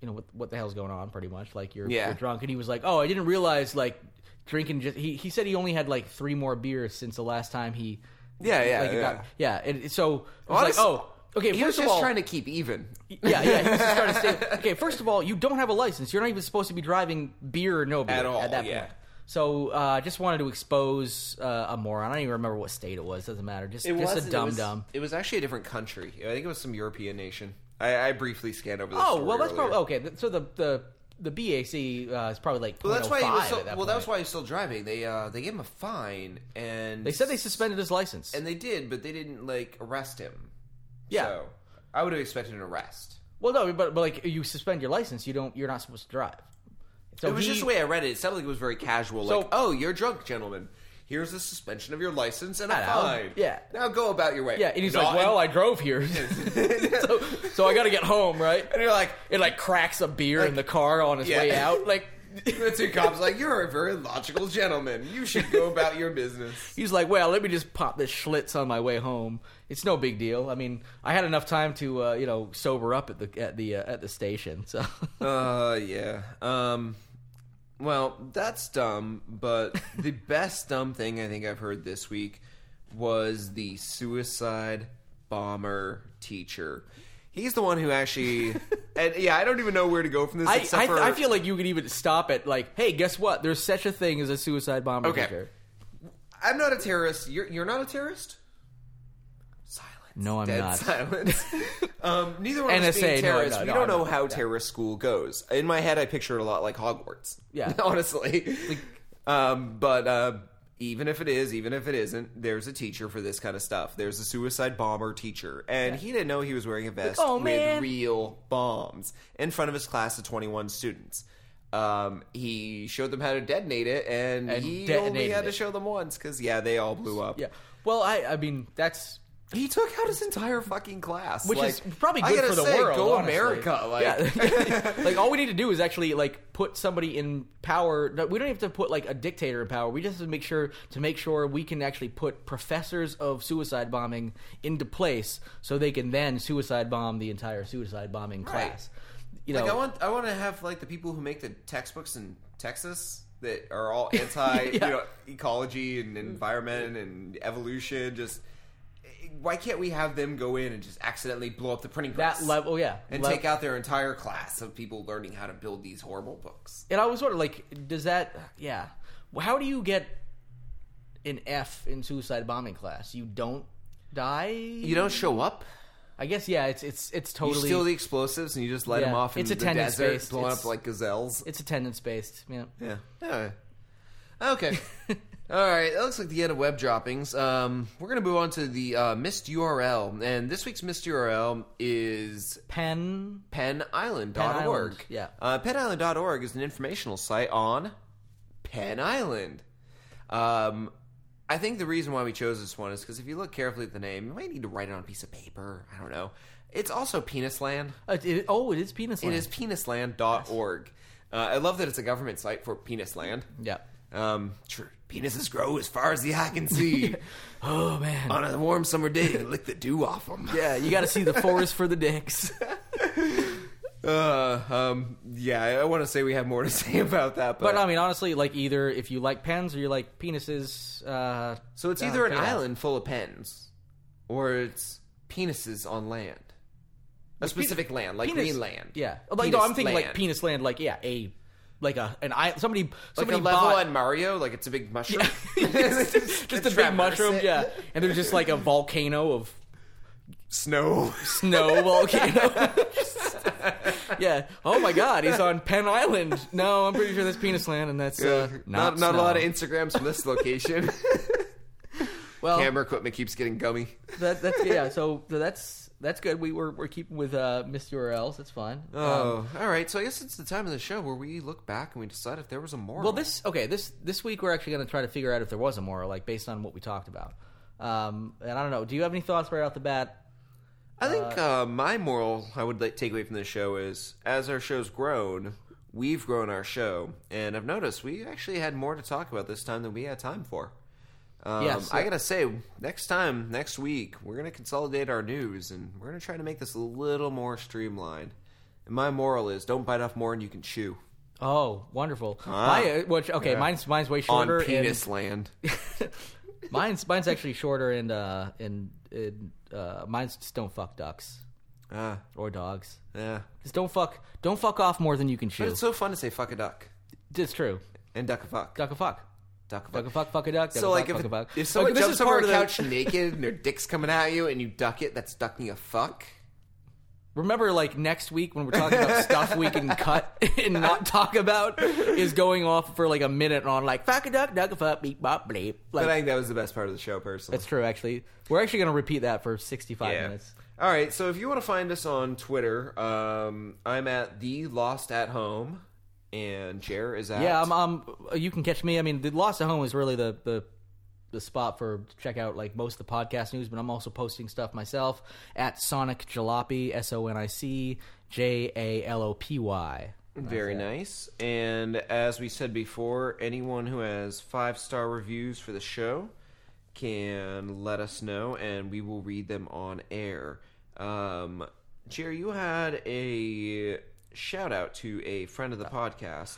[SPEAKER 3] you know what what the hell's going on pretty much like you're,
[SPEAKER 2] Yeah.
[SPEAKER 3] you're drunk and he was like oh i didn't realize like drinking just he, he said he only had like three more beers since the last time he
[SPEAKER 2] Yeah, yeah,
[SPEAKER 3] like, it
[SPEAKER 2] yeah.
[SPEAKER 3] got, yeah and so it's like
[SPEAKER 2] Honest-
[SPEAKER 3] oh okay
[SPEAKER 2] He was
[SPEAKER 3] first
[SPEAKER 2] just
[SPEAKER 3] of all
[SPEAKER 2] trying to keep even.
[SPEAKER 3] yeah yeah he was just trying to stay okay first of all you don't have a license you're not even supposed to be driving beer or no beer
[SPEAKER 2] At all,
[SPEAKER 3] that
[SPEAKER 2] yeah.
[SPEAKER 3] point so uh, just wanted to expose uh, a moron. I don't even remember what state it was. Doesn't matter. Just just a dumb dumb.
[SPEAKER 2] It was actually a different country. I think it was some European nation. I, I briefly scanned over. This
[SPEAKER 3] Oh well, that's probably okay. th- So the the the BAC uh, is probably like
[SPEAKER 2] Well, that's why. He
[SPEAKER 3] 0.05
[SPEAKER 2] was so,
[SPEAKER 3] at that
[SPEAKER 2] well,
[SPEAKER 3] point.
[SPEAKER 2] that's why he's still driving. They uh, they gave him a fine, and
[SPEAKER 3] They said they suspended his license.
[SPEAKER 2] and they did, but they didn't like arrest him.
[SPEAKER 3] yeah.
[SPEAKER 2] so I would have expected an arrest.
[SPEAKER 3] Well, no, but, but like you suspend your license, you don't. You're not supposed to drive. So
[SPEAKER 2] it was
[SPEAKER 3] he-
[SPEAKER 2] just the way I read it. It sounded like it was very casual.
[SPEAKER 3] So-
[SPEAKER 2] like, oh, you're drunk, gentlemen. Here's the suspension of your license and a
[SPEAKER 3] I know.
[SPEAKER 2] fine.
[SPEAKER 3] Yeah.
[SPEAKER 2] Now go about your way.
[SPEAKER 3] Yeah, and he's
[SPEAKER 2] Not-
[SPEAKER 3] like, "Well, I drove here, so, so I got to get home, right?"
[SPEAKER 2] and you're like,
[SPEAKER 3] It like cracks a beer in the car on his
[SPEAKER 2] Yeah.
[SPEAKER 3] way out. Like
[SPEAKER 2] the two cops like, you're a very logical gentleman. You should go about your business.
[SPEAKER 3] he's like, "Well, let me just pop this Schlitz on my way home. It's no big deal. I mean, I had enough time to uh, you know sober up at the at the uh, at the station." So
[SPEAKER 2] Uh, yeah. Um, well, that's dumb, but the best dumb thing I think I've heard this week was the suicide bomber teacher. He's the one who actually, and yeah, I don't even know where to go from this.
[SPEAKER 3] I,
[SPEAKER 2] except
[SPEAKER 3] I,
[SPEAKER 2] for,
[SPEAKER 3] I feel like you could even stop at like, "Hey, guess what? There's such a thing as a suicide bomber."
[SPEAKER 2] Okay.
[SPEAKER 3] teacher."
[SPEAKER 2] I'm not a terrorist. You're you're not a terrorist. Silence.
[SPEAKER 3] No, I'm
[SPEAKER 2] Dead
[SPEAKER 3] not.
[SPEAKER 2] silence. um, neither one of us
[SPEAKER 3] NSA,
[SPEAKER 2] being
[SPEAKER 3] no,
[SPEAKER 2] terrorists.
[SPEAKER 3] no,
[SPEAKER 2] we
[SPEAKER 3] no,
[SPEAKER 2] don't
[SPEAKER 3] I'm
[SPEAKER 2] know
[SPEAKER 3] not.
[SPEAKER 2] how
[SPEAKER 3] Yeah.
[SPEAKER 2] terrorist school goes. In my head, I picture it a lot like Hogwarts.
[SPEAKER 3] Yeah.
[SPEAKER 2] honestly. Um, but uh, even if it is, even if it isn't, there's a teacher for this kind of stuff. There's a suicide bomber teacher, and he didn't know he was wearing a vest
[SPEAKER 3] oh,
[SPEAKER 2] with
[SPEAKER 3] man.
[SPEAKER 2] real bombs in front of his class of 21 students. Um, he showed them how to detonate it, and,
[SPEAKER 3] And
[SPEAKER 2] he only
[SPEAKER 3] detonated
[SPEAKER 2] had to
[SPEAKER 3] it.
[SPEAKER 2] show them once because yeah, they all blew up.
[SPEAKER 3] Yeah. Well, I I mean that's
[SPEAKER 2] He took out his entire fucking class,
[SPEAKER 3] which
[SPEAKER 2] Like,
[SPEAKER 3] is probably
[SPEAKER 2] I
[SPEAKER 3] good
[SPEAKER 2] gotta
[SPEAKER 3] for the
[SPEAKER 2] say,
[SPEAKER 3] world.
[SPEAKER 2] Go
[SPEAKER 3] honestly.
[SPEAKER 2] America! Like,
[SPEAKER 3] Yeah. like all we need to do is actually like put somebody in power. No, we don't have to put like a dictator in power. We just have to make sure to make sure we can actually put professors of suicide bombing into place so they can then suicide bomb the entire suicide bombing
[SPEAKER 2] Right.
[SPEAKER 3] class. You know,
[SPEAKER 2] Like I want, I want to have like the people who make the textbooks in Texas that are all anti, you
[SPEAKER 3] Yeah.
[SPEAKER 2] know, ecology and environment and evolution. Just why can't we have them go in and just accidentally blow up the printing press?
[SPEAKER 3] that level. Yeah,
[SPEAKER 2] and
[SPEAKER 3] lev-
[SPEAKER 2] take out their entire class of people learning how to build these horrible books.
[SPEAKER 3] And I was wondering, like, does that? Yeah, Well, how do you get an F in suicide bombing class? You don't die.
[SPEAKER 2] You don't show up.
[SPEAKER 3] I guess yeah. It's it's it's
[SPEAKER 2] You
[SPEAKER 3] totally
[SPEAKER 2] steal the explosives and you just let
[SPEAKER 3] Yeah.
[SPEAKER 2] them off in
[SPEAKER 3] It's
[SPEAKER 2] the
[SPEAKER 3] attendance
[SPEAKER 2] desert,
[SPEAKER 3] based.
[SPEAKER 2] blowing up
[SPEAKER 3] It's-
[SPEAKER 2] like gazelles.
[SPEAKER 3] it's attendance based. Yeah.
[SPEAKER 2] Yeah. Yeah. Okay. All right. That looks like the end of web droppings. Um, we're going to move on to the uh, missed URL. And this week's missed URL is
[SPEAKER 3] Pen. Penn
[SPEAKER 2] penisland.org.
[SPEAKER 3] Island, yeah.
[SPEAKER 2] Uh, penisland.org is an informational site on Penn Island. Um, I think the reason why we chose this one is because if you look carefully at the name, you might need to write it on a piece of paper. I don't know. It's also Penisland.
[SPEAKER 3] Uh, it- oh, it is penis.
[SPEAKER 2] It is penisland.org. Uh, I love that it's a government site for Penisland.
[SPEAKER 3] Yeah.
[SPEAKER 2] Um, true. Penises grow as far as the eye can see.
[SPEAKER 3] Oh man.
[SPEAKER 2] On a warm summer day, you lick the dew off them.
[SPEAKER 3] yeah, you got to see the forest for the dicks.
[SPEAKER 2] Uh, um, yeah, I want to say we have more to say about that, but, uh,
[SPEAKER 3] But I mean, honestly, like either if you like pens or you like penises. Uh,
[SPEAKER 2] so it's
[SPEAKER 3] uh,
[SPEAKER 2] either an
[SPEAKER 3] Penn
[SPEAKER 2] island full of pens, or it's penises on land, a specific land like
[SPEAKER 3] Penis-
[SPEAKER 2] Greenland.
[SPEAKER 3] Yeah. Like no, I'm thinking like
[SPEAKER 2] Penisland.
[SPEAKER 3] penis land. Like yeah, a like a an island. Somebody
[SPEAKER 2] Like
[SPEAKER 3] somebody
[SPEAKER 2] a level
[SPEAKER 3] bought-
[SPEAKER 2] on Mario, like it's a big mushroom.
[SPEAKER 3] just, just a big
[SPEAKER 2] traverse
[SPEAKER 3] mushroom,
[SPEAKER 2] it.
[SPEAKER 3] yeah. And there's just like a volcano of
[SPEAKER 2] Snow.
[SPEAKER 3] snow volcano. yeah. Oh my God, he's on Penn Island. No, I'm pretty sure that's Penis Land, and that's uh,
[SPEAKER 2] not
[SPEAKER 3] not
[SPEAKER 2] not a lot of
[SPEAKER 3] snow.
[SPEAKER 2] Instagrams from this location.
[SPEAKER 3] well,
[SPEAKER 2] Camera equipment keeps getting gummy.
[SPEAKER 3] that, that's yeah. So so that's that's good. We were we're keeping with uh, missed URLs. That's fine. Um,
[SPEAKER 2] Oh, all right. So I guess it's the time of the show where we look back and we decide if there was a moral.
[SPEAKER 3] well, this okay. This this week we're actually going to try to figure out if there was a moral, like based on what we talked about. Um, and I don't know. Do you have any thoughts right off the bat?
[SPEAKER 2] I think uh, my moral I would like take away from this show is as our show's grown, we've grown our show, and I've noticed we actually had more to talk about this time than we had time for. Um,
[SPEAKER 3] Yes.
[SPEAKER 2] I gotta say, next time, next week, we're gonna consolidate our news and we're gonna try to make this a little more streamlined. And my moral is don't bite off more than you can chew
[SPEAKER 3] Oh, wonderful. My, uh, which okay,
[SPEAKER 2] Yeah.
[SPEAKER 3] mine's mine's way shorter.
[SPEAKER 2] on
[SPEAKER 3] and-
[SPEAKER 2] penis land.
[SPEAKER 3] mine's mine's actually shorter and uh and, and uh mine's just don't fuck ducks
[SPEAKER 2] Ah,
[SPEAKER 3] or dogs.
[SPEAKER 2] yeah.
[SPEAKER 3] Just don't fuck don't fuck off more than you can chew.
[SPEAKER 2] But
[SPEAKER 3] It's,
[SPEAKER 2] it's so fun to say fuck a duck
[SPEAKER 3] true.
[SPEAKER 2] and duck a fuck.
[SPEAKER 3] Duck a fuck.
[SPEAKER 2] Duck a fuck.
[SPEAKER 3] Duck a fuck. Fuck a duck. Duck
[SPEAKER 2] So
[SPEAKER 3] a
[SPEAKER 2] like if,
[SPEAKER 3] fuck, fuck a fuck.
[SPEAKER 2] if someone
[SPEAKER 3] Like, this
[SPEAKER 2] jumps
[SPEAKER 3] is
[SPEAKER 2] over
[SPEAKER 3] part
[SPEAKER 2] a
[SPEAKER 3] of
[SPEAKER 2] couch
[SPEAKER 3] The,
[SPEAKER 2] naked and their dick's coming at you and you duck it, that's ducking a fuck.
[SPEAKER 3] remember, like next week when we're talking about stuff we can cut and not talk about is going off for like a minute on like fuck a duck, duck a fuck, beep bop bleep.
[SPEAKER 2] But I
[SPEAKER 3] Like
[SPEAKER 2] think that was the best part of the show, personally.
[SPEAKER 3] that's true. Actually, we're actually gonna repeat that for sixty five minutes.
[SPEAKER 2] All right, so if you want to find us on Twitter, um, I'm at the Lost at Home, and Jer is at
[SPEAKER 3] Yeah, I'm, I'm. You can catch me. I mean, the Lost at Home is really the the the spot for to check out like most of the podcast news. But I'm also posting stuff myself at Sonic Jalopy. S O N I C J A L O P Y.
[SPEAKER 2] very nice. And as we said before, anyone who has five star reviews for the show can let us know, and we will read them on air. Um, Jer, you had a shout out to a friend of the podcast.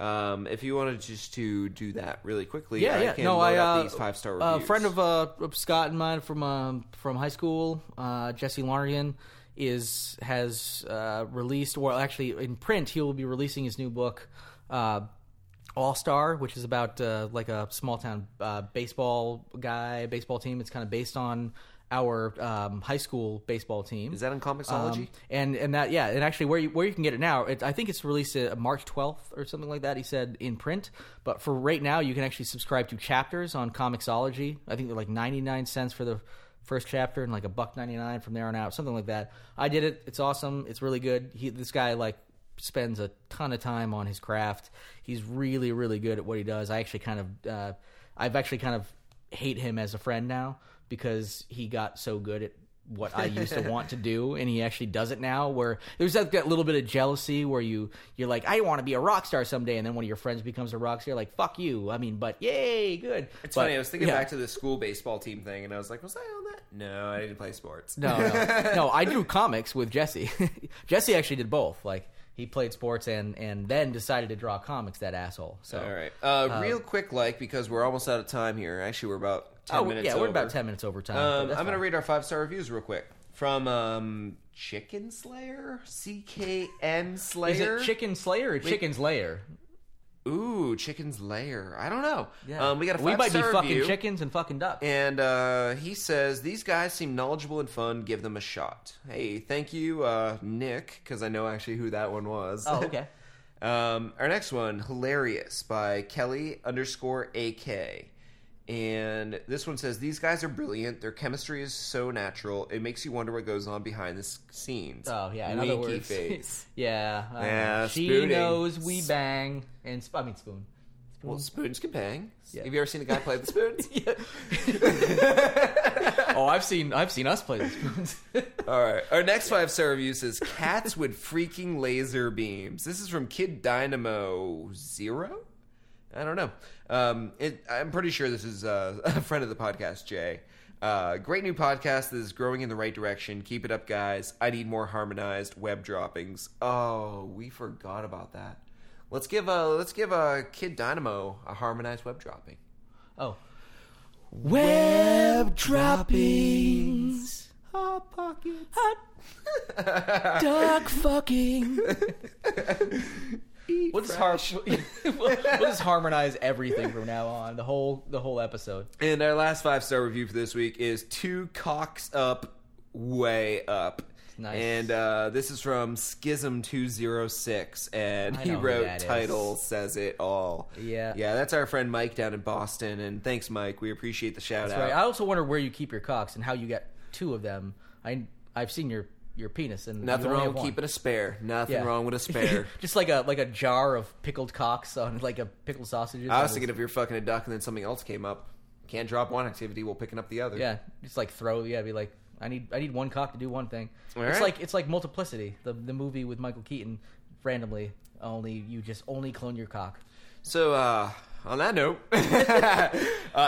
[SPEAKER 2] Um, if you wanted just to do that really quickly,
[SPEAKER 3] Yeah,
[SPEAKER 2] I
[SPEAKER 3] yeah.
[SPEAKER 2] can
[SPEAKER 3] no,
[SPEAKER 2] load
[SPEAKER 3] I
[SPEAKER 2] up
[SPEAKER 3] uh,
[SPEAKER 2] these five star
[SPEAKER 3] A
[SPEAKER 2] reviews.
[SPEAKER 3] friend of uh, of Scott and mine from um, from high school, uh, Jesse Larnigan, is has uh, released, or actually in print, he will be releasing his new book. Uh, All Star, which is about uh, like a small town uh, baseball guy, baseball team. It's kind of based on our um, high school baseball team.
[SPEAKER 2] Is that on Comixology?
[SPEAKER 3] Um, and and that yeah, and actually where you where you can get it now, it, I think it's released uh, March twelfth or something like that. He said in print, but for right now, you can actually subscribe to chapters on Comixology. I think they're like ninety nine cents for the first chapter and like a buck ninety nine from there on out, something like that. I did it. It's awesome. It's really good. He, this guy like spends a ton of time on his craft. He's really really good at what he does. I actually kind of uh, I've actually kind of hate him as a friend now because he got so good at what I used to want to do, and he actually does it now. Where there's that, that little bit of jealousy where you you're like, I want to be a rock star someday, and then one of your friends becomes a rock star, you're like fuck you. I mean, but yay, good.
[SPEAKER 2] It's
[SPEAKER 3] But,
[SPEAKER 2] funny. I was thinking
[SPEAKER 3] yeah.
[SPEAKER 2] back to the school baseball team thing, and I was like, "Was I on that?" No, I didn't play sports.
[SPEAKER 3] No, no, no. I do comics with Jesse. Jesse actually did both. Like he played sports and and then decided to draw comics. That asshole. So um,
[SPEAKER 2] All right. Uh, real quick, like because we're almost out of time here. Actually, we're about ten
[SPEAKER 3] Oh,
[SPEAKER 2] minutes.
[SPEAKER 3] yeah, we're about
[SPEAKER 2] over.
[SPEAKER 3] ten minutes over time. but
[SPEAKER 2] Um,
[SPEAKER 3] that's
[SPEAKER 2] I'm going to
[SPEAKER 3] fine.
[SPEAKER 2] read our five star reviews real quick from um, Chicken Slayer, CKN
[SPEAKER 3] Is
[SPEAKER 2] Slayer.
[SPEAKER 3] it Chicken Slayer or Chicken's Lair?
[SPEAKER 2] Ooh, Chicken's Lair. I don't know. Um, we got a five
[SPEAKER 3] we might be
[SPEAKER 2] star
[SPEAKER 3] fucking
[SPEAKER 2] review.
[SPEAKER 3] chickens and fucking ducks.
[SPEAKER 2] And uh, he says, These guys seem knowledgeable and fun. Give them a shot. Hey, thank you, uh, Nick, because I know actually who that one was.
[SPEAKER 3] Oh, okay.
[SPEAKER 2] um, our next one, Hilarious by Kelly underscore AK. And this one says, These guys are brilliant. Their chemistry is so natural. It makes you wonder what goes on behind the s- scenes.
[SPEAKER 3] Oh yeah, in
[SPEAKER 2] Winky
[SPEAKER 3] other words,
[SPEAKER 2] face.
[SPEAKER 3] yeah, uh,
[SPEAKER 2] Yeah,
[SPEAKER 3] she
[SPEAKER 2] spooning.
[SPEAKER 3] knows we bang and sp- I mean spoon.
[SPEAKER 2] well, spoons can bang.
[SPEAKER 3] Yeah.
[SPEAKER 2] Have you ever seen a guy play the spoons?
[SPEAKER 3] oh, I've seen I've seen us play the spoons.
[SPEAKER 2] All right. Our next five star review says cats with freaking laser beams. This is from Kid Dynamo Zero. I don't know. Um, it, I'm pretty sure this is uh, a friend of the podcast, Jay. Uh, great new podcast that is growing in the right direction. Keep it up, guys. I need more harmonized web droppings. Oh, we forgot about that. Let's give a let's give a Kid Dynamo a harmonized web dropping.
[SPEAKER 3] oh, web droppings, hot pockets, hot dog fucking. We'll just, har- we'll, we'll just harmonize everything from now on. The whole the whole episode.
[SPEAKER 2] And our last five star review for this week is two cocks up, way up.
[SPEAKER 3] Nice.
[SPEAKER 2] And uh, this is from Schism two zero six, and
[SPEAKER 3] I
[SPEAKER 2] he
[SPEAKER 3] know who
[SPEAKER 2] wrote
[SPEAKER 3] that is.
[SPEAKER 2] title says it all.
[SPEAKER 3] Yeah.
[SPEAKER 2] yeah, that's our friend Mike down in Boston. And thanks, Mike. We appreciate the shout
[SPEAKER 3] That's
[SPEAKER 2] out.
[SPEAKER 3] right. I also wonder where you keep your cocks and how you get two of them. I I've seen your your penis and
[SPEAKER 2] Nothing
[SPEAKER 3] you only
[SPEAKER 2] wrong
[SPEAKER 3] have
[SPEAKER 2] with
[SPEAKER 3] one.
[SPEAKER 2] keeping a spare. Nothing
[SPEAKER 3] Yeah.
[SPEAKER 2] wrong with a spare.
[SPEAKER 3] Just like a like a jar of pickled cocks on like a pickled sausages.
[SPEAKER 2] I
[SPEAKER 3] on
[SPEAKER 2] was
[SPEAKER 3] a-
[SPEAKER 2] thinking if you're fucking a duck and then something else came up, can't drop one activity while picking up the other.
[SPEAKER 3] yeah, just like throw yeah, be like I need I need one cock to do one thing.
[SPEAKER 2] All
[SPEAKER 3] it's
[SPEAKER 2] right.
[SPEAKER 3] like it's like multiplicity, the the movie with Michael Keaton randomly only you just only clone your cock.
[SPEAKER 2] So, uh, on that note, uh,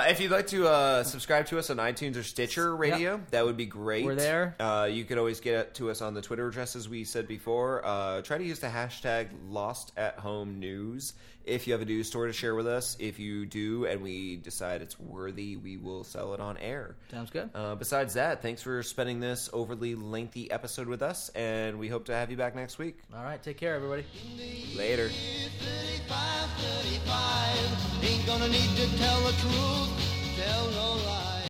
[SPEAKER 2] if you'd like to uh, subscribe to us on iTunes or Stitcher Radio, that would be great.
[SPEAKER 3] We're there.
[SPEAKER 2] Uh, you could always get to us on the Twitter address, as we said before. Uh, try to use the hashtag Lost at Home News if you have a news story to share with us. If you do, and we decide it's worthy, we will sell it on air.
[SPEAKER 3] Sounds good.
[SPEAKER 2] Uh, besides that, thanks for spending this overly lengthy episode with us, and we hope to have you back next week.
[SPEAKER 3] All right, take care everybody.
[SPEAKER 2] Later.
[SPEAKER 1] 35, 35. Ain't gonna need to tell the truth, tell no lie.